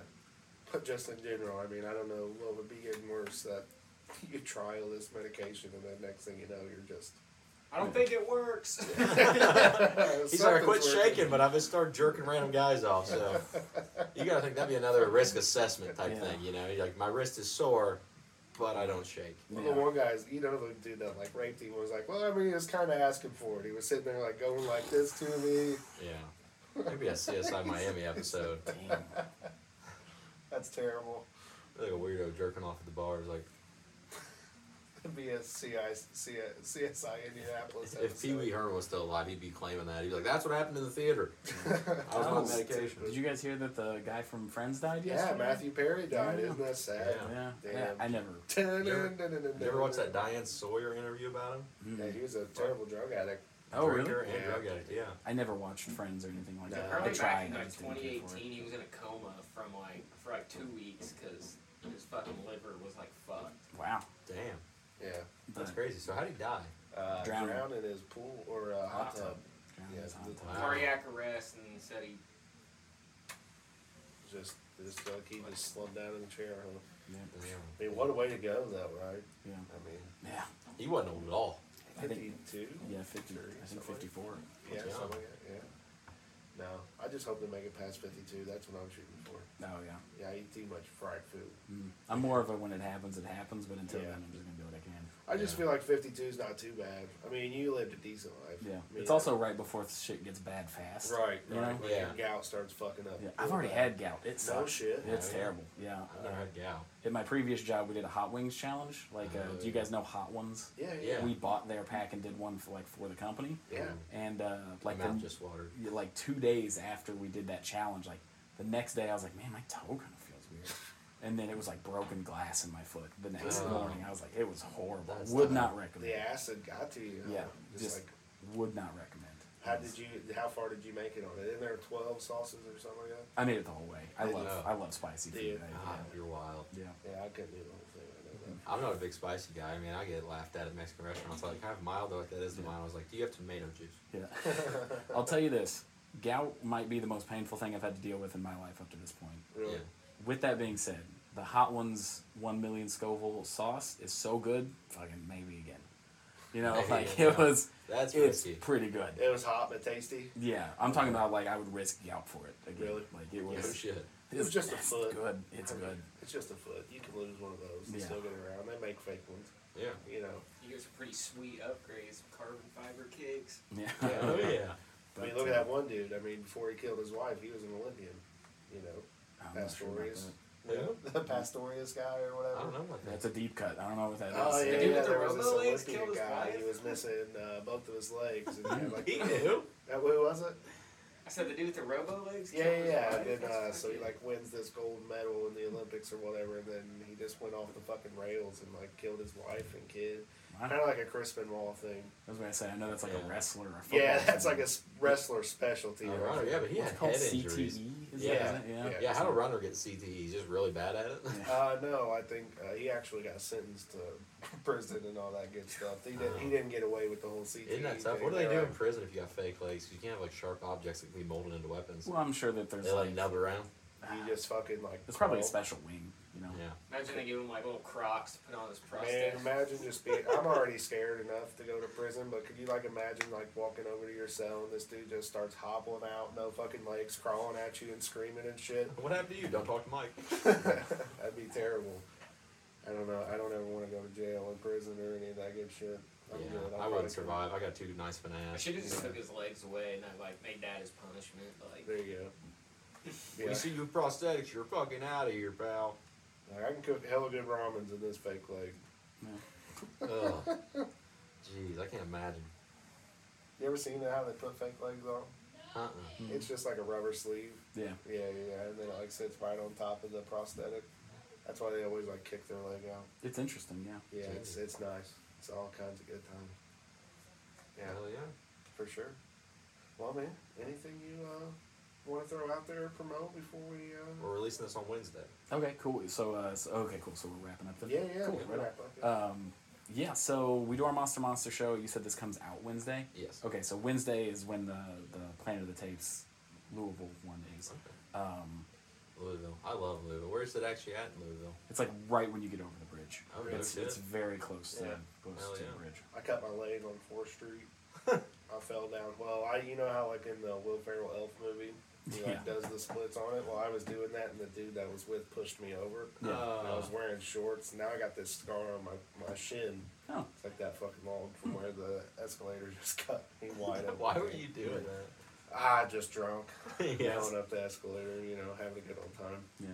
Speaker 2: But just in general, I mean, I don't know what would be getting worse that you try all this medication and then next thing you know, you're just.
Speaker 5: I don't think it works.
Speaker 3: He's like, I quit shaking, but I just started jerking random guys off. So you gotta think that'd be another risk assessment type
Speaker 4: Yeah.
Speaker 3: thing. You know, You're like my wrist is sore, but I don't shake.
Speaker 2: Well,
Speaker 4: Yeah.
Speaker 2: the one guy's, you know, the dude that like raped him was like, well, I mean, he was kind of asking for it. He was sitting there like going like this to me.
Speaker 3: Yeah, maybe a CSI Miami episode.
Speaker 4: Damn.
Speaker 2: That's terrible.
Speaker 3: Like a weirdo jerking off at the bar is like,
Speaker 2: It'd be a CI, CI, CSI Indianapolis.
Speaker 3: if Pee Wee
Speaker 2: episode.
Speaker 3: Herman was still alive, he'd be claiming that. He'd be like, that's what happened in the theater. I was on
Speaker 4: Oh.
Speaker 3: medication.
Speaker 4: Did you guys hear that the guy from Friends died
Speaker 2: Yeah,
Speaker 4: yesterday?
Speaker 2: Matthew Perry died.
Speaker 4: Yeah.
Speaker 2: Isn't that sad?
Speaker 4: Yeah,
Speaker 2: Damn.
Speaker 4: yeah, I never.
Speaker 2: Dun,
Speaker 3: You ever-
Speaker 2: dun, dun, dun, dun,
Speaker 3: You ever watch that
Speaker 2: dun.
Speaker 3: Diane Sawyer interview about him?
Speaker 2: Yeah, he was a terrible drug addict.
Speaker 4: mm. Oh
Speaker 3: Drinker
Speaker 4: really?
Speaker 3: and
Speaker 2: Yeah.
Speaker 3: drug addict. Yeah.
Speaker 4: I never watched Friends or anything like
Speaker 2: No.
Speaker 4: that. I
Speaker 5: Apparently back
Speaker 4: tried.
Speaker 5: in
Speaker 4: I
Speaker 5: like
Speaker 4: just didn't care for
Speaker 5: 2018,
Speaker 4: it.
Speaker 5: he was in a coma from like for like two weeks because his fucking liver was like fucked.
Speaker 4: Wow.
Speaker 3: Damn,
Speaker 2: Yeah.
Speaker 3: that's
Speaker 4: But-
Speaker 3: crazy. So how would he die?
Speaker 2: Uh,
Speaker 4: Drowning.
Speaker 2: drowned in his pool or uh, hot
Speaker 4: Hot
Speaker 2: tub.
Speaker 4: tub. Yeah,
Speaker 2: Yeah,
Speaker 4: it's hot
Speaker 2: the-
Speaker 4: tub.
Speaker 3: Wow.
Speaker 5: Cardiac arrest and said he.
Speaker 2: Just, just like he just slumped down in the chair. huh?
Speaker 4: Yeah.
Speaker 3: Damn.
Speaker 2: I mean, what a way to go, though, right?
Speaker 4: Yeah.
Speaker 2: I mean,
Speaker 4: Yeah.
Speaker 3: He wasn't old at all.
Speaker 4: I think-
Speaker 2: 52?
Speaker 4: Yeah. Fifty. I think
Speaker 2: Something.
Speaker 4: fifty-four.
Speaker 2: Yeah,
Speaker 3: That's
Speaker 2: something like that, yeah. No, I just hope they make it past 52. That's what I'm shooting for.
Speaker 4: Oh yeah.
Speaker 2: Yeah, I eat too much fried food.
Speaker 4: Mm. I'm more of a when it happens, it happens. But until
Speaker 2: Yeah.
Speaker 4: then, I'm just gonna do what I can.
Speaker 2: I just
Speaker 3: Yeah.
Speaker 2: feel like 52 is not too bad. I mean, you lived a decent life.
Speaker 4: Yeah.
Speaker 2: I mean,
Speaker 4: It's also right before shit gets bad fast.
Speaker 2: Right,
Speaker 4: You
Speaker 2: right.
Speaker 4: know?
Speaker 2: When
Speaker 3: Yeah.
Speaker 2: your gout starts fucking up.
Speaker 4: Yeah, I've already had gout. It sucks.
Speaker 2: shit.
Speaker 4: It's
Speaker 3: Yeah.
Speaker 4: terrible. Yeah.
Speaker 3: I've never had gal.
Speaker 4: In my previous job, we did a hot wings challenge. Like, uh,
Speaker 3: Oh,
Speaker 4: do
Speaker 3: yeah.
Speaker 4: you guys know hot ones?
Speaker 2: Yeah, yeah.
Speaker 3: Yeah.
Speaker 4: We bought their pack and did one for like for the company.
Speaker 2: Yeah.
Speaker 4: And uh,
Speaker 3: My
Speaker 4: like the,
Speaker 3: mouth just watered.
Speaker 4: yeah, like two days after we did that challenge, like the next day, I was like, man, my toe kind of feels weird. And then it was like broken glass in my foot. The next
Speaker 3: Oh.
Speaker 4: morning, I was like, it was horrible.
Speaker 3: That's
Speaker 4: Would
Speaker 3: not-
Speaker 4: not recommend.
Speaker 2: The acid got to you. huh?
Speaker 4: Yeah.
Speaker 2: Just,
Speaker 4: Just
Speaker 2: like,
Speaker 4: would not recommend.
Speaker 2: how did you, how far did you make it on it? Isn't there 12 sauces or something like that?
Speaker 4: I made it the whole way. I
Speaker 2: Did
Speaker 4: love
Speaker 3: you?
Speaker 4: I love spicy
Speaker 2: Did
Speaker 4: food.
Speaker 2: you?
Speaker 3: Ah,
Speaker 4: I,
Speaker 3: you're wild.
Speaker 4: yeah.
Speaker 2: Yeah, I couldn't do the whole thing. I know that.
Speaker 3: I'm not a big spicy guy. I mean, I get laughed at at Mexican restaurants. Like, how mild like that is to mine. I was like, do you have tomato juice?
Speaker 4: Yeah. I'll tell you this gout might be the most painful thing I've had to deal with in my life up to this point.
Speaker 2: Really?
Speaker 3: Yeah.
Speaker 4: With that being said, the Hot Ones 1 million Scoville sauce is so good, fucking maybe again. You know,
Speaker 3: Maybe
Speaker 4: like
Speaker 3: again,
Speaker 4: it
Speaker 3: yeah.
Speaker 4: was,
Speaker 3: That's
Speaker 4: it's
Speaker 3: risky.
Speaker 4: pretty good.
Speaker 2: It was hot but tasty.
Speaker 4: Yeah, I'm talking about like I would risk gout for it again.
Speaker 2: Really?
Speaker 4: Like it
Speaker 3: No
Speaker 4: was,
Speaker 3: Oh, shit.
Speaker 2: It was just a
Speaker 4: it's
Speaker 2: foot.
Speaker 4: good. It's
Speaker 2: I mean,
Speaker 4: good.
Speaker 2: It's just a foot. You can lose one of those and
Speaker 4: Yeah.
Speaker 2: still get around. They make fake ones.
Speaker 3: Yeah.
Speaker 2: You know,
Speaker 5: He gets some pretty sweet upgrades, some carbon fiber kicks.
Speaker 4: Yeah.
Speaker 3: Oh yeah.
Speaker 2: I mean,
Speaker 4: But,
Speaker 2: look
Speaker 4: uh,
Speaker 2: at that one dude. I mean, before he killed his wife, he was an Olympian. You know,
Speaker 4: I'm not sure about
Speaker 2: Pastorius,
Speaker 3: that. Yeah.
Speaker 2: the
Speaker 4: Mm-hmm.
Speaker 2: Pastorius guy or whatever.
Speaker 3: I don't know what
Speaker 4: that.
Speaker 3: that.
Speaker 4: That's a deep cut. I don't know what that is.
Speaker 2: Oh yeah,
Speaker 5: The
Speaker 2: yeah.
Speaker 5: dude with the
Speaker 2: There was
Speaker 5: robo
Speaker 2: this
Speaker 5: legs
Speaker 2: Olympian
Speaker 5: killed his
Speaker 2: guy.
Speaker 5: wife?
Speaker 2: He was missing uh, both of his legs, and he had like
Speaker 3: He knew.
Speaker 2: that. Who was it?
Speaker 5: I said the dude with the robo legs.
Speaker 2: Yeah,
Speaker 5: killed
Speaker 2: yeah,
Speaker 5: his
Speaker 2: yeah.
Speaker 5: wife?
Speaker 2: And then,
Speaker 5: That's
Speaker 2: uh, so he
Speaker 5: fucking-
Speaker 2: like wins this gold medal in the Olympics or whatever, and then he just went off the fucking rails and like killed his wife and kid.
Speaker 4: Wow.
Speaker 3: Uh-huh.
Speaker 2: Kind of like a Crispin Wall thing.
Speaker 4: That's what I say. I know that's like
Speaker 3: Yeah.
Speaker 4: a wrestler or a football
Speaker 2: Yeah, that's
Speaker 4: player.
Speaker 2: like a s- wrestler specialty.
Speaker 3: Uh,
Speaker 2: right?
Speaker 3: runner, yeah, but he
Speaker 4: What's
Speaker 3: had
Speaker 4: it called
Speaker 3: head
Speaker 4: CTE?
Speaker 3: injuries.
Speaker 4: Is
Speaker 3: E? Yeah.
Speaker 4: It, isn't it? yeah.
Speaker 2: Yeah.
Speaker 3: Yeah, how do runner get CTE? He's just really bad at it.
Speaker 2: Uh, no, I think uh, he actually got sentenced to prison and all that good stuff. He didn't. He didn't get away with the whole CTE.
Speaker 3: Isn't that tough?
Speaker 2: thing,
Speaker 3: What do they do
Speaker 2: right?
Speaker 3: in prison if you got fake legs? 'Cause You can't have like sharp objects that can be molded into weapons.
Speaker 4: Well, I'm sure that there's
Speaker 3: They let
Speaker 4: like,
Speaker 3: him nub around.
Speaker 2: You just fucking like.
Speaker 4: it's probably a
Speaker 2: crawl.
Speaker 4: special wing, you know.
Speaker 3: Yeah.
Speaker 5: Imagine they give him like little Crocs to put on his
Speaker 2: Man,
Speaker 5: prostate.
Speaker 2: imagine just being. I'm already scared enough to go to prison, but could you like imagine like walking over to your cell and this dude just starts hobbling out, no fucking legs, crawling at you and screaming and shit?
Speaker 3: What happened to you? Don't talk to Mike.
Speaker 2: That'd be terrible. I don't know. I don't ever want to go to jail or prison or any of that good shit. I'm
Speaker 3: Yeah,
Speaker 2: good. I'll
Speaker 3: I
Speaker 2: probably-
Speaker 3: wouldn't survive. I got two nice
Speaker 5: I
Speaker 3: finesse.
Speaker 5: should have just took his legs away and I like made that his punishment. Like,
Speaker 2: There you go.
Speaker 3: We
Speaker 2: Yeah.
Speaker 3: see you with prosthetics. You're fucking out of here, pal.
Speaker 2: Like, I can cook hella good ramens in this fake leg.
Speaker 3: Ugh. Jeez, I can't imagine.
Speaker 2: You ever seen how they put fake legs on?
Speaker 3: Uh-uh.
Speaker 2: It's just like a rubber sleeve.
Speaker 4: Yeah.
Speaker 2: Yeah, yeah, yeah. And then it like sits right on top of the prosthetic. That's why they always like kick their leg out.
Speaker 4: It's interesting, yeah.
Speaker 2: Yeah, it's it's nice. It's all kinds of good time. Yeah,
Speaker 3: Hell yeah.
Speaker 2: for sure. Well, man, anything you uh, want to throw out there or promote before we? Uh...
Speaker 3: We're releasing this on Wednesday.
Speaker 4: Okay, cool. So, uh, so okay, cool. So we're wrapping up. The,
Speaker 2: Yeah, yeah.
Speaker 4: Cool.
Speaker 2: we can
Speaker 4: right
Speaker 2: wrap up.
Speaker 4: on. Um, yeah. So we do our Monster Monster show. You said this comes out Wednesday.
Speaker 3: Yes.
Speaker 4: Okay, so Wednesday is when the the Planet of the Tapes Louisville one is. Um,
Speaker 3: Louisville. I love Louisville. Where is it actually at in Louisville?
Speaker 4: it's like right when you get over the bridge.
Speaker 3: Oh, no
Speaker 4: it's,
Speaker 3: shit.
Speaker 4: it's very close to,
Speaker 2: Yeah.
Speaker 4: close
Speaker 3: Hell
Speaker 4: to
Speaker 3: yeah.
Speaker 4: the bridge.
Speaker 2: I cut my leg on Fourth Street. I fell down. Well, I you know how like in the Will Ferrell Elf movie, he like
Speaker 4: Yeah.
Speaker 2: does the splits on it. Well, I was doing that, and the dude that I was with pushed me over.
Speaker 4: Yeah.
Speaker 2: And I
Speaker 3: Uh,
Speaker 2: was wearing shorts. Now I got this scar on my, my shin.
Speaker 4: Oh,
Speaker 2: It's like that fucking long from where the escalator just cut me wide open.
Speaker 3: why were you doing
Speaker 2: Ah, just drunk.
Speaker 3: that?
Speaker 2: Going up the escalator, you know, having a good old time.
Speaker 4: yeah.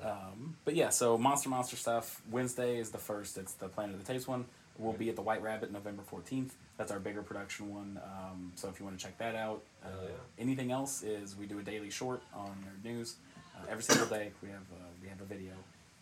Speaker 2: Yeah.
Speaker 4: Um, but yeah, so Monster Monster stuff. Wednesday is the first. It's the Planet of the Tapes one. We'll be at the White Rabbit November fourteenth. That's our bigger production one. Um, so if you want to check that out. Uh,
Speaker 3: Hell yeah.
Speaker 4: Anything else is we do a daily short on Nerd News uh, every single day. We have uh, we have a video,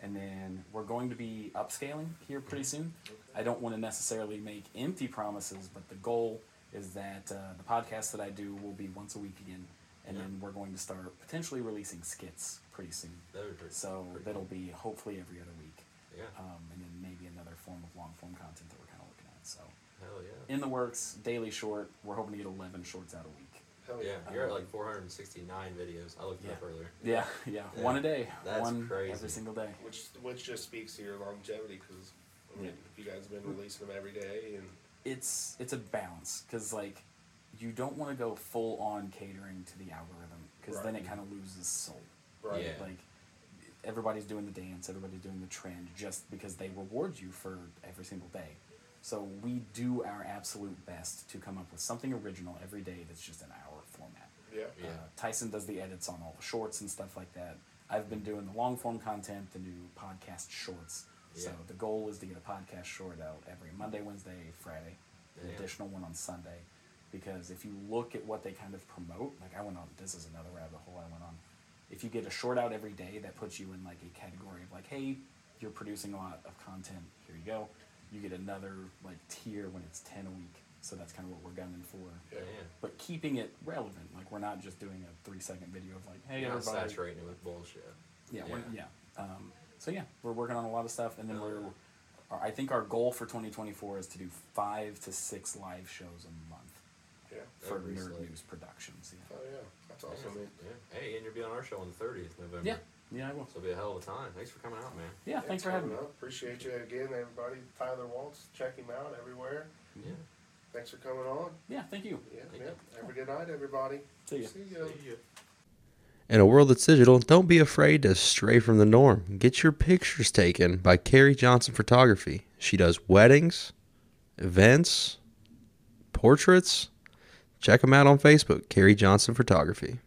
Speaker 4: and then we're going to be upscaling here pretty soon. I don't want to necessarily make empty promises, but the goal is that uh, the podcast that I do will be once a week again, and
Speaker 3: Yeah.
Speaker 4: then we're going to start potentially releasing skits pretty soon.
Speaker 3: That would be pretty-
Speaker 4: So
Speaker 3: pretty
Speaker 4: that'll
Speaker 3: cool.
Speaker 4: be hopefully every other week,
Speaker 3: Yeah.
Speaker 4: um, and then maybe another form of long form content that we're kind of looking at. So
Speaker 3: Hell yeah.
Speaker 4: in the works, daily short. We're hoping to get eleven shorts out a week.
Speaker 2: Hell
Speaker 3: Oh, Yeah, you're at like 469 videos. I looked it up
Speaker 4: Yeah.
Speaker 3: earlier.
Speaker 4: Yeah, yeah,
Speaker 3: Yeah.
Speaker 4: one a day,
Speaker 3: That's
Speaker 4: one
Speaker 3: crazy.
Speaker 4: every single day.
Speaker 2: Which which just speaks to your longevity, because I mean, you guys have been releasing them every day, and
Speaker 4: It's it's a balance because like you don't want to go full on catering to the algorithm because then
Speaker 2: Right.
Speaker 4: it kind of loses soul.
Speaker 2: right.
Speaker 3: Yeah.
Speaker 4: Like everybody's doing the dance, everybody's doing the trend just because they reward you for every single day. So we do our absolute best to come up with something original every day that's just an hour format.
Speaker 2: Yeah.
Speaker 3: Yeah.
Speaker 4: Uh, Tyson does the edits on all the shorts and stuff like that. I've been doing the long form content, the new podcast shorts. So
Speaker 3: Yeah.
Speaker 4: the goal is to get a podcast short out every Monday, Wednesday, Friday, an
Speaker 3: Yeah.
Speaker 4: additional one on Sunday. Because if you look at what they kind of promote, like I went on, this is another rabbit hole I went on. If you get a short out every day, that puts you in like a category of like, hey, you're producing a lot of content. Here you go. You get another like tier when it's ten a week. So that's kind of what we're gunning for
Speaker 2: Yeah.
Speaker 3: Yeah.
Speaker 4: but keeping it relevant. Like we're not just doing a three second video of like, hey,
Speaker 3: You're not
Speaker 4: everybody.
Speaker 3: saturating it with bullshit.
Speaker 4: Yeah, yeah.
Speaker 3: Yeah.
Speaker 4: yeah. Um, so yeah, we're working on a lot of stuff, and then
Speaker 3: Oh,
Speaker 4: we're.
Speaker 3: yeah.
Speaker 4: our- I think our goal for 2024 is to do five to six live shows a month
Speaker 2: Yeah.
Speaker 4: for
Speaker 3: Every
Speaker 4: Nerd
Speaker 3: slate.
Speaker 4: News Productions.
Speaker 2: Oh
Speaker 4: Yeah.
Speaker 2: yeah, that's awesome.
Speaker 3: yeah.
Speaker 2: man.
Speaker 3: yeah. Hey, and you'll be on our show on the 30th November.
Speaker 4: Yeah. Yeah, I will.
Speaker 3: So it'll be a hell of a time. Thanks for coming out, man.
Speaker 4: Yeah, thanks for having me.
Speaker 2: coming up. Appreciate you again, everybody. Tyler Waltz, check him out everywhere.
Speaker 3: Yeah.
Speaker 2: Thanks for coming on.
Speaker 4: Yeah, thank you.
Speaker 2: Yeah,
Speaker 3: Thank
Speaker 2: yeah.
Speaker 3: you.
Speaker 2: Have a good night, everybody.
Speaker 4: See ya.
Speaker 2: See ya.
Speaker 3: See ya.
Speaker 6: In a world that's digital, don't be afraid to stray from the norm. Get your pictures taken by Carrie Johnson Photography. She does weddings, events, portraits. Check them out on Facebook, Carrie Johnson Photography.